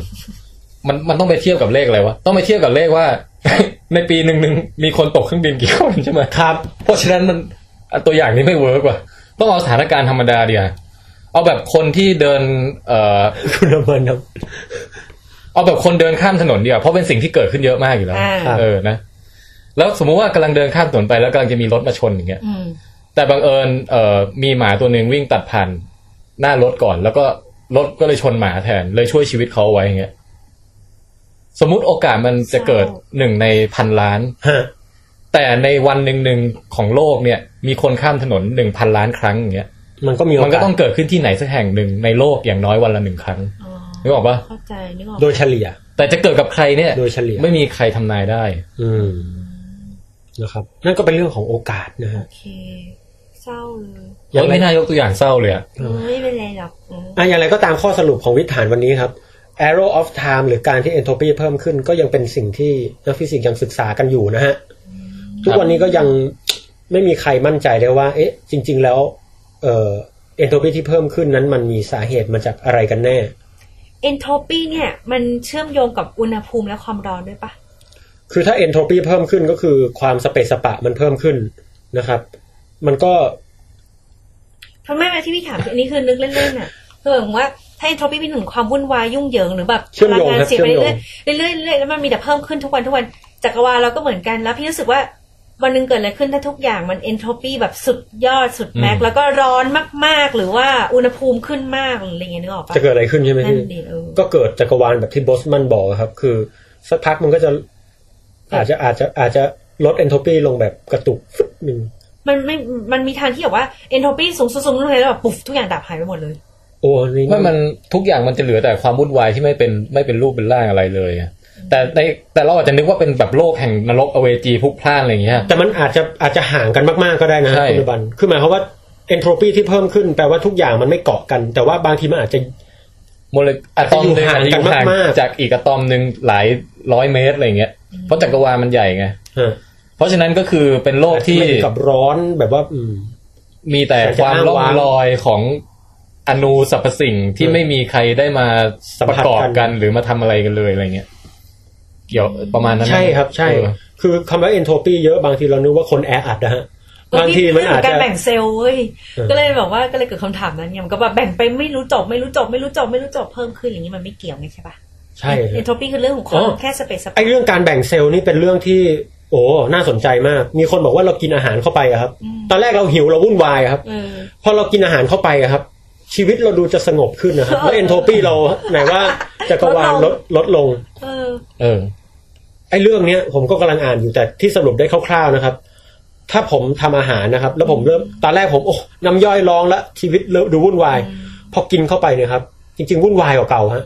[SPEAKER 1] มันมันต้องไปเทียบกับเลขอะไรวะ ต้องไปเทียบกับเลขว่า ในปีหนึ่งหนึ่งมีคนตกเครื่องบินกี่คนใช่ไหม
[SPEAKER 2] ครับ
[SPEAKER 1] เพราะฉะนั้นมันอ่ะตัวอย่างนี้ไม่เวิร์กว่ะต้องเอาสถานการณ์ธรรมดาเดียวาเอาแบบคนที่เดิน เอ่อ
[SPEAKER 2] คุณอมรครับ
[SPEAKER 1] เอาแบบคนเดินข้ามถนนเดียวาเพราะเป็นสิ่งที่เกิดขึ้นเยอะมากอยู่แล้ว
[SPEAKER 3] อ่า
[SPEAKER 2] ครับ
[SPEAKER 1] เออนะ แล้วสมมุติว่ากำลังเดินข้ามถนนไปแล้วกำลังจะมีรถมาชนอย่างเงี้ย
[SPEAKER 3] อืม
[SPEAKER 1] แต่บังเอิญเอ่อมีหมาตัวหนึ่งวิ่งตัดผ่านหน้ารถก่อน แล้วก็รถก็เลยชนหมาแทน เลยช่วยชีวิตเขาเอาไว้อย่างเงี้ยสมมุติโอกาสมันจะเกิดหนึ่งในพันล้าน
[SPEAKER 2] ฮะ
[SPEAKER 1] แต่ในวันหนึ่งหนึ่งของโลกเนี่ย มีคนข้ามถนนหนึ่งพันล้านครั้งอย่างเงี้ย
[SPEAKER 2] มันก็มีโอ
[SPEAKER 1] มันก็
[SPEAKER 2] กาส
[SPEAKER 1] ต้องเกิดขึ้นที่ไหนสักแห่งหนึ่งในโลกอย่างน้อยวันละหนึ่งครั้ง
[SPEAKER 3] อ๋อ
[SPEAKER 1] นึกออกปะ
[SPEAKER 3] เข้าใจนึกออก
[SPEAKER 2] โดยเฉลี่ย
[SPEAKER 1] แต่จะเกิดกับใครเนี่ย
[SPEAKER 2] โดยเฉลี่ย
[SPEAKER 1] ไม่มีใครทำนายได้
[SPEAKER 2] อืมนะครับ นั่นก็เป็นเรื่องของโอกาสนะฮะ
[SPEAKER 3] โอเคเศร้าเลย
[SPEAKER 2] อย่างไร
[SPEAKER 1] ไม่น่ายกตัวอย่างเศร้าเลยอะ
[SPEAKER 2] เออ
[SPEAKER 3] ไม่เป็นไรหรอกอืม
[SPEAKER 2] อ่ะอย่างไรก็ตามข้อสรุปของวิถีฐานวันนี้ครับ arrow of time หรือการที่ entropy เพิ่มขึ้นก็ยังเป็นสิ่งที่นักฟิสิกส์ยังศึกษากันอยู่นะฮะ ทุกวันนี้ก็ยังไม่มีใครมั่นใจได้ว่า เอ๊ะ จริง ๆ แล้ว เอ่อ entropy ที่เพิ่มขึ้นนั้นมันมีสาเหตุมาจากอะไรกันแน่
[SPEAKER 3] เอนโทรปีเนี่ย มันเชื่อมโยงกับอุณหภูมิและความร้อนด้วยปะ
[SPEAKER 2] คือถ้า entropy เพิ่มขึ้นก็คือความสเปซสปะมันเพิ่มขึ้นนะครับ มันก็
[SPEAKER 3] ทำไมที่พี่ถามคืออันนี้คือนึกเล่นๆน่ะคือแบบว่าถ้าเอนโทรปีเป็นหนึ่งความวุ่นวายยุ่งเหยิงหรือแบบ
[SPEAKER 2] เชื่อมโยง
[SPEAKER 3] พลังงาน
[SPEAKER 2] ครับ
[SPEAKER 3] เสียไป
[SPEAKER 2] เชื่อมโย
[SPEAKER 3] เรื่
[SPEAKER 2] ง
[SPEAKER 3] อยๆเรื่อยๆเรื่อยๆแล้วมันมีแต่เพิ่มขึ้นทุกวันทุกวันจักรวาลเราก็เหมือนกันแล้วพี่รู้สึกว่าวันหนึงเกิดอะไรขึ้นถ้าทุกอย่างมันเอนโทรปีแบบสุดยอดสุดแม็กซ์แล้วก็ร้อนมากๆ หรือว่าอุณหภูมิขึ้นมากหรืออะไรอย่างเงี้ยนึกออกปะ
[SPEAKER 2] จะเกิดอะไรขึ้นใช่ไหม
[SPEAKER 3] นั่น
[SPEAKER 2] พี่
[SPEAKER 3] ดิเออ
[SPEAKER 2] ก็เกิดจักรวาลแบบที่โบสมันบอกอะครับ คือสักพักมันก็จะอาจจะอาจจะอาจจะลดเอนโทรปีลงแบบกระตุกฟึบหนึ่ง
[SPEAKER 3] มันไม่ มันมีทางที่แบบว่าเอนโทรปีสูงสุดสูงสุดเลยแล้วแบบปุ๊บทุกอย่างดับหายไปหมดเลย
[SPEAKER 2] โอ้นี่
[SPEAKER 1] ไม่มันทุกอย่างมันจะเหลือแต่ความวุ่นวายที่ไม่เป็นไม่เป็นรูปเป็นร่างอะไรเลยอะแต่ในแต่เราอาจจะนึกว่าเป็นแบบโลกแห่งนรกอเวจีพลุกพล่านอะไรอย่างเงี้ย
[SPEAKER 2] แต่มันอาจจะอาจจะห่างกันมากๆก็ได้นะฮะ
[SPEAKER 1] ใช่
[SPEAKER 2] คุณบันคือหมายความว่าเอนโทรปีที่เพิ่มขึ้นแปลว่าทุกอย่างมันไม่เกาะกัน แต่ว่าบางทีมันอาจจะ
[SPEAKER 1] โมเลกุลอะตอมหนึ่งอาจจะอยู่ห่าง
[SPEAKER 2] มากๆ
[SPEAKER 1] จากอีกอะตอมหนึ่งหลายร้อยเมตรอะไรอย่างเงี้ยเพราะจักรวาลมันใหญ่ไง
[SPEAKER 2] ฮะ
[SPEAKER 1] เพราะฉะนั้นก็คือเป็นโลกที่
[SPEAKER 2] ไม่ถึงกับร้อนแบบว่า อืม
[SPEAKER 1] มีแต่ความล่องลอยของอนูสรรพสิ่งที่
[SPEAKER 2] เออ
[SPEAKER 1] ไม่มีใครได้มา
[SPEAKER 2] สัม
[SPEAKER 1] ประ
[SPEAKER 2] ผัส
[SPEAKER 1] กอบ
[SPEAKER 2] กัน
[SPEAKER 1] กันหรือมาทำอะไรกันเลยอะไรเงี้ยเกี่ยวประมาณนั้น
[SPEAKER 2] ใช่ครับ ใช่
[SPEAKER 1] เออ
[SPEAKER 2] คือคำว่าเอนโทรปีเยอะบางทีเรานึกว่าคนแออัดนะฮะบางทีมันอาจ
[SPEAKER 3] เรื่งขงกา
[SPEAKER 2] จะ
[SPEAKER 3] รแบ่งเซลล์เว้ย
[SPEAKER 2] เออ
[SPEAKER 3] ก็เลยแบบว่าก็เลยเกิดคำถามนั้นไงมันก็แบบแบ่งไปไม่รู้จบไม่รู้จบไม่รู้จบไม่รู้จบเพิ่มขึ้นอย่างนี้มันไม่เกี่ยวไงใช่ปะ
[SPEAKER 2] ใช่ฮะ
[SPEAKER 3] เอนโทรปีคือเรื่องของควา
[SPEAKER 2] อ๋
[SPEAKER 3] ม
[SPEAKER 2] อ
[SPEAKER 3] แค่สเปซส
[SPEAKER 2] ไอ
[SPEAKER 3] ปา
[SPEAKER 2] เรื่องการแบ่งเซลล์นี่เป็นเรื่องที่ โอ้น่าสนใจมาก มีคนบอกว่าเรากินอาหารเข้าไปอะครับ ตอนแรกเราหิวเราวุ่นวายอะครับ
[SPEAKER 3] เออ
[SPEAKER 2] พอเรากินอาหารเข้าไปอะครับ ชีวิตเราดูจะสงบขึ้น นะครับแล้วเอนโทรปีเราไหนว่าจักรวาลล
[SPEAKER 3] ลดล
[SPEAKER 2] ด
[SPEAKER 3] ง
[SPEAKER 2] ลดลง
[SPEAKER 3] เออ
[SPEAKER 1] เออ
[SPEAKER 2] ไอ้เรื่องเนี้ยผมก็กำลังอ่านอยู่แต่ที่สรุปได้คร่าวๆนะครับ ถ้าผมทำอาหารนะครับ แล้วผมเริ่มตอนแรกผมโอ้น้ำย่อยร้องแล้วชีวิตเริ่มดูวุ่นวายพอกินเข้าไปเนี่ยครับ จริง ๆ วุ่นวายกว่าเก่าฮะ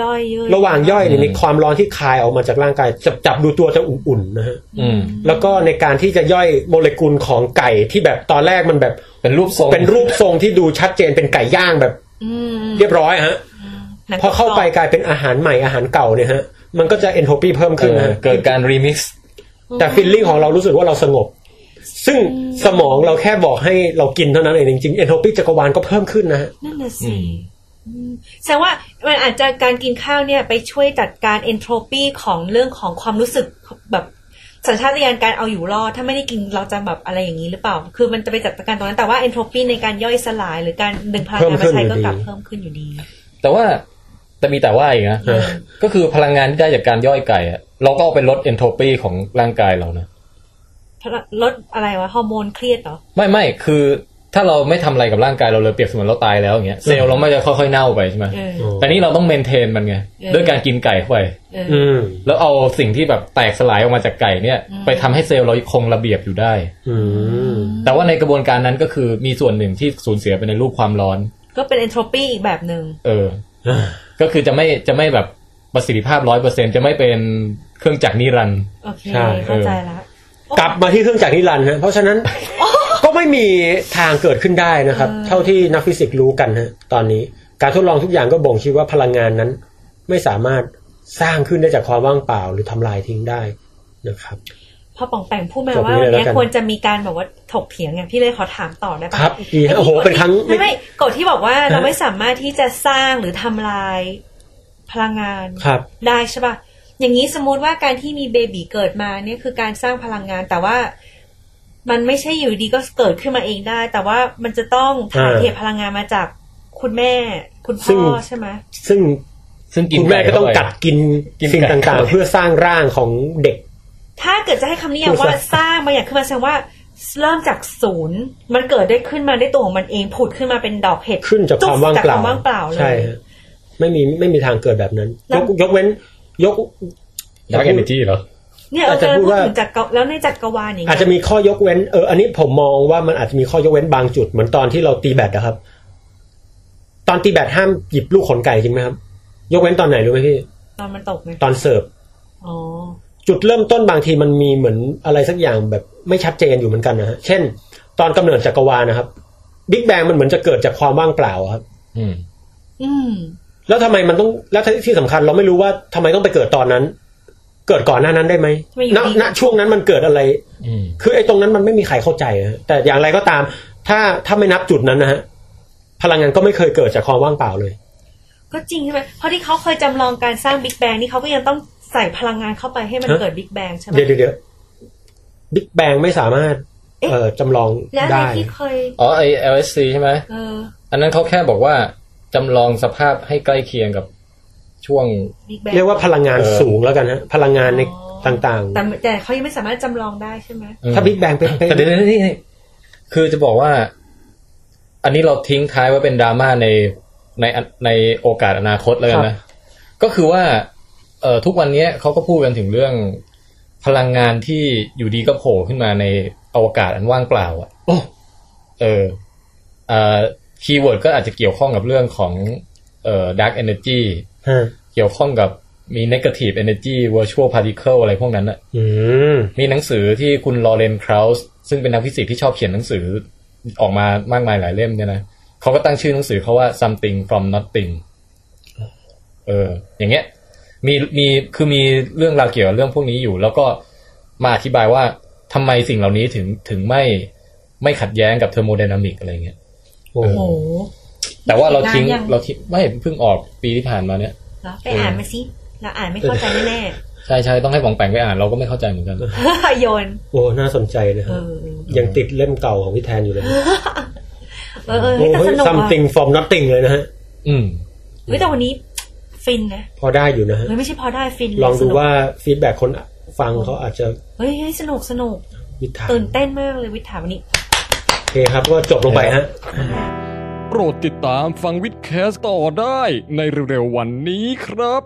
[SPEAKER 3] ย่อยเยอะ
[SPEAKER 2] ระหว่างย่อยเนี่ย
[SPEAKER 1] อืม
[SPEAKER 2] มีความร้อนที่คายออกมาจากร่างกายจับจับดูตัวจะอุ่นๆนะฮะ
[SPEAKER 1] อืม
[SPEAKER 2] แล้วก็ในการที่จะย่อยโมเลกุลของไก่ที่แบบตอนแรกมันแบบ
[SPEAKER 1] เป็นรูปทรง
[SPEAKER 2] เป็นรูปทรงที่ดูชัดเจนเป็นไก่ย่างแบบ
[SPEAKER 3] อืม
[SPEAKER 2] เรียบร้อยฮะ
[SPEAKER 3] หนัง
[SPEAKER 2] พอเข้าไปกลายเป็นอาหารใหม่อาหารเก่าเนี่ยฮะ มันก็จะเอนโทรปีเพิ่มขึ้น
[SPEAKER 1] เอ
[SPEAKER 2] นะ
[SPEAKER 1] อ
[SPEAKER 2] ฮะ
[SPEAKER 1] เกิดการรีมิกซ์
[SPEAKER 2] แต่ฟิลลิ่งของเรารู้สึกว่าเราสงบ ซึ่งสมองเราแค่บอกให้เรากินเท่านั้นเองจริงๆเอนโทรปีจักรวาลก็เพิ่มขึ้นนะฮะ
[SPEAKER 3] นั่นน่ะสิอืมแสดงว่ามันอาจจะการกินข้าวเนี่ยไปช่วยจัดการเอนโทรปีของเรื่องของความรู้สึกแบบสัญชาตญาณการเอาอยู่รอดถ้าไม่ได้กินเราจะแบบอะไรอย่างนี้หรือเปล่า คือมันจะไปจัดการตรงนั้นแต่ว่าเอนโทรปีในการย่อยสลาย หรือการดึงพลังงานมาม
[SPEAKER 2] เพิ่ขึ้น
[SPEAKER 3] ใช้
[SPEAKER 2] อยู่
[SPEAKER 3] ก็
[SPEAKER 2] ดี
[SPEAKER 3] กลับเพิ่มขึ้นอยู่ดี
[SPEAKER 1] แต่ว่าแต่มีแต่ว่าอีกนะ
[SPEAKER 2] เออ
[SPEAKER 1] ก็คือพลังงานที่ได้จากการย่อยไก่อะเราก็เอาไปลดเอนโทรปีของร่างกายเรานะ
[SPEAKER 3] ลดอะไรวะฮอร์โมนเครียดเหรอ
[SPEAKER 1] ไม่ไม่คือถ้าเราไม่ทำอะไรกับร่างกายเราเลยเปรียบเสมือนเราตายแล้วอย่างเงี้ยเซลล์เราไม่จะค่อยๆเน่าไปใช่ไหม
[SPEAKER 3] เออ
[SPEAKER 1] แต่นี่เราต้องเมนเทนมันไง
[SPEAKER 3] เออ
[SPEAKER 1] ด้วยการกินไก่เข้าไป
[SPEAKER 3] เออ
[SPEAKER 2] อืม
[SPEAKER 1] แล้วเอาสิ่งที่แบบแตกสลายออกมาจากไก่เนี่ย ไปทำให้เซลล์เราคงระเบียบอยู่ได้
[SPEAKER 2] อืม
[SPEAKER 1] แต่ว่าในกระบวนการนั้นก็คือมีส่วนหนึ่งที่สูญเสียไปในรูปความร้อน
[SPEAKER 3] ก็เป็นเอนโทรปีอีกแบบหนึ่ง
[SPEAKER 1] เออ
[SPEAKER 2] อ่า
[SPEAKER 1] ก็คือจะไม่จะไม่แบบประสิทธิภาพร้อยเปอร์เซ็นจะไม่เป็นเครื่องจักรนิรันดร์
[SPEAKER 3] โอเค
[SPEAKER 1] ใช่
[SPEAKER 3] เข้าใจละ
[SPEAKER 2] กลับมาที่เครื่องจักรนิรันดร์ฮะเพราะฉะนั้นก็ไม่มีทางเกิดขึ้นได้นะครับ เท่าที่นักฟิสิกส์รู้กันฮะตอนนี้การทดลองทุกอย่างก็บ่งชี้ว่าพลังงานนั้น ไม่สามารถสร้างขึ้นได้จากความว่างเปล่าหรือทำลายทิ้งได้นะครับ
[SPEAKER 3] พอป่องแปงพูดมา
[SPEAKER 2] จบ
[SPEAKER 3] ว่าวัน
[SPEAKER 2] นี้เลย
[SPEAKER 3] เนี้ย
[SPEAKER 2] แล้วกัน
[SPEAKER 3] ควรจะมีการแบบว่าถกเถียงไงพี่เลยขอถามต่อได้ปะ
[SPEAKER 2] ครับดีฮะ
[SPEAKER 3] ไที่
[SPEAKER 2] โอ้โห
[SPEAKER 3] กฎ
[SPEAKER 2] เป็นครั้ง
[SPEAKER 3] ไม่ไม่กฎที่บอกว่า
[SPEAKER 2] ฮะ
[SPEAKER 3] เราไม่สามารถที่จะสร้างหรือทำลายพลังงาน
[SPEAKER 2] ครับ
[SPEAKER 3] ได้ใช่ป่ะอย่างนี้สมมุติว่าการที่มีเบบีเกิดมาเนี่ยคือการสร้างพลังงานแต่ว่า มันไม่ใช่อยู่ดีก็เกิดขึ้นมาเองได้ แต่ว่ามันจะต้องถ่าย
[SPEAKER 2] อ่า
[SPEAKER 3] เทพลังงานมาจากคุณแม่ คุณ
[SPEAKER 2] ซึ่
[SPEAKER 3] พ่อง ใช่ไหม
[SPEAKER 2] ซึ่ง
[SPEAKER 1] ซึ่งกิน
[SPEAKER 2] คุณแม่ก็
[SPEAKER 1] เข้า
[SPEAKER 2] ต้อง
[SPEAKER 1] ไป
[SPEAKER 2] กัดกิน
[SPEAKER 1] กิน
[SPEAKER 2] สิ่ง
[SPEAKER 1] ไก่
[SPEAKER 2] ต่าง
[SPEAKER 1] เข้าไป
[SPEAKER 2] ๆ เพื่อสร้างร่างของเด็ก
[SPEAKER 3] ถ้าเกิดจะให้คำนิยาม
[SPEAKER 2] พูด
[SPEAKER 3] ว่า
[SPEAKER 2] ซะ
[SPEAKER 3] สร้างบางอย่างขึ้นมาแสดงว่าเริ่มจากศูนย์มันเกิดได้ขึ้นมาได้วยตัวของมันเองผุดขึ้นมาเป็นดอกเห็ด
[SPEAKER 2] ขึ้นจากความว่างเปล่า
[SPEAKER 3] จกคว่างเปล่าเล
[SPEAKER 2] ใช่
[SPEAKER 3] ย
[SPEAKER 2] ฮะไม่มีไม่มีทางเกิดแบบนั้น
[SPEAKER 3] แล้
[SPEAKER 2] ยว กยกเว้น ยก
[SPEAKER 1] ดาร์กเอเนจีเหรอ
[SPEAKER 3] เนี่ยเรา
[SPEAKER 2] อาจ
[SPEAKER 3] จะ
[SPEAKER 2] จะพู
[SPEAKER 3] พู
[SPEAKER 2] ด
[SPEAKER 3] ด
[SPEAKER 2] ว่า
[SPEAKER 3] ถึงจักรแล้วในจักรวาลอย่าง
[SPEAKER 2] อาจ
[SPEAKER 3] เงี้
[SPEAKER 2] จะ
[SPEAKER 3] ย
[SPEAKER 2] มีข้อยกเว้นเอออันนี้ผมมองว่ามันอาจจะมีข้อยกเว้นบางจุดเหมือนตอนที่เราตีแบตนะครับ ตอนตีแบตห้ามหยิบลูกขนไก่จริงไหมครับ ยกเว้นตอนไหนรู้ไหมพี่
[SPEAKER 3] ตอนมันตกไหม
[SPEAKER 2] ตอนเสิร์ฟ
[SPEAKER 3] อ๋อ
[SPEAKER 2] จุดเริ่มต้นบางทีมันมีเหมือนอะไรสักอย่างแบบไม่ชัดเจนอยู่เหมือนกันนะฮะเช่น ตอนกำเนิดจักรวาลนะครับบิ๊กแบงมันเหมือนจะเกิดจากความว่างเปล่าอะครับ
[SPEAKER 1] อืม
[SPEAKER 3] อืม
[SPEAKER 2] แล้วทำไมมันต้องแล้วที่สำคัญเราไม่รู้ว่าทำไมต้องไปเกิดตอนนั้น เกิดก่อนหน้านั้นได้ไหมณณช่วงนั้นมันเกิดอะไร
[SPEAKER 1] อืม
[SPEAKER 2] คือไอ้ตรงนั้นมันไม่มีใครเข้าใจนะฮะแต่อย่างไรก็ตาม ถ้าถ้าไม่นับจุดนั้นนะฮะพลังงานก็ไม่เคยเกิดจากความว่างเปล่าเลย
[SPEAKER 3] ก็จริงใช่ไหมเพราะที่เขาเคยจำลองการสร้างบิ๊กแบงนี่เขาก็ยังต้องใส่พลังงานเข้าไปให้มัน
[SPEAKER 2] ฮะ
[SPEAKER 3] เกิดบิ๊กแบงใช่ไหม
[SPEAKER 2] เดี๋ยวเดี๋ยวเดี๋ยวบิ๊กแบงไม่สามารถ
[SPEAKER 3] เอ๊ะ
[SPEAKER 2] เอ่อจำลอง
[SPEAKER 3] และอะไร
[SPEAKER 2] ได้
[SPEAKER 3] ที่เคย
[SPEAKER 1] อ๋อไอ LSC ใช่ไหม
[SPEAKER 3] เออ
[SPEAKER 1] อันนั้นเขาแค่บอกว่าจำลองสภาพให้ใกล้เคียงกับช่วง
[SPEAKER 3] บิ๊กแบง
[SPEAKER 2] เรียกว่าพลังงาน
[SPEAKER 1] เออ
[SPEAKER 2] สูงแล้วกันฮะพลังงานในต่าง
[SPEAKER 3] แต่แต่เขายังไม่สามารถจำลองได้ใช่ไหม
[SPEAKER 1] อืม
[SPEAKER 2] ๆ ถ้าบิ๊กแบงเป็น
[SPEAKER 1] แต่เดี๋ยวๆนี่ๆคือจะบอกว่า อันนี้เราทิ้งท้ายไว่าเป็นดราม่าในในในโอกาสอนาคตเลยนะ ก็คือว่า เอ่อทุกวันเนี้ยเขาก็พูดกันถึงเรื่องพลังงานที่อยู่ดีก็โผล่ขึ้นมาในอวกาศอันว่างเปล่าอะ
[SPEAKER 2] โอ้
[SPEAKER 1] เออเอ่อคีย์เวิร์ดก็อาจจะเกี่ยวข้องกับเรื่องของเอ่อ dark energy
[SPEAKER 2] ฮะ
[SPEAKER 1] เกี่ยวข้องกับมี negative energy virtual particle อะไรพวกนั้นอะ
[SPEAKER 2] อืม
[SPEAKER 1] มีหนังสือที่คุณลอเรนคราวส์ซึ่งเป็นนักฟิสิกส์ที่ชอบเขียนหนังสือออกมามากมายหลายเล่มเนี่ยนะเขาก็ตั้งชื่อหนังสือเขาว่า something from nothing เออ อย่างเงี้ย มีมีคือมีเรื่องราวเกี่ยวกับเรื่องพวกนี้อยู่ แล้วก็มาอธิบายว่าทำไมสิ่งเหล่านี้ถึงถึงไม่ไม่ขัดแย้งกับเทอร์โมไดนามิกอะไรเงี้ย
[SPEAKER 2] โอ้
[SPEAKER 1] เอ
[SPEAKER 3] โอ้โห
[SPEAKER 1] แต่ว่าเราทิ้ง
[SPEAKER 3] นานยัง
[SPEAKER 1] เราทิ้งไม่เพิ่งออกปีที่ผ่านมาเนี่ย
[SPEAKER 3] เหรอไปอ่านมาสิเราอ่านไม่เข้าใจแน่
[SPEAKER 1] ใช่ใช่ต้องให้ปองแปงไปอ่านเราก็ไม่เข้าใจเหมือนกัน
[SPEAKER 3] ๆ โยน
[SPEAKER 2] โอ้น่าสนใจนะ
[SPEAKER 3] เอ
[SPEAKER 2] ฮะ
[SPEAKER 3] อ
[SPEAKER 2] ยังติดเล่มเก่าของพี่แทนอยู่เลย
[SPEAKER 3] เออเออ
[SPEAKER 2] โอ้
[SPEAKER 3] เฮ้ยแต่
[SPEAKER 2] เฮ้
[SPEAKER 3] ส
[SPEAKER 2] ย
[SPEAKER 3] นุกอ่ะ
[SPEAKER 2] something from nothing เลยนะฮะ
[SPEAKER 1] อืม
[SPEAKER 3] เฮ้ยแต่วันนี้ฟินนะ
[SPEAKER 2] พอได้อยู่นะฮะ
[SPEAKER 3] เฮ้ยไม่ใช่พอได้ฟิน
[SPEAKER 2] ลองดู
[SPEAKER 3] สนุก
[SPEAKER 2] ว่าฟีดแบ็คนฟังเขาอาจจะ
[SPEAKER 3] เฮ้ยเฮ้ยสนุกสนุก
[SPEAKER 2] วิถาม
[SPEAKER 3] ตื่นเต้นมากเลยวิถามวันนี้
[SPEAKER 2] โอเคครับก็จบลงไปฮะ
[SPEAKER 4] โปรดติดตามฟังวิดแคสต์ต่อได้ในเร็วๆวันนี้ครับ